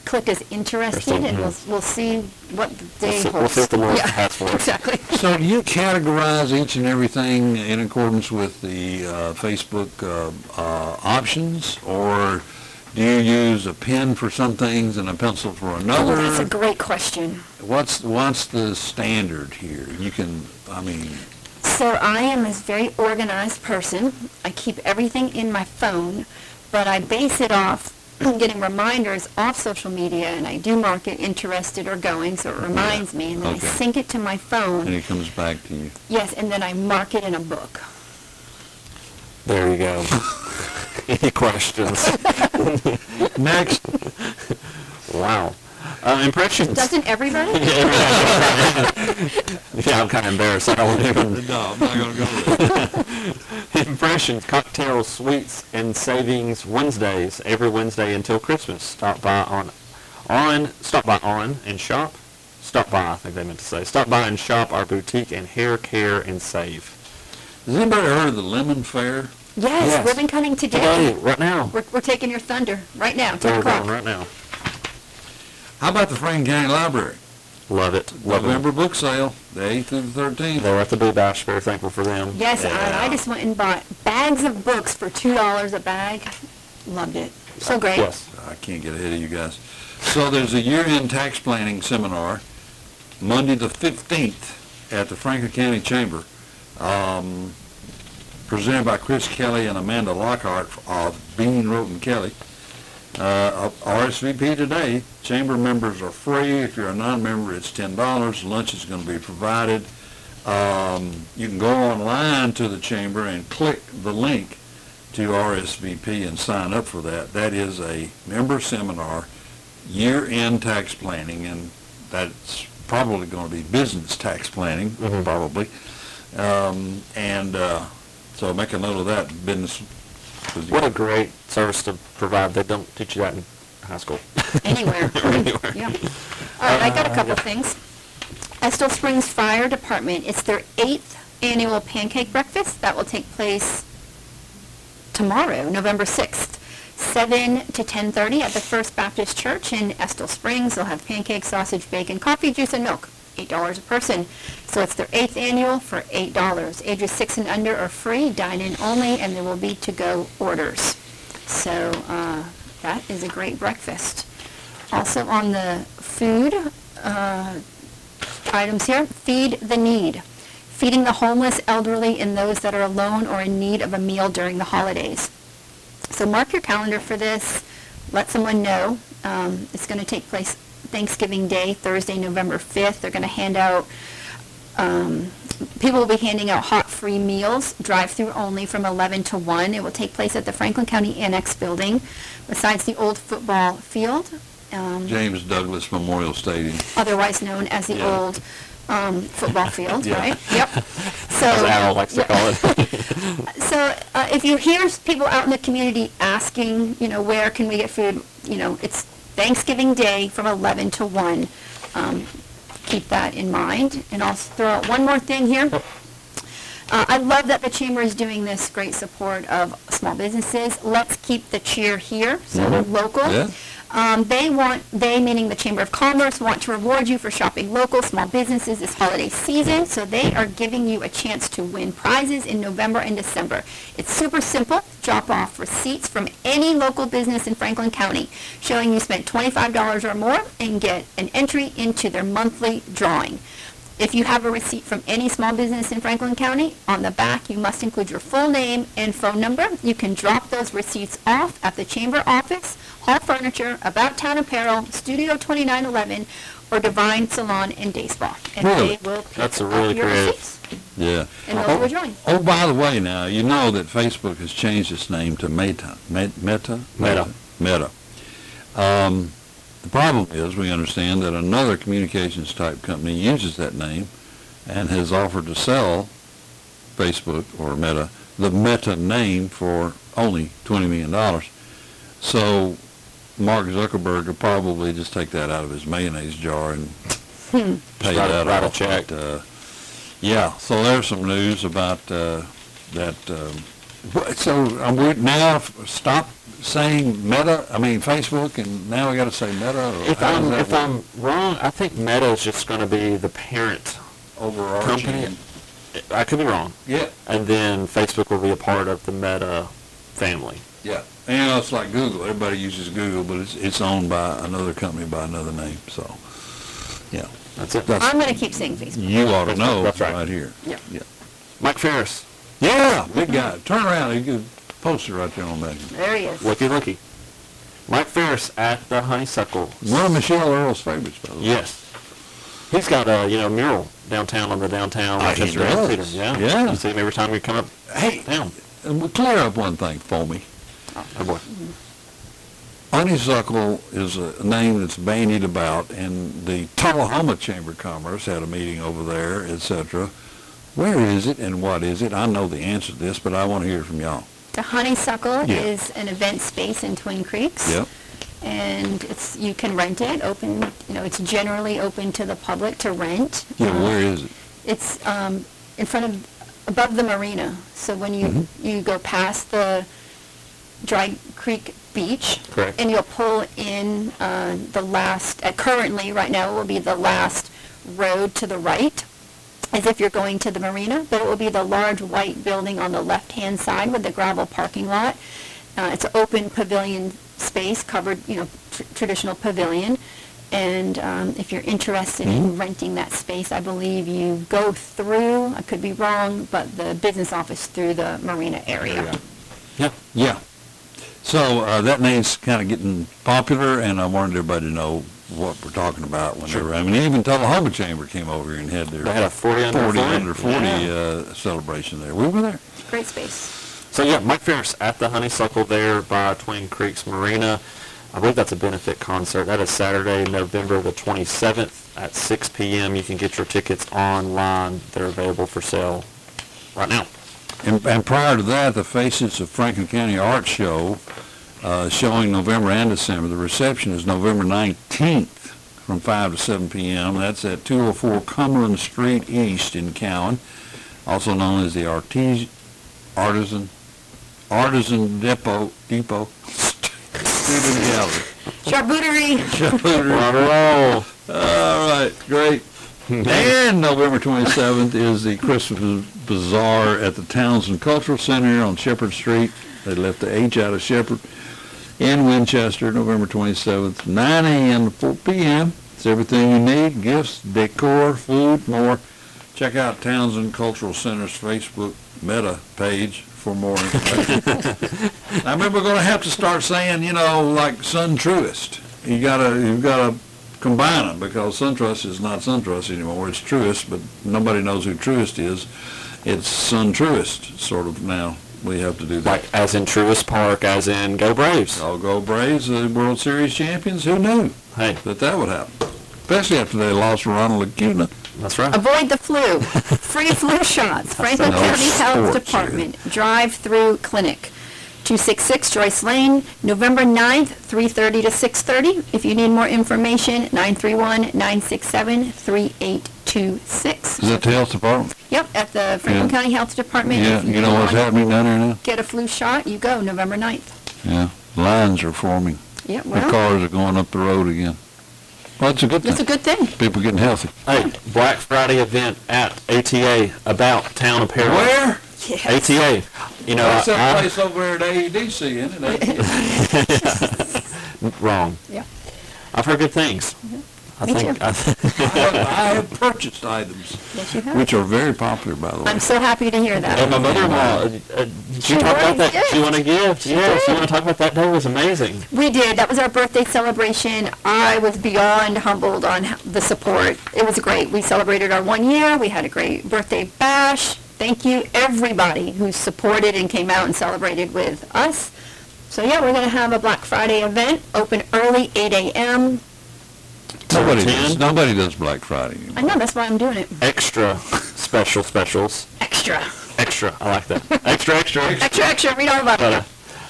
S3: clicked as interested, and we'll, we'll see what the day holds. Yeah, Exactly.
S2: So do you categorize each and everything in accordance with the uh, Facebook uh, uh, options, or do you use a pen for some things and a pencil for another?
S3: Oh, That's a great question.
S2: What's, what's the standard here? You can, I mean,
S3: So I am a very organized person. I keep everything in my phone, but I base it off getting reminders off social media, and I do mark it interested or going, so it reminds me, and then
S2: Okay.
S3: I sync it to my
S2: and
S3: phone.
S2: it comes back to you.
S4: Mm-hmm.
S3: Yes, and then I mark it in a book.
S4: There you go. Any questions?
S2: Next.
S4: Wow. Uh, impressions.
S3: Doesn't everybody?
S4: yeah, I'm kind of embarrassed. I don't even.
S2: No, I'm not going to go
S4: Impressions, cocktails, sweets, and savings Wednesdays every Wednesday until Christmas. Stop by on, on stop by on and shop. Stop by, I think they meant to say. Stop by and shop our boutique and hair care and save.
S2: Has anybody heard of the Lemon Fair?
S3: Yes,
S4: Yes.
S3: ribbon cutting
S4: Today,
S3: today.
S4: right now.
S3: We're, we're taking your thunder right now,
S4: That's where
S3: 10
S4: we're going
S3: o'clock.
S4: right now.
S2: How about the Franklin County Library?
S4: Love it. Love it.
S2: November book sale, the 8th through the 13th.
S4: They were at the Blue Bash. Very thankful for them.
S3: Yes,
S4: Yeah.
S3: I, I just went and bought bags of books for $2 a bag. Loved it. So great.
S4: Yes.
S2: I can't get ahead of you guys. So there's a year-end tax planning seminar, Monday the 15th at the Franklin County Chamber, um, presented by Chris Kelly and Amanda Lockhart of Bean Roten Kelly. Uh, RSVP today. Chamber members are free. If you're a non-member, it's $10. Lunch is going to be provided. Um, you can go online to the chamber and click the link to RSVP and sign up for that. That is a member seminar, year-end tax planning, and that's probably going to be business tax planning,
S4: Mm-hmm.
S2: probably. Um, and uh, so make a note of that, business.
S4: What a great service to provide. They don't teach you that in high school.
S3: Anywhere.
S4: Anywhere.
S3: Yeah. All right, I got a
S4: Uh,
S3: couple
S4: yeah.
S3: things. Estill Springs Fire Department, it's their eighth annual pancake breakfast. That will take place tomorrow, November 6th, 7 to 10:30 at the First Baptist Church in Estill Springs. They'll have pancakes, sausage, bacon, coffee, juice, and milk, $8 a person. So it's their eighth annual for $8. Ages six and under are free, dine-in only, and there will be to-go orders. So uh, that is a great breakfast. Also on the food uh, items here, feed the need. Feeding the homeless, elderly, and those that are alone or in need of a meal during the holidays. So mark your calendar for this. Let someone know. Um, It's going to take place Thanksgiving Day, Thursday, November 5th. They're going to hand out, um, people will be handing out hot free meals, drive-through only from 11 to 1. It will take place at the Franklin County Annex Building, besides the old football field. um,
S2: James Douglas Memorial Stadium.
S3: otherwise known as the
S2: Yeah.
S3: old um, football field,
S2: Yeah.
S3: right? Yep.
S4: As
S3: So,
S4: Al likes to call it.
S3: so uh, if you hear s- people out in the community asking, you know, where can we get food? You know, it's Thanksgiving Day from 11 to 1. Um, keep that in mind. And I'll throw out one more thing here. Uh, I love that the chamber is doing this great support of small businesses. Let's keep the cheer here, so we're
S18: Mhm.
S3: local.
S18: Yeah.
S3: Um, they want, they meaning the Chamber of Commerce, want to reward you for shopping local small businesses this holiday season. So they are giving you a chance to win prizes in November and December. It's super simple. Drop off receipts from any local business in Franklin County showing you spent $25 or more and get an entry into their monthly drawing. If you have a receipt from any small business in Franklin County, on the back, you must include your full name and phone number. You can drop those receipts off at the chamber office, Hall Furniture, About Town Apparel, Studio 2911, or Divine Salon and Day Spa. And
S2: Really?
S3: they will pick
S2: That's a
S3: up
S2: really
S3: your
S2: creative-
S3: receipts.
S2: Yeah.
S3: And those
S2: Oh-
S3: were joined.
S2: Oh, by the way, now, you know that Facebook has changed its name to Meta. Met- Meta?
S4: Meta.
S2: Meta. Um, the problem is, we understand that another communications type company uses that name and has offered to sell Facebook or Meta, the Meta name for only $20 million. So Mark Zuckerberg will probably just take that out of his mayonnaise jar and
S3: Hmm.
S2: pay
S4: Write a-
S2: that
S4: write a
S2: off. But, uh, yeah, so there's some news about uh, that. um, wh- So are we now f- stop saying Meta, I mean Facebook, and now we got to say Meta? or
S4: If
S2: how does
S4: I'm,
S2: that
S4: if
S2: work?
S4: I'm wrong, I think Meta is just going to be the parent company.
S2: Overarching.
S4: I could be wrong.
S2: Yeah.
S4: And then Facebook will be a part of the Meta family.
S2: Yeah, and you know, it's like Google. Everybody uses Google, but it's it's owned by another company by another name. So, yeah,
S4: that's it.
S3: I'm going to keep saying Facebook.
S2: You ought to know
S4: That's right.
S2: right. here.
S3: Yeah.
S2: Yeah.
S4: Mike Ferris.
S2: Yeah, big guy. Turn around. You could post it right there on that.
S3: There he is.
S4: Looky, looky. Mike Ferris at the Honeysuckle.
S2: One of Michelle Earl's favorites, by the way.
S4: Yes. He's got a you know mural downtown on the downtown
S2: Oh, he
S4: Rochester
S2: does.
S4: Amphitheater. Yeah.
S2: Yeah.
S4: You see him every time we come up.
S2: Hey,
S4: down.
S2: And Uh, we'll clear up one thing for me.
S4: Oh boy.
S2: Honeysuckle is a name that's bandied about, and the Tullahoma Chamber of Commerce had a meeting over there, et cetera. Where is it and what is it? I know the answer to this, but I want to hear from y'all.
S3: The Honeysuckle
S2: Yeah.
S3: is an event space in Twin Creeks.
S2: Yep.
S3: And it's, you can rent it, open, you know, it's generally open to the public to rent. Um,
S2: Yeah, where is it?
S3: It's um, in front of, above the marina. So when you, you go past the Dry Creek Beach.
S4: Correct.
S3: And you'll pull in uh, the last, uh, currently, right now, it will be the last road to the right, as if you're going to the marina, but it will be the large white building on the left-hand side with the gravel parking lot. Uh, It's an open pavilion space, covered, you know, tr- traditional pavilion. And um, if you're interested in renting that space, I believe you go through, I could be wrong, but the business office through the marina area.
S2: Yeah. Yeah. So uh, that name's kind of getting popular, and I wanted everybody to know what we're talking about whenever. I mean, even Tullahoma Chamber came over here and had their
S4: They had a 40 under
S2: 40
S4: 40.
S2: under 40,
S4: Yeah.
S2: uh, celebration there. We were there.
S3: Great space.
S4: So yeah, Mike Ferris at the Honeysuckle there by Twin Creeks Marina. I believe that's a benefit concert. That is Saturday, November the 27th at 6 p.m. You can get your tickets online. They're available for sale right now.
S2: And, and prior to that, the Faces of Franklin County Art Show, uh, showing November and December. The reception is November 19th from 5 to 7 p.m. That's at 204 Cumberland Street East in Cowan, also known as the Artis- Artisan Artisan Depot Depot Student Gallery.
S3: Charcuterie.
S2: All right, great. And November 27th is the Christmas Bazaar at the Townsend Cultural Center on Shepherd Street. They left the H out of Shepherd in Winchester, November 27th, 9 a.m. to 4 p.m. It's everything you need, gifts, decor, food, more. Check out Townsend Cultural Center's Facebook meta page for more information. I mean, we're going to have to start saying, you know, like Sun Truest. You gotta, you've gotta combine them because SunTrust is not SunTrust anymore. It's Truist, but nobody knows who Truist is. It's SunTruist sort of now. We have to do that.
S4: Like as in Truist Park, as in Go Braves.
S2: I'll go Braves, the World Series champions. Who knew
S4: hey.
S2: that that would happen? Especially after they lost Ronald Acuna.
S4: That's right.
S3: Avoid the flu. Free flu shots. Franklin
S2: No
S3: County Health
S2: sports,
S3: Department, drive-through clinic, 266 Joyce Lane, November 9th, 3:30 to 6:30. If you need more information, 931-967-3826.
S2: Is that the health department?
S3: Yep, at the Franklin
S2: Yeah.
S3: County Health Department.
S2: Yeah,
S3: If you
S2: you know what's
S3: wanna
S2: happening down there now?
S3: Get a flu shot, you go November 9th.
S2: Yeah, lines are forming.
S3: Yeah,
S2: The
S3: well,
S2: cars are going up the road again. Well, that's a good
S3: that's
S2: thing.
S3: a good thing.
S2: People getting healthy.
S4: Hey, Black Friday event at ATA about town apparel.
S2: Where?
S3: Yes.
S4: ATA. You know,
S2: That's
S4: I-
S2: that
S4: I-
S2: place over there at AEDC, isn't it?
S4: wrong.
S3: Yeah. Mm-hmm.
S4: I've heard good things. I
S3: Me
S4: think
S3: too.
S4: I
S2: I have- I have purchased items,
S3: Yes, you have.
S2: which are very popular, by the way.
S3: I'm so happy to hear that.
S4: And my mother-in-law, uh, uh, she talked about
S3: wanted
S4: that. She won a gift. Yeah, she won to talk about that. That was amazing.
S3: We did. That was our birthday celebration. I was beyond humbled on h- the support. It was great. We celebrated our one year. We had a great birthday bash. Thank you, everybody who supported and came out and celebrated with us. So yeah, we're going to have a Black Friday event, open early, 8 a.m.
S2: Nobody does, nobody does Black Friday.
S3: I know, that's why I'm doing it.
S4: Extra special specials.
S3: Extra.
S4: Extra. I like that. Extra, extra.
S3: Extra, extra. Read all about
S4: But,
S3: it.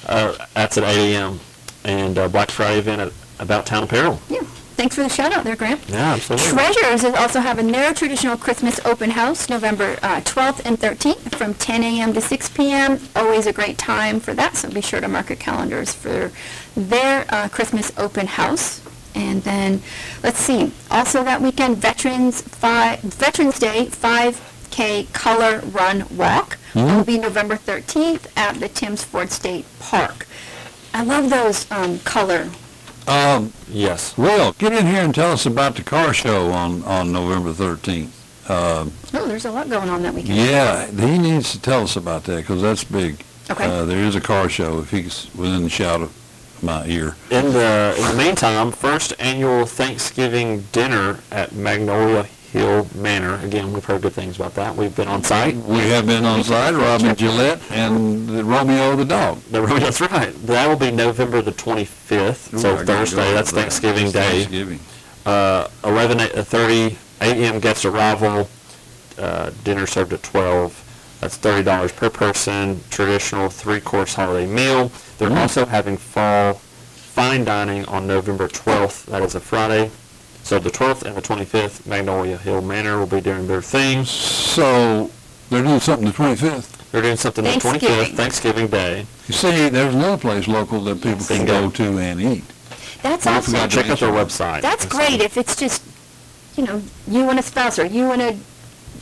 S4: uh, uh, that's at 8 a.m. and uh, Black Friday event at About Town Apparel.
S3: Thanks for the shout out there, Grant.
S4: Yeah, absolutely.
S3: Treasures is also having their traditional Christmas open house, November uh, 12th and 13th, from 10 a.m. to 6 p.m. Always a great time for that, so be sure to mark your calendars for their uh, Christmas open house. And then, let's see, also that weekend, Veterans Fi- Veterans Day 5K Color Run Walk will be November 13th at the Timms Ford State Park. I love those um, color
S2: Um,
S4: yes.
S2: Will, get in here and tell us about the car show on, on November 13th. Um,
S3: Oh, there's a lot going on that weekend.
S2: yeah, he needs to tell us about that because that's big.
S3: Okay.
S2: Uh, there is a car show if he's within shout of my ear.
S4: In the, in the meantime, first annual Thanksgiving dinner at Magnolia Hill Manor. Again, we've heard good things about that. We've been on site.
S2: We have been on site, Robin Gillette and the Romeo the dog.
S4: No, That's right. That will be November the 25th,
S2: Ooh, I
S4: so
S2: gotta
S4: Thursday.
S2: go
S4: That's
S2: over that.
S4: Thanksgiving
S2: It's
S4: Day.
S2: Thanksgiving.
S4: Uh, 11 a- uh, 30 a.m. guest arrival. Uh, dinner served at 12. That's thirty dollars per person. Traditional three-course holiday meal. They're also having fall fine dining on November 12th. That is a Friday. So the 12th and the 25th, Magnolia Hill Manor will be doing their thing.
S2: So they're doing something the 25th.
S4: They're doing something the 25th,
S3: Thanksgiving.
S4: Thanksgiving Day.
S2: You see, there's another place local that people can
S4: Bingo.
S2: go to and eat.
S3: That's
S2: I
S3: awesome.
S2: forgot to
S4: Check out their
S2: mention.
S4: website.
S3: That's great if it's just, you know, you and a spouse or you and a,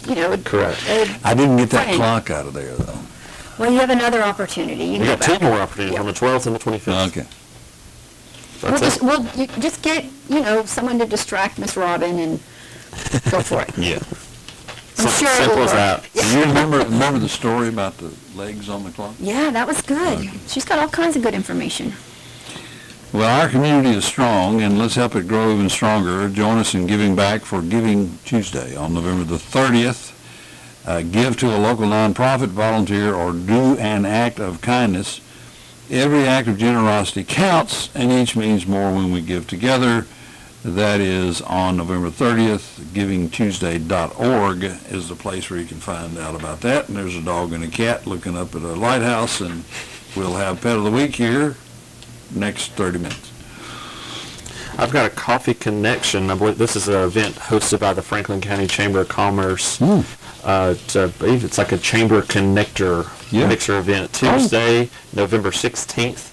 S3: you know,
S4: Correct.
S3: a-
S2: I didn't get that
S3: Uh, Frank.
S2: clock out of there, though.
S3: well, you have another opportunity. You
S4: We
S3: know
S4: got two
S3: about.
S4: more opportunities on the 12th and the 25th.
S2: Okay.
S3: We'll
S4: That's
S3: just,
S4: it.
S3: we'll, you just get, you know, someone to distract Miss Robin and go for it.
S4: Yeah.
S3: I'm sure it will
S4: Simple as that.
S3: work.
S2: Do you remember, remember the story about the legs on the clock?
S3: Yeah, that was good. She's got all kinds of good information.
S2: Well, our community is strong, and let's help it grow even stronger. Join us in giving back for Giving Tuesday on November the 30th. Uh, give to a local nonprofit, volunteer, or do an act of kindness. Every act of generosity counts, and each means more when we give together. That is on November 30th. GivingTuesday.org is the place where you can find out about that. And there's a dog and a cat looking up at a lighthouse, and we'll have Pet of the Week here next 30 minutes.
S4: I've got a coffee connection. I believe this is an event hosted by the Franklin County Chamber of Commerce.
S2: Hmm.
S4: Uh, it's, I believe it's like a chamber connector
S15: Yeah.
S4: mixer event
S15: Oh.
S4: Tuesday, November 16th,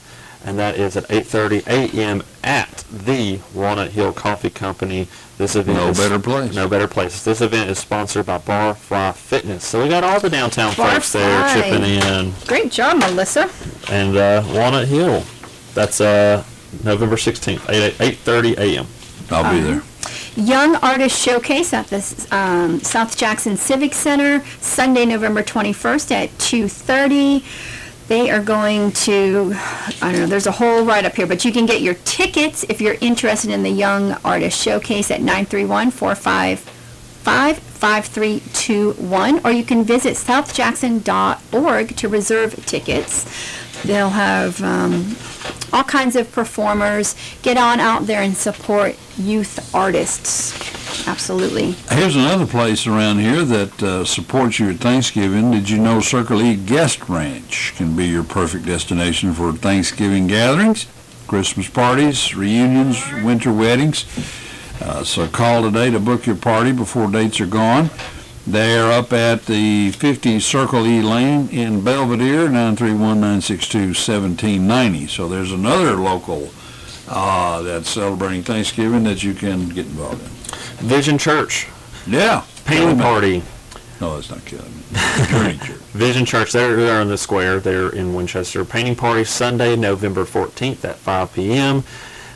S4: and that is at 8:30 a.m. at the Walnut Hill Coffee Company. This event
S2: No
S4: is,
S2: better place.
S4: No better place. This event is sponsored by Bar Fry Fitness. So we got all the downtown
S3: Bar
S4: folks there
S3: Fry.
S4: chipping in
S3: Great job, Melissa.
S4: and uh, Walnut Hill. That's uh, November 16th, 8, 8.30 a.m.
S2: I'll be there.
S3: Young Artist Showcase at the um, South Jackson Civic Center, Sunday, November 21st at 2:30. They are going to, I don't know, there's a whole write-up here, but you can get your tickets if you're interested in the Young Artist Showcase at 931-455-5321, or you can visit southjackson.org to reserve tickets. They'll have um, all kinds of performers. Get on out there and support youth artists. Absolutely.
S2: Here's another place around here that uh, supports you at Thanksgiving. Did you know Circle E Guest Ranch can be your perfect destination for Thanksgiving gatherings, Christmas parties, reunions, winter weddings? Uh, so call today to book your party before dates are gone. They're up at the 50 Circle E Lane in Belvedere, 931-962-1790. So there's another local uh, that's celebrating Thanksgiving that you can get involved in.
S4: Vision Church.
S2: Yeah.
S4: Painting party.
S2: No, it's not killing me.
S4: Vision Church, they're, they're in the square. They're in Winchester. Painting party Sunday, November 14th at 5 p.m.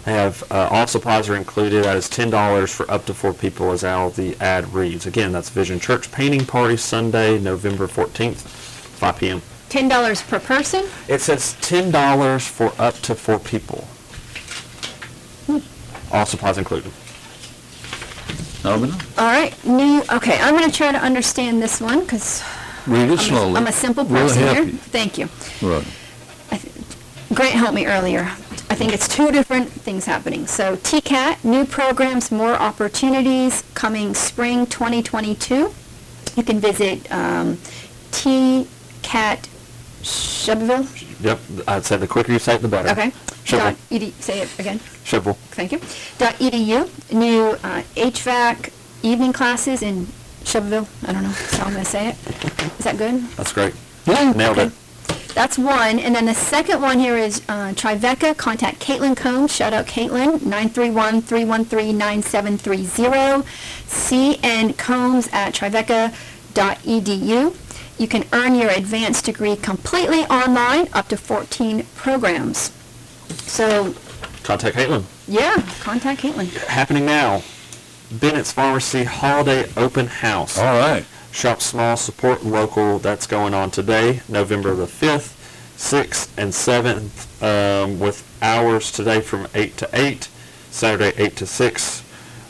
S4: They have uh, all supplies are included. That is $10 for up to four people, as Al the ad reads. Again, that's Vision Church Painting Party Sunday, November 14th, 5 p.m.
S3: $10 per person?
S4: It says $10 for up to four people. All supplies included.
S3: All right. New, okay, I'm going to try to understand this one because
S2: Read
S3: I'm,
S2: it
S3: a-
S2: slowly.
S3: I'm a simple
S2: We'll
S3: person
S2: help
S3: here.
S2: you.
S3: Thank you.
S2: Right.
S3: Grant helped me earlier. I think it's two different things happening. So TCAT, new programs, more opportunities coming spring 2022. You can visit um, TCAT Shelbyville.
S4: Yep, I'd say the quicker you say it, the better.
S3: Okay.
S4: Shovel.
S3: Dot ED, say it again.
S4: Shovel.
S3: Thank you. Dot edu, new uh, HVAC evening classes in Shelbyville. I don't know how I'm going to say it. Is that good?
S4: That's great. Nailed it.
S3: That's one. And then the second one here is uh, Tribeca. Contact Caitlin Combs. Shout out Caitlin. 931-313-9730. CN Combs at tribeca.edu. You can earn your advanced degree completely online, up to 14 programs. So,
S4: Contact Caitlin.
S3: yeah, contact Caitlin.
S4: happening now. Bennett's Pharmacy Holiday Open House.
S2: All right.
S4: Shop small, support local. That's going on today, November the 5th, 6th, and 7th, um, with hours today from 8 to 8, Saturday 8 to 6,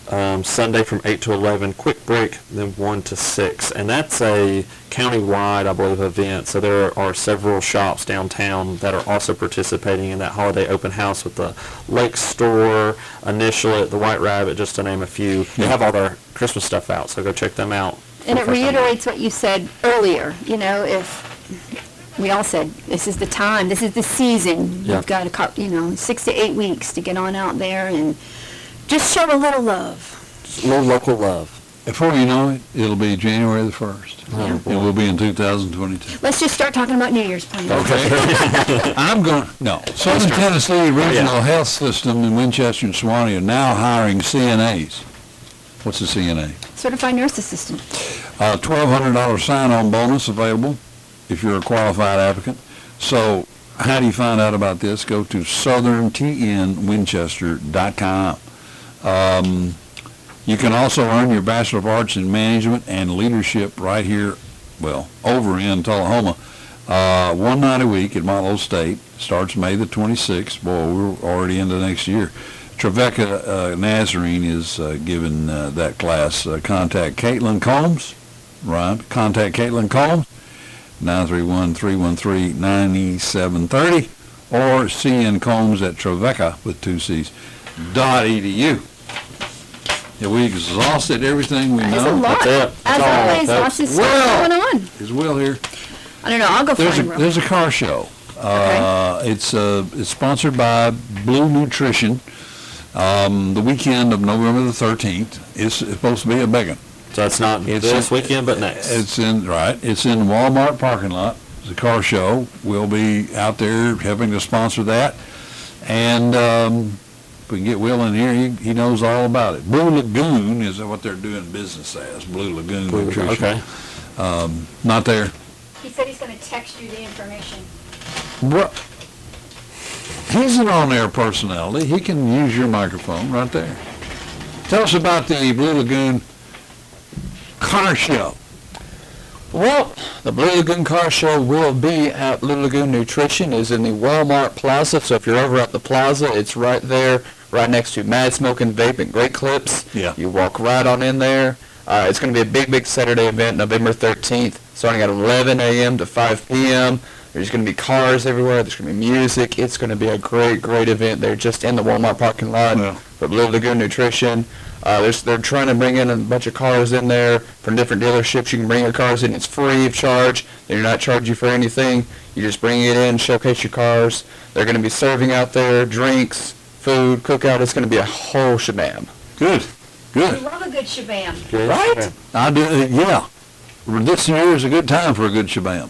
S4: um, Sunday from 8 to 11, quick break, then 1 to 6. And that's a county-wide, I believe, event. So there are several shops downtown that are also participating in that holiday open house with the Lake Store, Initial, the White Rabbit, just to name a few. They have all their Christmas stuff out, so go check them out.
S3: And it
S4: First time.
S3: reiterates what you said earlier, you know, if, we all said, this is the time, this is the season.
S4: Yeah.
S3: You've got a couple, you know, six to eight weeks to get on out there and just show a little love.
S4: little local love. Oh,
S2: Before you know it, it'll be January the 1st.
S3: Yeah.
S2: And we'll be in 2022.
S3: Let's just start talking about New Year's plans.
S2: Okay. I'm going, no. Southern
S3: Eastern.
S2: Tennessee
S3: Yeah.
S2: Regional Health System in Winchester and Swanee are now hiring CNAs. What's a CNA?
S3: Certified nurse assistant.
S2: Uh, $1,200 sign-on bonus available if you're a qualified applicant. So how do you find out about this? Go to southerntnwinchester.com. Um, you can also earn your Bachelor of Arts in Management and Leadership right here, well, over in Tullahoma. Uh, one night a week at Mont State starts May the 26th. Boy, we're already into next year. Trevecca uh, Nazarene is uh, giving uh, that class. Uh, contact Caitlin Combs. Ryan, contact Caitlin Combs, 931-313-9730, or CN Combs at Trevecca with two C's, dot E edu. Have we exhausted everything we know?
S3: There's a lot. As always, lots of stuff going
S2: Will,
S3: on.
S2: is Will here?
S3: I don't know, I'll go
S2: There's a,
S3: find Rob.
S2: there's a car show. Uh, it's, uh, it's sponsored by Blue Nutrition. Um, the weekend of November the thirteenth It's supposed to be a big one.
S4: So it's not this weekend, but next.
S2: It's in, right, it's in Walmart parking lot. It's a car show. We'll be out there helping to sponsor that. And, um, if we can get Will in here, he, he knows all about it. Blue Lagoon is what they're doing business as, Blue Lagoon
S4: Blue Lagoon,
S2: Nutrition.
S4: okay.
S2: Um, not there.
S3: He said he's gonna text you the information.
S2: Bru- He's an on-air personality. He can use your microphone right there. Tell us about the Blue Lagoon car show.
S18: Well, the Blue Lagoon Car Show will be at Blue Lagoon Nutrition. is in the Walmart Plaza, so if you're over at the plaza, it's right there, right next to Mad Smoke and Vape and Great Clips.
S2: Yeah.
S18: You walk right on in there. Uh, it's going to be a big, big Saturday event, November 13th, starting at 11 a.m. to 5 p.m. There's going to be cars everywhere. There's going to be music. It's going to be a great, great event there just in the Walmart parking lot. But Blue Lagoon Nutrition, uh, there's, they're trying to bring in a bunch of cars in there from different dealerships. You can bring your cars in. It's free of charge. They're not charging you for anything. You just bring it in, showcase your cars. They're going to be serving out there drinks, food, cookout. It's going to be a whole shabam.
S2: Good.
S3: We love a good shabam.
S2: Right? I do, uh, yeah. This year is a good time for a good shabam.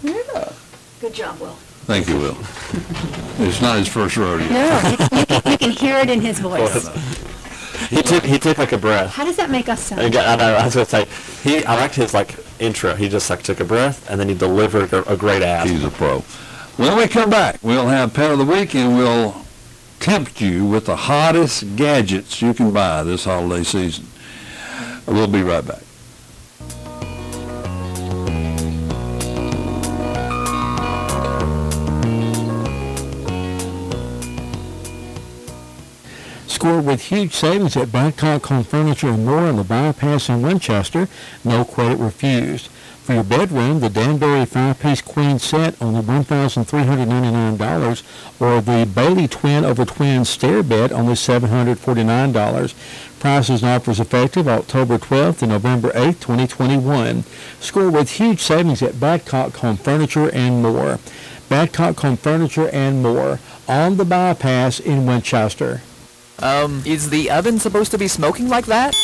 S3: Good job, Will.
S2: Thank you, Will. It's not his first rodeo.
S3: No, you- you can- you can hear it in his voice.
S4: He took he took like a breath.
S3: How does that make us sound?
S4: I, got- I know, I was gonna say he. I liked his like intro. He just like took a breath and then he delivered a, a great ass.
S2: He's a pro. When we come back, we'll have Pet of the Week and we'll tempt you with the hottest gadgets you can buy this holiday season. We'll be right back.
S1: Score with huge savings at Badcock Home Furniture and More on the bypass in Winchester. No credit refused. For your bedroom, the Danbury five-piece queen set only $1,399, or the Bailey twin over twin stair bed only $749. Prices and offers effective October 12th to November 8th, 2021. Score with huge savings at Badcock Home Furniture and More. Badcock Home Furniture and More on the bypass in Winchester.
S17: Um, is the oven supposed to be smoking like that?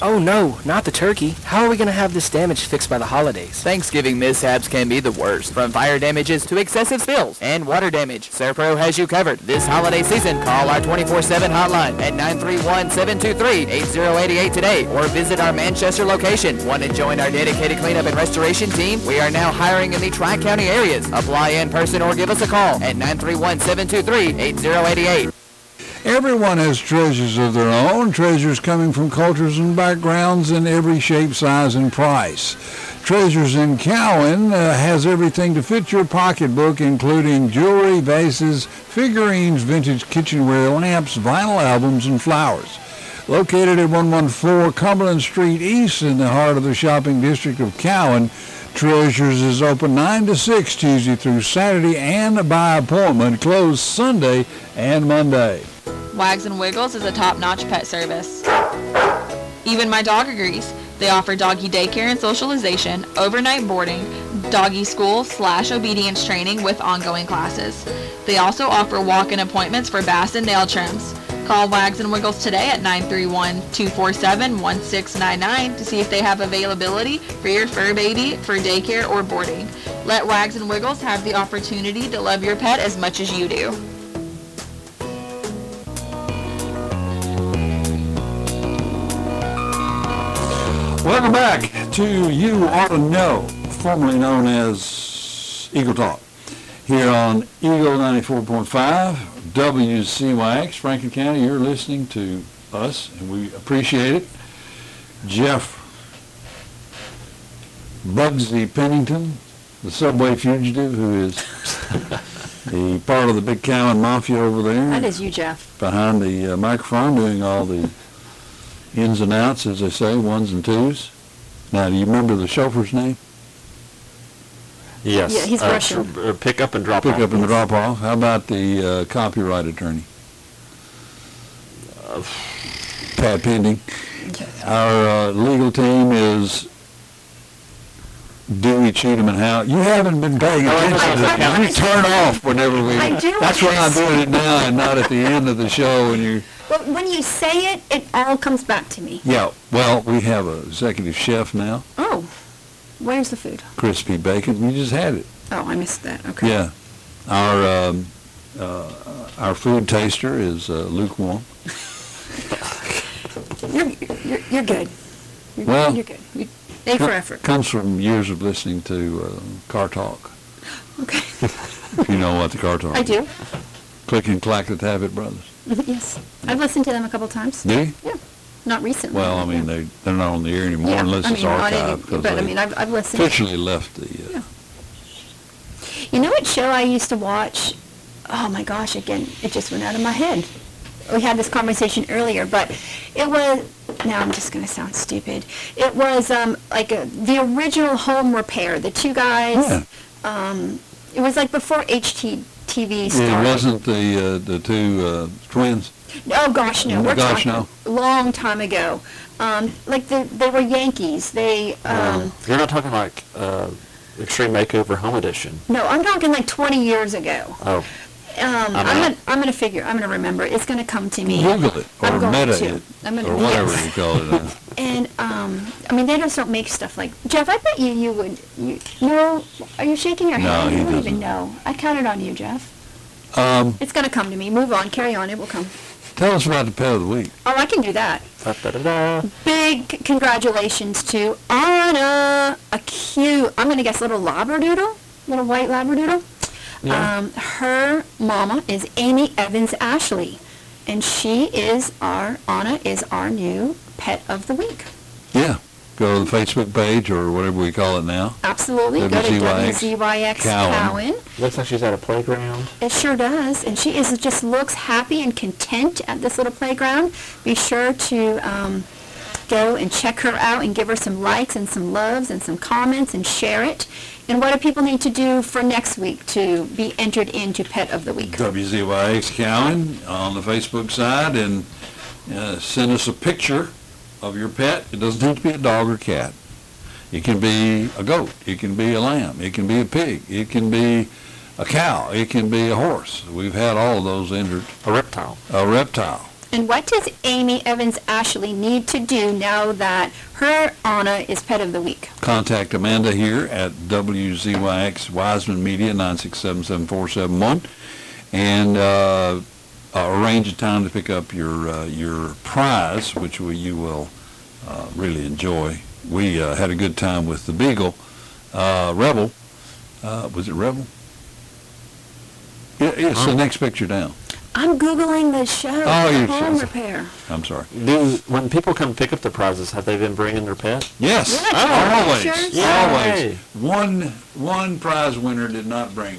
S16: Oh no, not the turkey. How are we gonna have this damage fixed by the holidays?
S17: Thanksgiving mishaps can be the worst, from fire damages to excessive spills and water damage. Serpro has you covered this holiday season. Call our 24-7 hotline at 931-723-8088 today or visit our Manchester location. Want to join our dedicated cleanup and restoration team? We are now hiring in the Tri-County areas. Apply in person or give us a call at 931-723-8088.
S2: Everyone has treasures of their own, treasures coming from cultures and backgrounds in every shape, size, and price. Treasures in Cowan uh, has everything to fit your pocketbook, including jewelry, vases, figurines, vintage kitchenware, lamps, vinyl albums, and flowers. Located at 114 Cumberland Street East in the heart of the shopping district of Cowan, Treasures is open 9 to 6 Tuesday through Saturday and by appointment, closed Sunday and Monday.
S6: Wags and Wiggles is a top-notch pet service. Even my dog agrees. They offer doggy daycare and socialization, overnight boarding, doggy school slash obedience training with ongoing classes. They also offer walk-in appointments for bass and nail trims. Call Wags and Wiggles today at 931-247-1699 to see if they have availability for your fur baby for daycare or boarding. Let Wags and Wiggles have the opportunity to love your pet as much as you do.
S2: Welcome back to You Ought to Know, formerly known as Eagle Talk. here on Eagle 94.5, WCYX, Franklin County. You're listening to us, and we appreciate it. Jeff Bugsy Pennington, the subway fugitive who is the part of the Big Cow and Mafia over there
S3: That is you, Jeff.
S2: behind the uh, microphone doing all the ins and outs, as they say, ones and twos. Now, do you remember the chauffeur's name?
S4: Yes.
S3: Yeah, he's
S4: uh,
S3: Russian.
S4: tr- uh, Pick up and drop
S2: Pick
S4: off.
S2: up and drop off. How about the uh, copyright attorney? Pat Pending. Our uh, legal team is Dewey, Cheatham, and Howe. You haven't been paying
S18: Oh, I
S2: attention to
S18: know.
S2: that. You turn off whenever we...
S3: I do.
S2: That's why I'm doing it now and not at the end of the show when you...
S3: But when you say it, it all comes back to me.
S2: Yeah, well, we have a executive chef now,
S3: Oh, where's the food?
S2: Crispy Bacon. We just had it.
S3: Oh, I missed that. Okay.
S2: Yeah. Our, um, uh, our food taster is uh, lukewarm.
S3: You're, you're, you're good. You're,
S2: Well-
S3: you're good. You, A for effort.
S2: Comes from years of listening to uh, Car Talk.
S3: Okay.
S2: If you know what the Car Talk
S3: I
S2: is.
S3: do.
S2: Click and clack the Tabbit Brothers.
S3: Mm-hmm, yes. I've listened to them a couple times.
S2: Do you?
S3: Not recently.
S2: Well, I mean, they, they're not on the air anymore
S3: Yeah,
S2: unless
S3: I
S2: it's
S3: mean, I didn't-
S2: archived. 'cause
S3: but I
S2: they
S3: mean, I've- I've listened.
S2: Officially left the, uh,
S3: You know what show I used to watch? Oh my gosh, again, it just went out of my head. We had this conversation earlier, but it was, now I'm just going to sound stupid. It was um, like a, the original home repair, the two guys. Um, it was like before HTV
S2: it
S3: started.
S2: wasn't the, uh, the two uh, twins.
S3: Oh gosh, no,
S2: Oh,
S3: we're
S2: gosh,
S3: talking
S2: no.
S3: long time ago. Um, like the, they were Yankees. They, um,
S4: Uh, You're not talking like uh, Extreme Makeover Home Edition.
S3: no, I'm talking like 20 years ago.
S4: Oh.
S3: Um,
S4: I'm
S3: I'm
S4: out.
S3: gonna, I'm gonna figure, I'm gonna remember, it's gonna come to me.
S2: Google it or
S3: I'm going
S2: meta
S3: to.
S2: it
S3: I'm gonna-
S2: or whatever
S3: yes.
S2: you call it. uh,
S3: And, um, I mean, they just don't make stuff like, Jeff, I bet you, you would, you, no, are you shaking your
S2: No,
S3: head?
S2: he
S3: You don't even
S2: doesn't.
S3: know. I counted on you, Jeff.
S2: Um,
S3: It's gonna come to me, move on, carry on, it will come.
S2: tell us about the pet of the week.
S3: Oh, I can do that.
S4: Da-da-da-da.
S3: Big c- congratulations to Anna, a cute, I'm gonna guess little labradoodle, little white labradoodle.
S4: Yeah.
S3: Um, her mama is Amy Evans Ashley, and she is our Anna is our new pet of the week.
S2: Yeah. Go to the Facebook page or whatever we call it now.
S3: Absolutely, go to
S2: WZYX
S3: WZYX
S2: Cowan.
S3: Cowan.
S4: Looks like she's at a playground.
S3: It sure does, and she is just looks happy and content at this little playground. Be sure to um, go and check her out and give her some likes and some loves and some comments and share it. And what do people need to do for next week to be entered into Pet of the Week?
S2: WZYX Cowan on the Facebook side and uh, send us a picture of your pet. It doesn't have to be a dog or cat. It can be a goat. It can be a lamb. It can be a pig. It can be a cow. It can be a horse. We've had all of those entered.
S4: A reptile.
S2: A reptile.
S3: And what does Amy Evans Ashley need to do now that her Anna is Pet of the Week?
S2: Contact Amanda here at WZYX Wiseman Media, 967-7471, and uh, uh, arrange a time to pick up your, uh, your prize, which we, you will uh, really enjoy. We uh, had a good time with the Beagle, uh, Rebel. Uh, Was it Rebel? Yeah, It's the next picture down.
S3: I'm googling the show.
S2: Oh, you
S3: Home
S2: should.
S3: repair.
S2: I'm sorry.
S4: Do, when people come pick up the prizes, have they been bringing their pet?
S2: Yes,
S4: Oh,
S2: always,
S4: pictures? Yay.
S2: always. One, one prize winner did not bring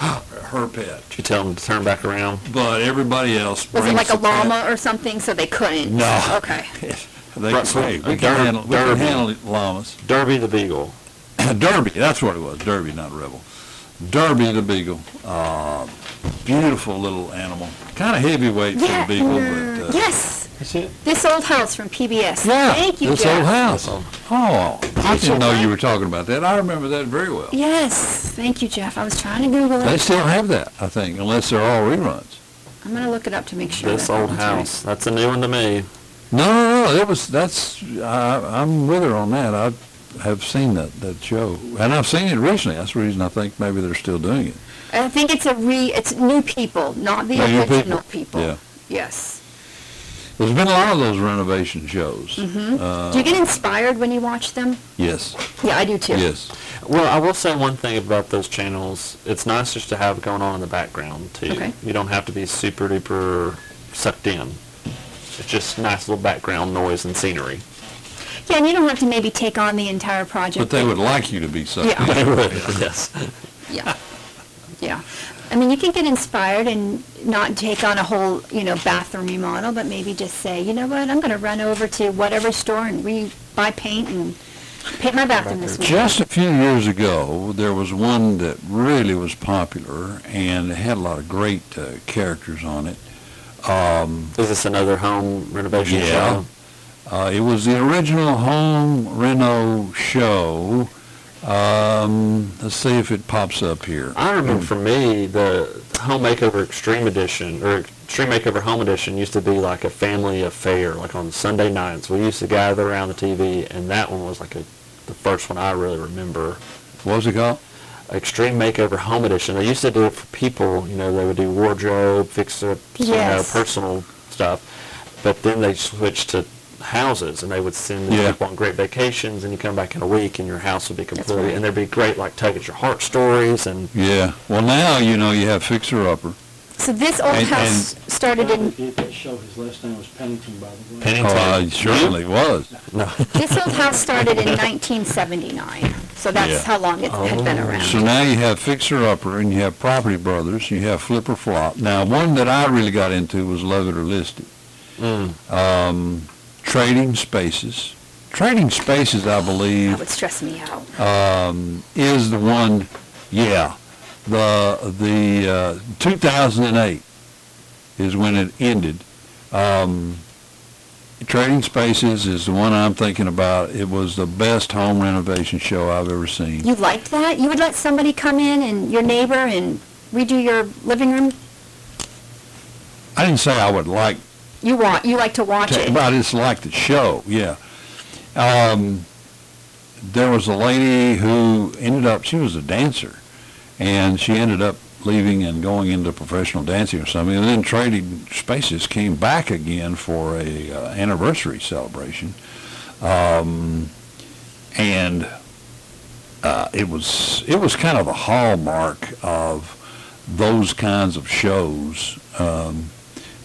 S2: her pet.
S4: Did you tell them to turn back around?
S2: But everybody else
S3: Was
S2: brings.
S3: it like a
S2: the pet.
S3: llama or something, so they couldn't?
S2: No.
S3: Okay.
S2: They,
S4: Right, so, uh,
S2: hey, we can
S4: Derby-
S2: handle, we can
S4: Derby.
S2: handle it, llamas.
S4: Derby the Beagle.
S2: Derby, that's what it was, Derby, not Rebel. Derby the Beagle, uh, beautiful little animal, kind of heavyweight for the
S3: Yeah,
S2: Beagle,
S3: mm,
S2: but. uh,
S3: yes.
S4: That's it?
S3: This old house from PBS.
S2: Yeah.
S3: Thank you,
S2: This
S3: Jeff.
S2: old house. Oh, I
S3: That's
S2: didn't
S3: all
S2: know
S3: right.
S2: you were talking about that. I remember that very well.
S3: Yes. Thank you, Jeff. I was trying to Google it.
S2: They still have that, I think, unless they're all reruns.
S3: I'm gonna look it up to make sure.
S4: This
S3: that
S4: old
S3: one's
S4: house. That's a new one to me.
S2: No, no, no, that was, that's, I, I'm with her on that. I have seen that, that show. And I've seen it recently. That's the reason I think maybe they're still doing it.
S3: right. I think it's a re. It's new people, not the
S2: They're new
S3: original people.
S2: Yeah.
S3: Yes.
S2: There's been a lot of those renovation shows.
S3: hmm
S2: Uh,
S3: Do you get inspired when you watch them?
S2: Yes.
S3: Yeah, I do too.
S4: Well, I will say one thing about those channels. It's nice just to have going on in the background too.
S3: Okay.
S4: You don't have to be super duper sucked in. It's just nice little background noise and scenery.
S3: Yeah, and you don't have to maybe take on the entire project.
S2: But they would like you to be so.
S3: Yeah.
S4: They would, yes.
S3: Yeah. Yeah. I mean, you can get inspired and not take on a whole, you know, bathroom remodel, but maybe just say, you know what, I'm going to run over to whatever store and re, buy paint and paint my bathroom this week.
S2: Just a few years ago, there was one that really was popular and it had a lot of great uh, characters on it. Um,
S4: Is this another home renovation
S2: yeah.
S4: show?
S2: Uh, it was the original home reno show. Um, let's see if it pops up here. Hmm.
S4: I remember for me, the Home Makeover Extreme Edition or Extreme Makeover Home Edition used to be like a family affair. Like on Sunday nights, we used to gather around the TV, and that one was like a, the first one I really remember.
S2: What was it called?
S4: Extreme Makeover Home Edition. They used to do it for people. You know, they would do wardrobe, fix up, you know,
S15: Yes.
S4: personal stuff. But then they switched to houses, and they would send the
S2: Yeah.
S4: people on great vacations, and you come back in a week, and your house would be completely,
S2: right.
S4: and there'd be great like tug at your heart stories and
S2: Yeah. Well, now, you know, you have Fixer Upper.
S3: So this old
S2: And-
S3: house started in,
S1: That show, his last name was Pennington, by the way.
S2: Oh, I certainly was.
S4: No.
S3: this old house started in 1979. So that's
S2: Yeah.
S3: how long it had been around.
S2: So now you have Fixer Upper and you have Property Brothers, you have Flipper Flop. Now, one that I really got into was Love It or List It. Um, trading Spaces. Trading Spaces, I
S3: That
S2: believe,
S3: would stress me out.
S2: um, is the one, yeah, the, the, uh, 2008 is when it ended. Um, Trading Spaces is the one I'm thinking about. It was the best home renovation show I've ever seen.
S3: You liked that? You would let somebody come in and your neighbor and redo your living room?
S2: I didn't say I would like
S3: You want, you like to watch
S2: Ta-
S3: it?
S2: But I just like the show, yeah. Um, there was a lady who ended up, she was a dancer, and she ended up leaving and going into professional dancing or something, and then Trading Spaces came back again for a uh, anniversary celebration. Um, and uh, it was it was kind of a hallmark of those kinds of shows. Um,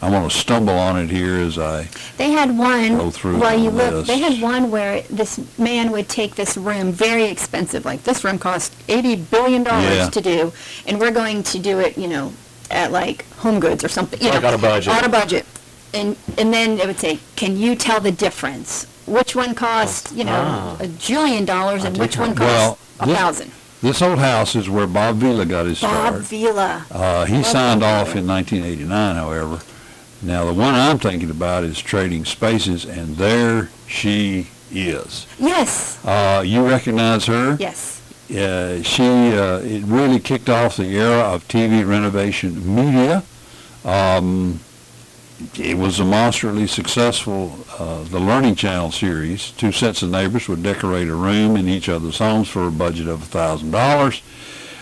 S2: I want to stumble on it here as I
S3: They had one,
S2: Go through
S3: well, you
S2: the
S3: look, they
S2: list.
S3: had one where this man would take this room, very expensive, like this room cost eighty billion
S2: Yeah.
S3: dollars to do, and we're going to do it, you know, at like Home Goods or something, you know.
S4: Like on a budget.
S3: On a budget. And, and then it would say, can you tell the difference? Which one cost, you know,
S2: Ah.
S3: a jillion dollars and which one
S2: Well,
S3: cost a
S2: this-
S3: thousand?
S2: This old house is where Bob Vila got his
S3: Bob
S2: start.
S3: Vila.
S2: Uh, he
S3: Love
S2: signed
S3: Bob
S2: off in 1989, however. Now, the one I'm thinking about is Trading Spaces, and there she is.
S3: Yes,
S2: Uh, you recognize her?
S3: yes.
S2: Uh, she, uh, it really kicked off the era of TV renovation media. Um, it was a monstrally successful, uh, the Learning Channel series. Two sets of neighbors would decorate a room in each other's homes for a budget of $1,000.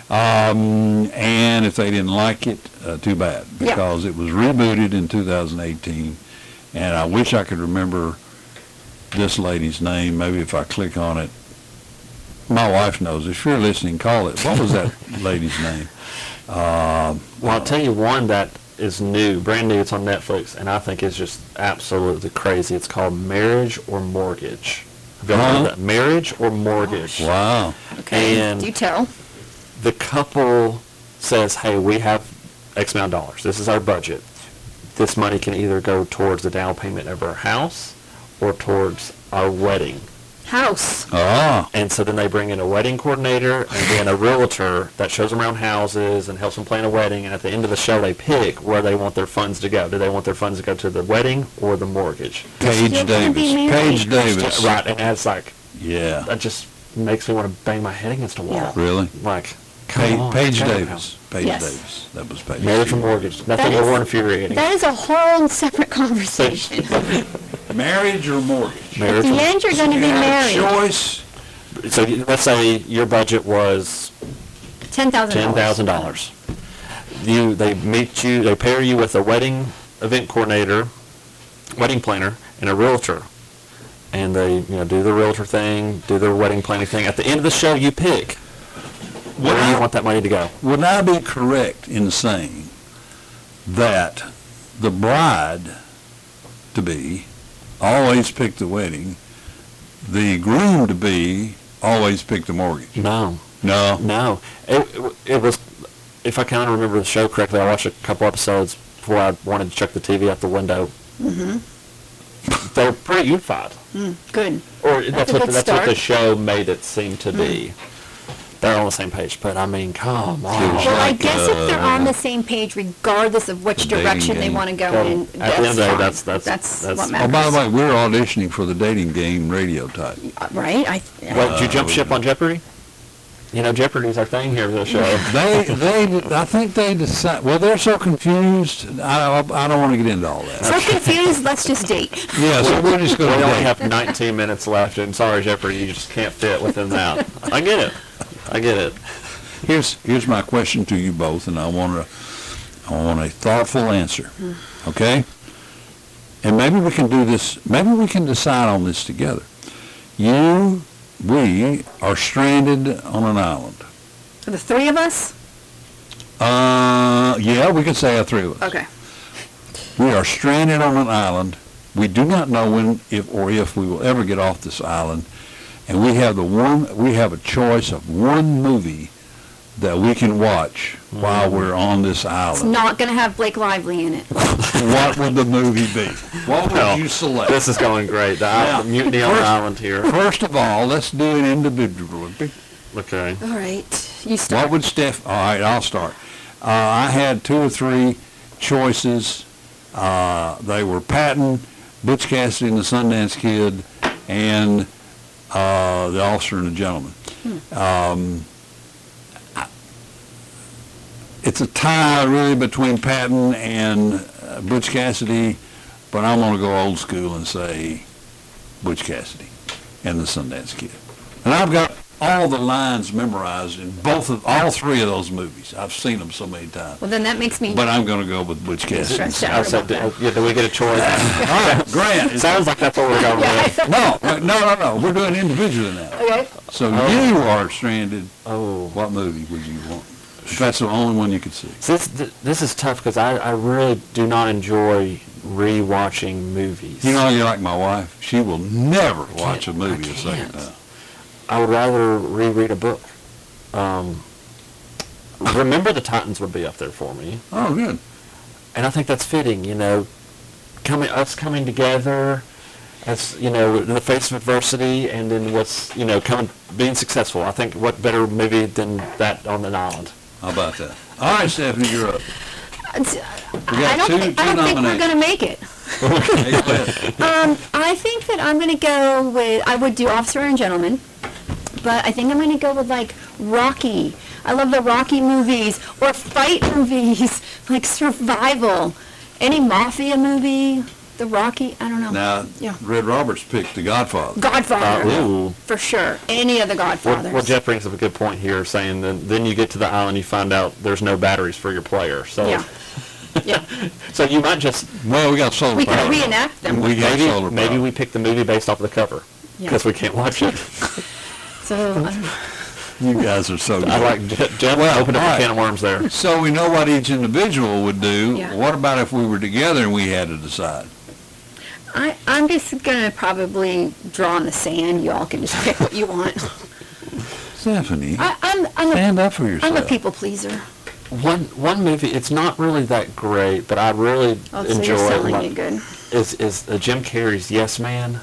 S2: Um, and if they didn't like it, uh, too bad,
S3: Yeah.
S2: because it was rebooted in 2018. And I wish I could remember this lady's name. Maybe if I click on it, my wife knows. If you're listening, call it. What was that lady's name?
S4: Um, well, I'll tell you one that is new, brand new. It's on Netflix, and I think it's just absolutely crazy. It's called Marriage or Mortgage. Have y'all heard of
S2: Huh?
S4: that? Marriage or Mortgage.
S2: Wow.
S3: Okay,
S4: And
S3: do tell.
S4: the couple says, hey, we have X amount of dollars. This is our budget. This money can either go towards the down payment of our house or towards our wedding.
S3: House.
S2: Ah.
S4: And so then they bring in a wedding coordinator and then a realtor that shows them around houses and helps them plan a wedding. And at the end of the show, they pick where they want their funds to go. Do they want their funds to go to the wedding or the mortgage?
S2: Paige You're gonna be Davis. married. Paige Davis.
S4: Right. And that's like,
S2: yeah.
S4: That just makes me want to bang my head against a wall.
S2: Yeah. Really?
S4: Like, come
S2: Pa-
S4: on,
S2: Paige
S4: check it out.
S2: Davis. Paige
S3: Yes.
S2: Davis. That was Paige.
S4: Marriage or mortgage. Nothing
S3: That
S4: more
S3: is-
S4: infuriating.
S3: That is a whole separate conversation.
S2: Marriage or mortgage?
S3: At
S4: Marriage
S3: the
S4: or-
S3: end, you're going to be married.
S2: Choice.
S4: So you- let's say your budget was
S3: Ten
S4: ten
S3: thousand dollars.
S4: thousand dollars. You, they meet you, they pair you with a wedding event coordinator wedding planner and a realtor. And they, you know, do the realtor thing, do their wedding planning thing. At the end of the show, you pick where do you want that money to go.
S2: Would I be correct in saying that the bride-to-be always picked the wedding, the groom-to-be always picked the mortgage?
S4: No.
S2: No?
S4: No. It, Oh, it, it was, if I kind of remember the show correctly, I watched a couple episodes before I wanted to check the TV out the window.
S3: Mm-hmm.
S4: They were pretty unified.
S3: Mm, good.
S4: Or
S3: That's
S4: that's, what,
S3: a good
S4: that's what the
S3: start. Mm-hmm.
S4: show made it seem to be. They're on the same page, but I mean, come on.
S3: Well, I guess if
S4: uh,
S3: they're on the same page, regardless of which
S4: dating
S3: direction they
S4: game.
S3: want to go
S4: Well,
S3: in,
S4: at the end of
S3: that's
S4: the day,
S3: fine.
S4: that's- that's-
S3: That's
S4: that's-
S3: what
S2: Oh, by the
S3: matters,
S2: way, we're auditioning for the dating game radio type.
S3: right? I,
S4: What, did you jump ship on Jeopardy? You know, Jeopardy's our thing here, the show.
S2: They, they, I think they decide, well, they're so confused, I, I don't want to get into all that.
S3: so confused, let's just date.
S2: Yeah, so we're just gonna
S4: We only
S2: date.
S4: have 19 minutes left, and sorry, Jeopardy, you just can't fit within that. I get it. I get it.
S2: Here's, here's my question to you both, and I want a, I want a thoughtful answer,
S3: Hmm.
S2: okay? And maybe we can do this, maybe we can decide on this together. You, we are stranded on an island.
S3: The three of us?
S2: Uh, yeah, we could say a three of us.
S3: Okay.
S2: We are stranded on an island. We do not know when, if or if we will ever get off this island, and we have the one. We have a choice of one movie that we can watch while
S4: Mm-hmm.
S2: we're on this
S3: It's
S2: island.
S3: not going to have Blake Lively in it.
S2: what would the movie be? What would you select?
S4: Oh, This is going great. The, island,
S2: Now,
S4: mutiny on the
S2: first-
S4: island here.
S2: First of all, let's do it individually.
S4: Okay.
S3: All right, you
S2: What
S3: start.
S2: would Steph, all right, I'll start. Uh, I had two or three choices. Uh, they were Patton, Butch Cassidy and the Sundance Kid, and, uh, The Officer and the Gentleman.
S3: Hmm.
S2: Um, I- it's a tie really between Patton and uh, Butch Cassidy, but I'm gonna go old school and say Butch Cassidy and the Sundance Kid. And I've got all the lines memorized in both of, all three of those movies. I've seen them so many times.
S3: Well, then that makes me,
S2: But I'm going to go with Butch Cassidy.
S4: I said, yeah, do we get a choice?
S2: all right, Grant.
S4: Sounds like that's what we're going with.
S2: No, no, no, no. We're doing individually now.
S3: okay,
S2: So
S4: Oh.
S2: you are stranded. Oh. What movie would you want? If that's the only one you could see.
S4: So This, th- this is tough because I, I really do not enjoy rewatching movies.
S2: You know, you're like my wife. She will never watch a movie a second time.
S4: I would rather reread a book. Um, Remember the Titans would be up there for me.
S2: Oh, good.
S4: And I think that's fitting, you know, coming us coming together as you know in the face of adversity, and then what's you know coming being successful. I think what better movie than that on an island.
S2: How about that? All right, Stephanie, you're up. We
S3: I
S2: got
S3: don't,
S2: two,
S3: thi- I
S2: two
S3: don't think we're going
S2: nominations.
S3: to make it.
S2: Okay, go ahead.
S3: Um, I think that I'm gonna go with, I would do Officer and Gentleman, but I think I'm gonna go with like Rocky. I love the Rocky movies, or fight movies, like survival, any mafia movie, the Rocky, I don't know.
S2: Now,
S3: Um, Yeah.
S2: Red Roberts picked The Godfather.
S3: Godfather.
S4: Uh, ooh.
S3: For sure, any of the
S4: Well,
S3: Godfathers.
S4: well, Jeff brings up a good point here, saying that then you get to the island, you find out there's no batteries for your player. So,
S3: Yeah.
S4: so you might just
S2: well, we got solar.
S3: We could power. reenact them. We got
S4: maybe,
S3: solar
S4: maybe
S3: power.
S4: we pick the movie based off the cover
S3: Yeah.
S4: because we can't watch it.
S3: So, uh, I don't know.
S2: You guys are so good.
S4: I like Jeff. Jeff
S2: Well,
S4: opened up
S2: all right.
S4: a can of worms there.
S2: So we know what each individual would do.
S3: Yeah.
S2: What about if we were together and we had to decide?
S3: I, I'm just gonna probably draw in the sand, y'all can just pick what you want.
S2: Stephanie,
S3: I, I'm, I'm
S2: stand up for
S3: a, I'm a
S2: yourself.
S3: people pleaser.
S4: One one movie. It's not really that great, but I really
S3: Oh, so
S4: enjoy.
S3: you're selling
S4: like,
S3: it good.
S4: Is is uh, Jim Carrey's Yes Man?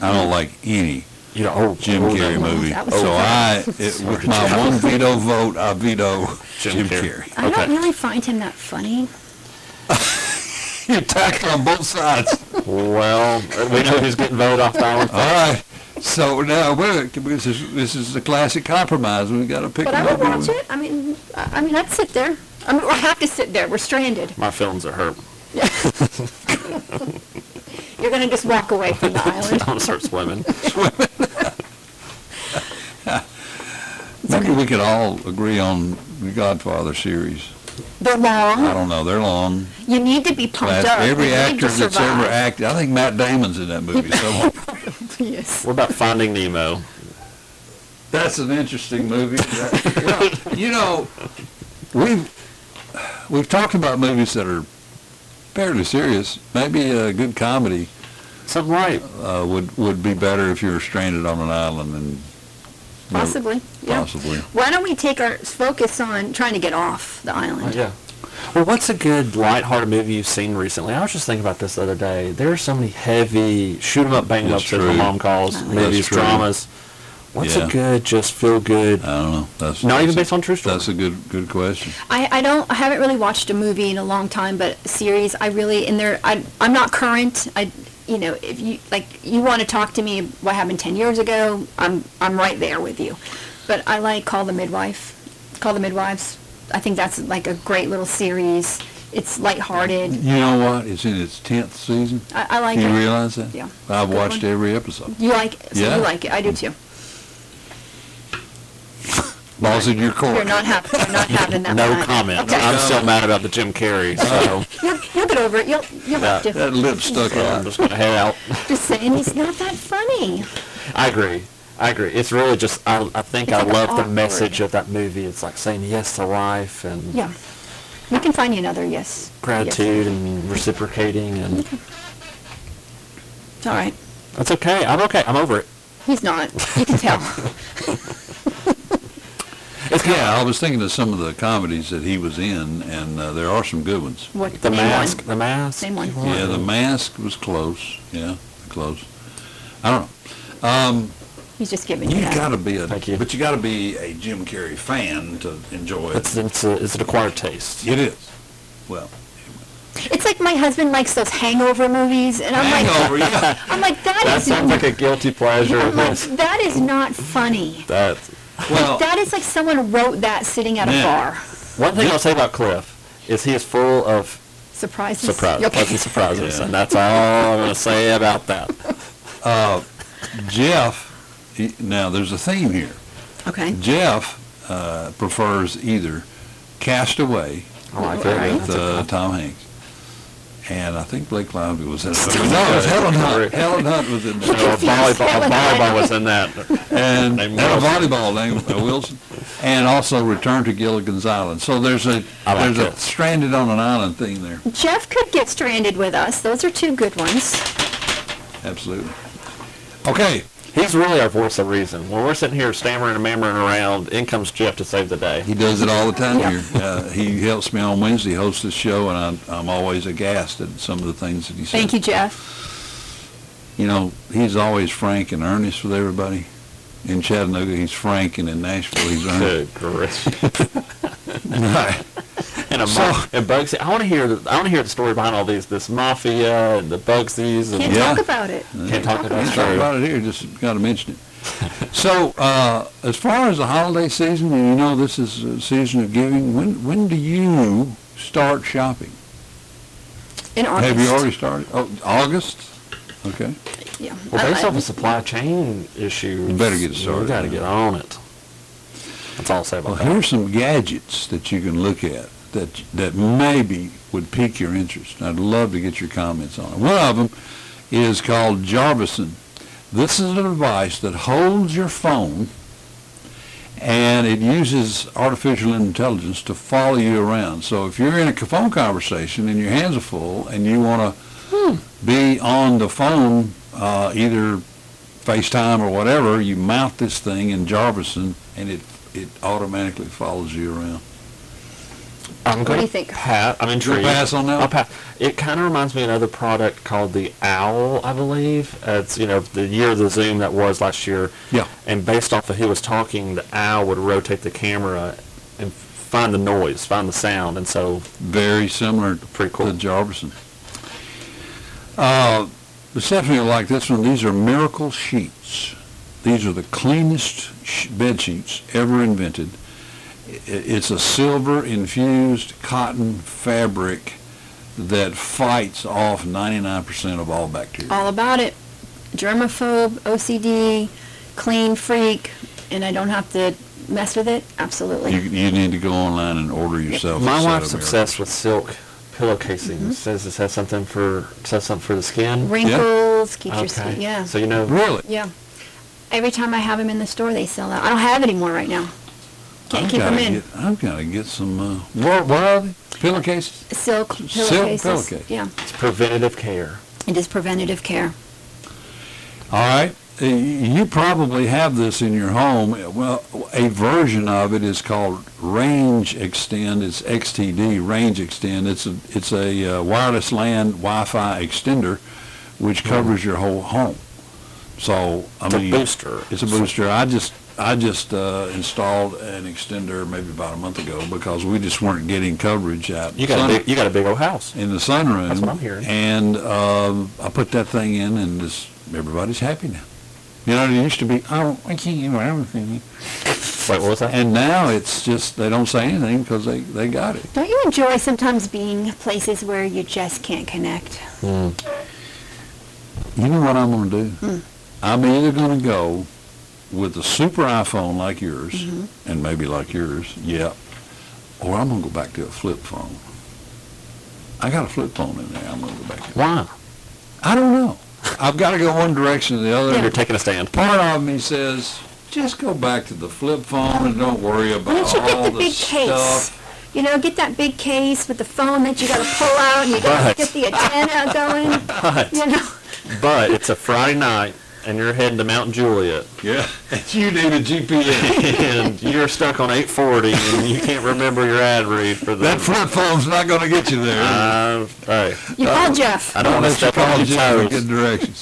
S2: I don't like any
S4: you know, oh,
S2: Jim
S4: oh, that-
S2: Carrey movie.
S4: that was
S2: So
S4: so
S2: I,
S4: bad.
S2: it- with
S4: Sorry,
S2: my
S4: Jeff.
S2: one veto vote, I veto Jim
S4: Jim
S2: Carrey.
S3: I don't really find him that funny.
S2: You tackle on both sides.
S4: Well, we know who's getting voted off the island.
S2: All right. So now, we're, this is, this is the classic compromise. We've got to pick
S3: But
S2: a
S3: I would
S2: movie.
S3: watch it. I mean, I I mean, I'd sit there. I mean, I have to sit there. We're stranded.
S4: My films are hurt.
S3: You're gonna just walk away from the
S4: I'm
S3: island.
S4: gonna start swimming.
S2: Maybe we could all agree on the Godfather series.
S3: They're
S2: I
S3: long.
S2: don't know, they're long.
S3: You need to be pumped up.
S2: Every
S3: You need to
S2: actor that's ever
S3: survive.
S2: acted, I think Matt Damon's in that movie somewhere.
S3: Yes.
S4: What about Finding Nemo?
S2: That's an interesting movie. Yeah, you know, we've we've talked about movies that are fairly serious. Maybe a good comedy,
S4: some light
S2: uh, would would be better if you were stranded on an island and you know,
S3: Possibly, yeah.
S2: possibly.
S3: Why don't we take our focus on trying to get off the island?
S4: Yeah. Well, what's a good lighthearted movie you've seen recently? I was just thinking about this the other day. There are so many heavy shoot 'em up, bang 'em
S2: That's
S4: ups that my
S2: true.
S4: mom calls
S2: That's
S4: movies,
S2: true.
S4: dramas. What's
S2: Yeah.
S4: a good, just feel good? I
S2: don't know. That's
S4: not even
S2: that's a-
S4: based on true story.
S2: That's a good good question.
S3: I, I don't I haven't really watched a movie in a long time, but a series I really and there I I'm not current. I you know if you like you want to talk to me what happened ten years ago, I'm I'm right there with you. But I like Call the Midwife, Call the Midwives. I think that's like a great little series. It's lighthearted.
S2: You know what? It's in its tenth season.
S3: I, I like
S2: you
S3: it.
S2: realize that?
S3: Yeah.
S2: I've
S3: Good
S2: watched
S3: one.
S2: every episode.
S3: You like it. So
S2: Yeah.
S3: you like it. I do too.
S2: Balls in your court.
S3: You're not happy. You're not having that.
S4: No
S3: one.
S4: comment.
S3: Okay.
S4: I'm still mad about the Jim Carrey,
S2: Uh,
S4: so
S3: You'll, you'll get over it. You'll you'll
S4: that,
S3: have to.
S4: so I'm just gonna head out.
S3: Just saying, he's not that funny.
S4: I agree. I agree. It's really just I, I think
S3: It's
S4: I
S3: like
S4: love the
S3: awkward.
S4: message of that movie. It's like saying yes to life and
S3: Yeah. We can find you another yes.
S4: gratitude and reciprocating and
S3: It's all right.
S4: that's okay. I'm okay. I'm over it.
S3: He's not. You can tell.
S2: yeah, I was thinking of some of the comedies that he was in, and uh, there are some good ones.
S3: What?
S4: The
S3: name
S4: mask.
S3: one.
S4: The mask.
S3: Name one.
S2: Yeah, the mask was close. Yeah, close. I don't know. Um,
S3: He's just giving you
S2: you
S3: that.
S2: got to be a, but you got to be a Jim Carrey fan to enjoy it.
S4: It's it's, a, it's an acquired taste.
S2: It is. Well,
S3: It's like my husband likes those hangover movies, and I'm
S2: Hangover,
S3: like,
S2: yeah.
S3: I'm like, that
S4: That
S3: is-
S4: sounds like a guilty pleasure.
S3: I'm like, that is not funny.
S4: that.
S2: Well,
S3: that is like someone wrote that sitting at a
S4: Yeah.
S3: bar.
S4: one thing I'll say about Cliff is he is full of
S3: Surprises.
S4: surprise,
S3: You
S4: pleasant surprises, and that's all I'm going to say about that.
S2: uh, Jeff, he- now there's a theme here.
S3: Okay.
S2: Jeff uh, prefers either Castaway
S4: I like that.
S2: with
S4: That's a-
S2: uh, Tom Hanks, and I think Blake Lively was in it. No, it was Helen Hunt. Helen Hunt was in
S4: No,
S2: there.
S4: a volleyball, a volleyball was in that.
S2: and
S4: Named
S2: and a
S4: Wilson.
S2: volleyball named uh, Wilson, and also Return to Gilligan's Island. So there's a
S4: I like
S2: there's a
S4: that.
S2: stranded on an island thing there.
S3: Jeff could get stranded with us. Those are two good ones.
S2: Absolutely. Okay.
S4: He's really our voice of reason. When we're sitting here stammering and mammering around, in comes Jeff to save the day.
S2: He does it all the time
S4: Yeah.
S2: here. Uh, he helps me on Wednesday, hosts the show, and I'm, I'm always aghast at some of the things that he says.
S3: Thank you, Jeff.
S2: You know, he's always frank and earnest with everybody. In Chattanooga, he's frank, and in Nashville, he's earnest.
S4: Good grief.
S2: Right.
S4: And a
S2: So-
S4: so, and Bugsy. I want to hear the I want to hear the story behind all these. This mafia and the Bugsies. And
S3: Can't talk about it.
S4: Can't talk about
S2: Can't
S4: it.
S2: talk about it here, just got to mention it. So, uh, as far as the holiday season, and you know this is a season of giving, when, when do you start shopping?
S3: In August.
S2: Have you already started? Oh, August? Okay.
S3: Yeah.
S4: Well,
S3: I-
S4: based
S3: I-
S4: off of supply chain issues,
S2: You better get started.
S4: We got to get on it. That's all I'll say
S2: Well,
S4: about that.
S2: here's some gadgets that you can look at that, that maybe would pique your interest. And I'd love to get your comments on it. One of them is called Jarvison. This is a device that holds your phone and it uses artificial intelligence to follow you around. So if you're in a phone conversation and your hands are full and you want
S3: Hmm.
S2: to be on the phone, uh, either FaceTime or whatever, you mount this thing in Jarvison and it it automatically follows you around.
S4: I'm
S3: What do
S4: gonna
S3: you think?
S4: Pat, I'm
S2: You'll
S4: intrigued.
S2: pass on that
S4: I'll
S2: one?
S4: pass. It kind of reminds me of another product called the Owl, I believe. Uh, it's you know the year of the Zoom that was last year.
S2: Yeah.
S4: And based off of who was talking, the owl would rotate the camera and find the noise, find the sound, and so
S2: Very similar
S4: pretty cool.
S2: to Jarvison. Uh, Stephanie will like this one. These are miracle sheets. These are the cleanest sh- bed sheets ever invented. I- i- It's a silver infused cotton fabric that fights off 99% of all bacteria.
S3: all about it. Germaphobe, OCD, clean freak, and I don't have to mess with it, absolutely.
S2: You, you need to go online and order yourself.
S4: My
S2: a set
S4: wife's
S2: of mirrors.
S4: obsessed with silk pillow casing. Says this has something for says something for the skin.
S3: Wrinkles, keeps your skin,
S4: Okay.
S3: yeah.
S4: So you know really.
S3: Yeah. Every time I have them in the store, they sell out. I don't have any more right now. Can't
S2: I've
S3: keep them
S2: gotta
S3: in.
S2: get- I've got to get some, uh, what, what are they? Pillowcases?
S3: Silk
S2: Silk
S3: pillowcases.
S2: pillowcase.
S3: Yeah.
S4: It's preventative care.
S3: It is preventative care.
S2: All right. Uh, You probably have this in your home. Well, a version of it is called Range Extend. It's XTD, Range Extend. It's a, it's a uh, wireless LAN Wi-Fi extender, which covers your whole home. So,
S4: Mm-hmm.
S2: I
S4: It's a
S2: mean.
S4: booster.
S2: It's a booster. I just, I just uh, installed an extender maybe about a month ago because we just weren't getting coverage out.
S4: You got a big, you got a big old house.
S2: In the sunroom.
S4: That's what I'm hearing.
S2: And um, I put that thing in, and it's, everybody's happy now. You know, it used to be, oh, I can't hear everything.
S4: Wait, what was that?
S2: And now it's just, they don't say anything because they, they got it.
S3: Don't you enjoy sometimes being places where you just can't connect?
S4: Hmm.
S2: You know what I'm going to do?
S3: Hmm.
S2: I'm either going to go with a super iPhone like yours,
S8: Mm-hmm.
S3: Mhm.
S2: and maybe like yours, yeah, or I'm going to go back to a flip phone. I got a flip phone in there. I'm going to go back to
S4: Why?
S2: I don't know. I've got to go one direction or the other.
S4: You're taking a stand.
S2: Part of me says, just go back to the flip phone and don't worry
S3: Why
S2: about
S3: don't you
S2: all
S3: get the
S2: the
S3: big
S2: stuff.
S3: case? You know, get that big case with the phone that you gotta pull out and you gotta
S4: Right.
S3: get the antenna going,
S4: But
S3: you know?
S4: but it's a Friday night and you're heading to Mount Juliet.
S2: Yeah. You need a GPS.
S4: and you're stuck on 840 and you can't remember your ad read for the.
S2: That flip phone's not going to get you there.
S4: Uh, hey.
S3: You
S4: Uh,
S3: call Jeff.
S4: I don't want to
S2: Unless you
S4: step on
S2: call
S4: your
S2: Jeff and
S4: toes.
S2: get directions.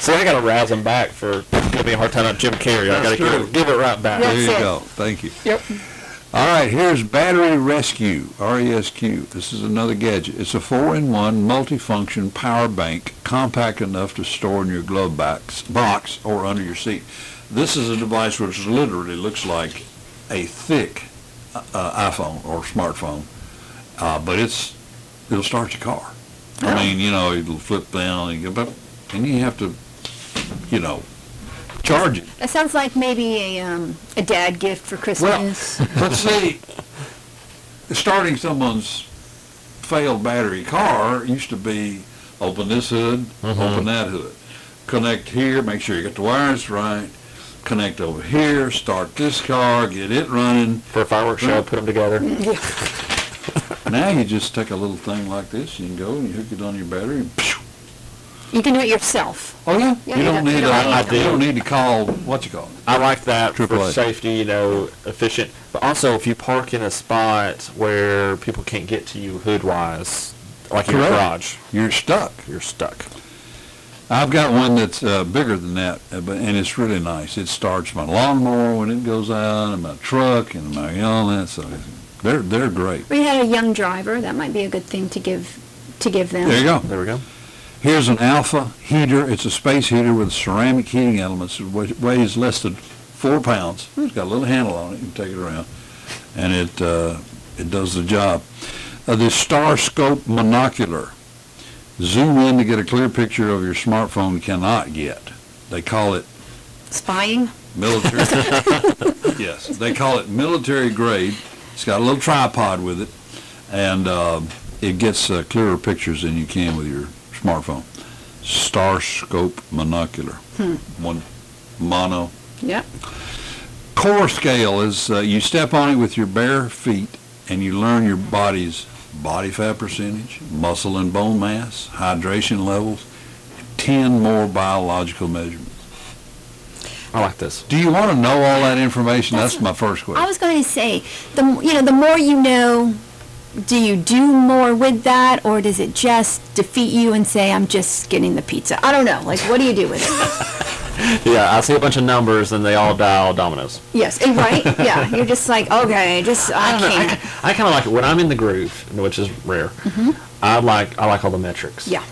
S4: See, I got to rouse him back for giving me a hard time on Jim Carrey. I got to
S2: That's
S4: give,
S2: true.
S4: it- give it right back.
S2: There you go. Thank you. Yep. All right, here's Battery Rescue, RESQ. This is another gadget. It's a four-in-one multifunction power bank, compact enough to store in your glove box, box or under your seat. This is a device which literally looks like a thick uh, iPhone or smartphone, uh, but it's it'll start your car. I mean, you know, it'll flip down and go, but and you have to, you know, charge it.
S3: That sounds like maybe a, um, a dad gift for Christmas.
S2: But see, starting someone's failed battery car used to be open this hood,
S4: Mm-hmm.
S2: open that hood, connect here, make sure you get the wires right, connect over here, start this car, get it running.
S4: For a fireworks show, put them together.
S2: Now you just take a little thing like this, you can go and you hook it on your battery. And
S3: You can do it yourself.
S2: Oh, yeah?
S3: Yeah,
S2: you
S3: you
S2: don't
S3: don't- you
S2: need a,
S3: don't
S4: need them.
S2: you don't need to call what you call it.
S4: I like that
S2: Triple
S4: for
S2: A.
S4: safety, you know, efficient. But also, if you park in a spot where people can't get to you hood wise, like in your
S2: Correct.
S4: garage,
S2: You're stuck.
S4: you're stuck.
S2: I've got one that's uh, bigger than that, uh, but and it's really nice. It starts my lawnmower when it goes out, and my truck, and my and all that. So they're they're great.
S3: We had a young driver, that might be a good thing to give, to give them.
S2: There you go.
S4: There we go.
S2: Here's an Alpha heater. It's a space heater with ceramic heating elements. It wa- weighs less than four pounds. It's got a little handle on it. You can take it around, and it uh, it does the job. Uh, the Starscope monocular. Zoom in to get a clear picture of your smartphone. Cannot get. They call it
S3: Spying?
S2: Military. yes, they call it military grade. It's got a little tripod with it, and uh, it gets uh, clearer pictures than you can with your smartphone. Starscope monocular,
S3: Hmm.
S2: one mono.
S3: Yep.
S2: Core scale is uh, you step on it with your bare feet, and you learn your body's body fat percentage, muscle and bone mass, hydration levels, ten more biological measurements.
S4: I like this.
S2: Do you want to know all that information? That's my first question.
S3: I was going to say, the m- you know, the more you know, do you do more with that, or does it just defeat you and say, "I'm just getting the pizza"? I don't know. Like, what do you do with it?
S4: Yeah, I see a bunch of numbers and they all dial dominoes.
S3: yes, eh, right? Yeah, you're just like, okay, just I, can't.
S4: I kind of like it when I'm in the groove, which is rare.
S3: Mhm.
S4: I like I like all the metrics.
S3: Yeah.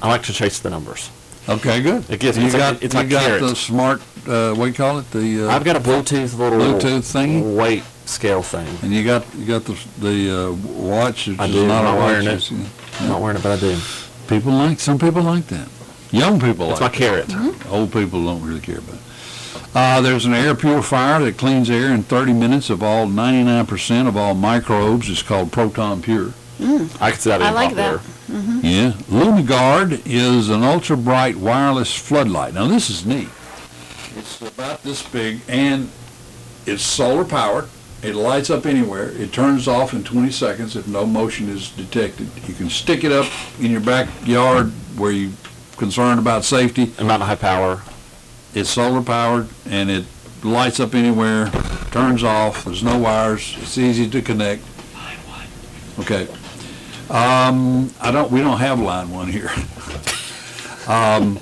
S4: I like to chase the numbers.
S2: Okay, good.
S4: It gives me
S2: You
S4: it's
S2: got,
S4: like, it's
S2: you
S4: like
S2: got
S4: carrots.
S2: the smart, uh, what do you call it? The, uh,
S4: I've got a Bluetooth little
S2: Bluetooth thingy?
S4: weight scale thing.
S2: and you got, you got the, the, uh, watch, which
S4: I
S2: is
S4: do.
S2: not
S4: I'm not
S2: a watch.
S4: wearing it.
S2: it's, you know.
S4: I'm not wearing it, but I do.
S2: People like, some people like that. Mm-hmm. Young people
S4: It's
S2: like
S4: my
S2: it.
S4: carrot.
S2: Old people don't really care about it. Uh, there's an air purifier that cleans air in 30 minutes of all 99% of all microbes. It's called Proton Pure.
S3: Hmm.
S4: I could see that being
S19: I like
S4: popular.
S19: that. Mm-hmm.
S2: Yeah. LumiGuard is an ultra bright wireless floodlight. Now, this is neat. It's about this big and it's solar powered. It lights up anywhere. It turns off in 20 seconds if no motion is detected. You can stick it up in your backyard where you're concerned about safety.
S4: Amount of high power.
S2: It's solar powered and it lights up anywhere, turns off. There's no wires. It's easy to connect. Okay. Um, I don't, we don't have line one here. Um,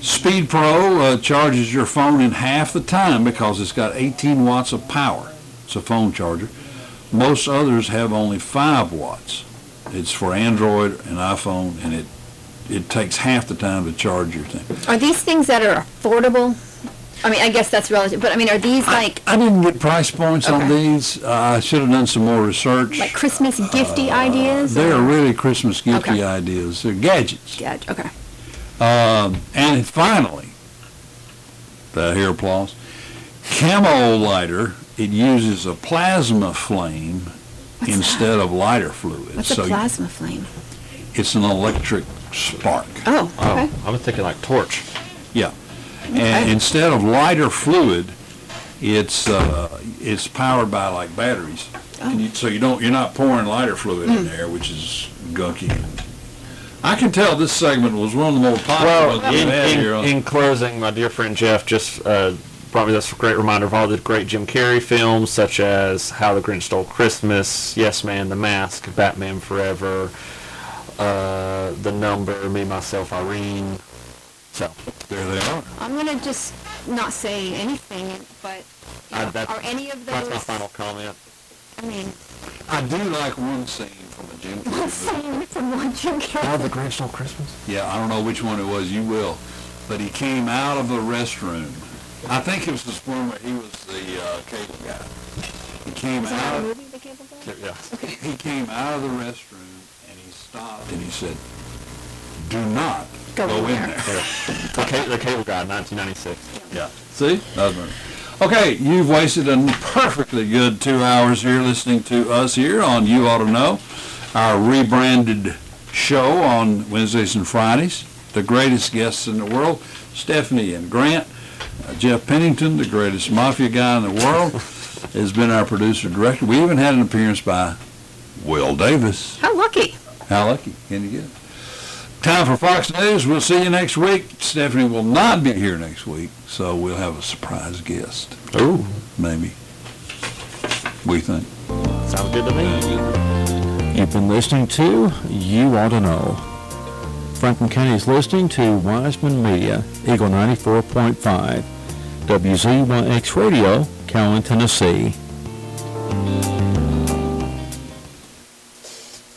S2: Speed Pro uh, charges your phone in half the time because it's got 18 watts of power. It's a phone charger. Most others have only 5 watts. It's for Android and iPhone, and it, it takes half the time to charge your thing.
S3: Are these things that are affordable? I mean, I guess that's relative, but I mean, are these like,
S2: I didn't get price points on these. Uh, I should have done some more research.
S3: like Christmas gifty ideas?
S2: They are really Christmas gifty
S3: Okay.
S2: ideas. They're gadgets.
S3: Gadget, okay.
S2: Um, and finally, the hair applause. Camo lighter. It uses a plasma flame instead of lighter fluid.
S3: What's a
S2: so
S3: plasma flame?
S2: it's an electric spark.
S3: Oh, okay.
S4: I was thinking like torch.
S2: Yeah. And
S3: Okay.
S2: instead of lighter fluid, it's uh, it's powered by like batteries.
S3: Oh.
S2: And you, so you don't you're not pouring lighter fluid in
S3: Mm.
S4: Hmm.
S2: there, which is gunky. I can tell this segment was one of the more popular ones
S4: Well,
S2: we've
S4: in,
S2: had here.
S4: in,
S2: on-
S4: in closing, my dear friend Jeff just uh, brought me this great reminder of all the great Jim Carrey films, such as How the Grinch Stole Christmas, Yes Man, The Mask, Batman Forever, uh, The Number, Me, Myself, Irene. So
S2: there they are.
S3: I'm gonna just not say anything, but
S4: Uh, that's,
S3: are any of
S4: that's my
S3: those-
S4: final comment.
S3: I mean,
S2: I do like one scene from a Jim Carrey
S3: one
S2: movie.
S3: scene from one Jim
S4: How
S3: Carrey.
S4: the Grinch Stole Christmas?
S2: Yeah, I don't know which one it was. You will. But he came out of the restroom. I think it was this one where he was the uh, cable guy. He came out. Of,
S4: Yeah.
S2: He came out of the restroom and he stopped and he said, "Do not go, in there."
S4: The, ca- the Cable Guy, 1996.
S2: Yeah. See? That's right. Okay, you've wasted a perfectly good two hours here listening to us here on You Ought to Know, our rebranded show on Wednesdays and Fridays. The greatest guests in the world, Stephanie and Grant. Uh, Jeff Pennington, the greatest mafia guy in the world, has been our producer director. We even had an appearance by Will Davis.
S3: How lucky.
S2: How lucky can you get? Time for Fox News. We'll see you next week. Stephanie will not be here next week, so we'll have a surprise guest.
S4: Oh.
S2: Maybe. We think.
S4: Sounds good to me.
S1: You've been listening to You Ought to Know. Franklin County is listening to Wiseman Media, Eagle 94.5, WZYX Radio, Cowan, Tennessee.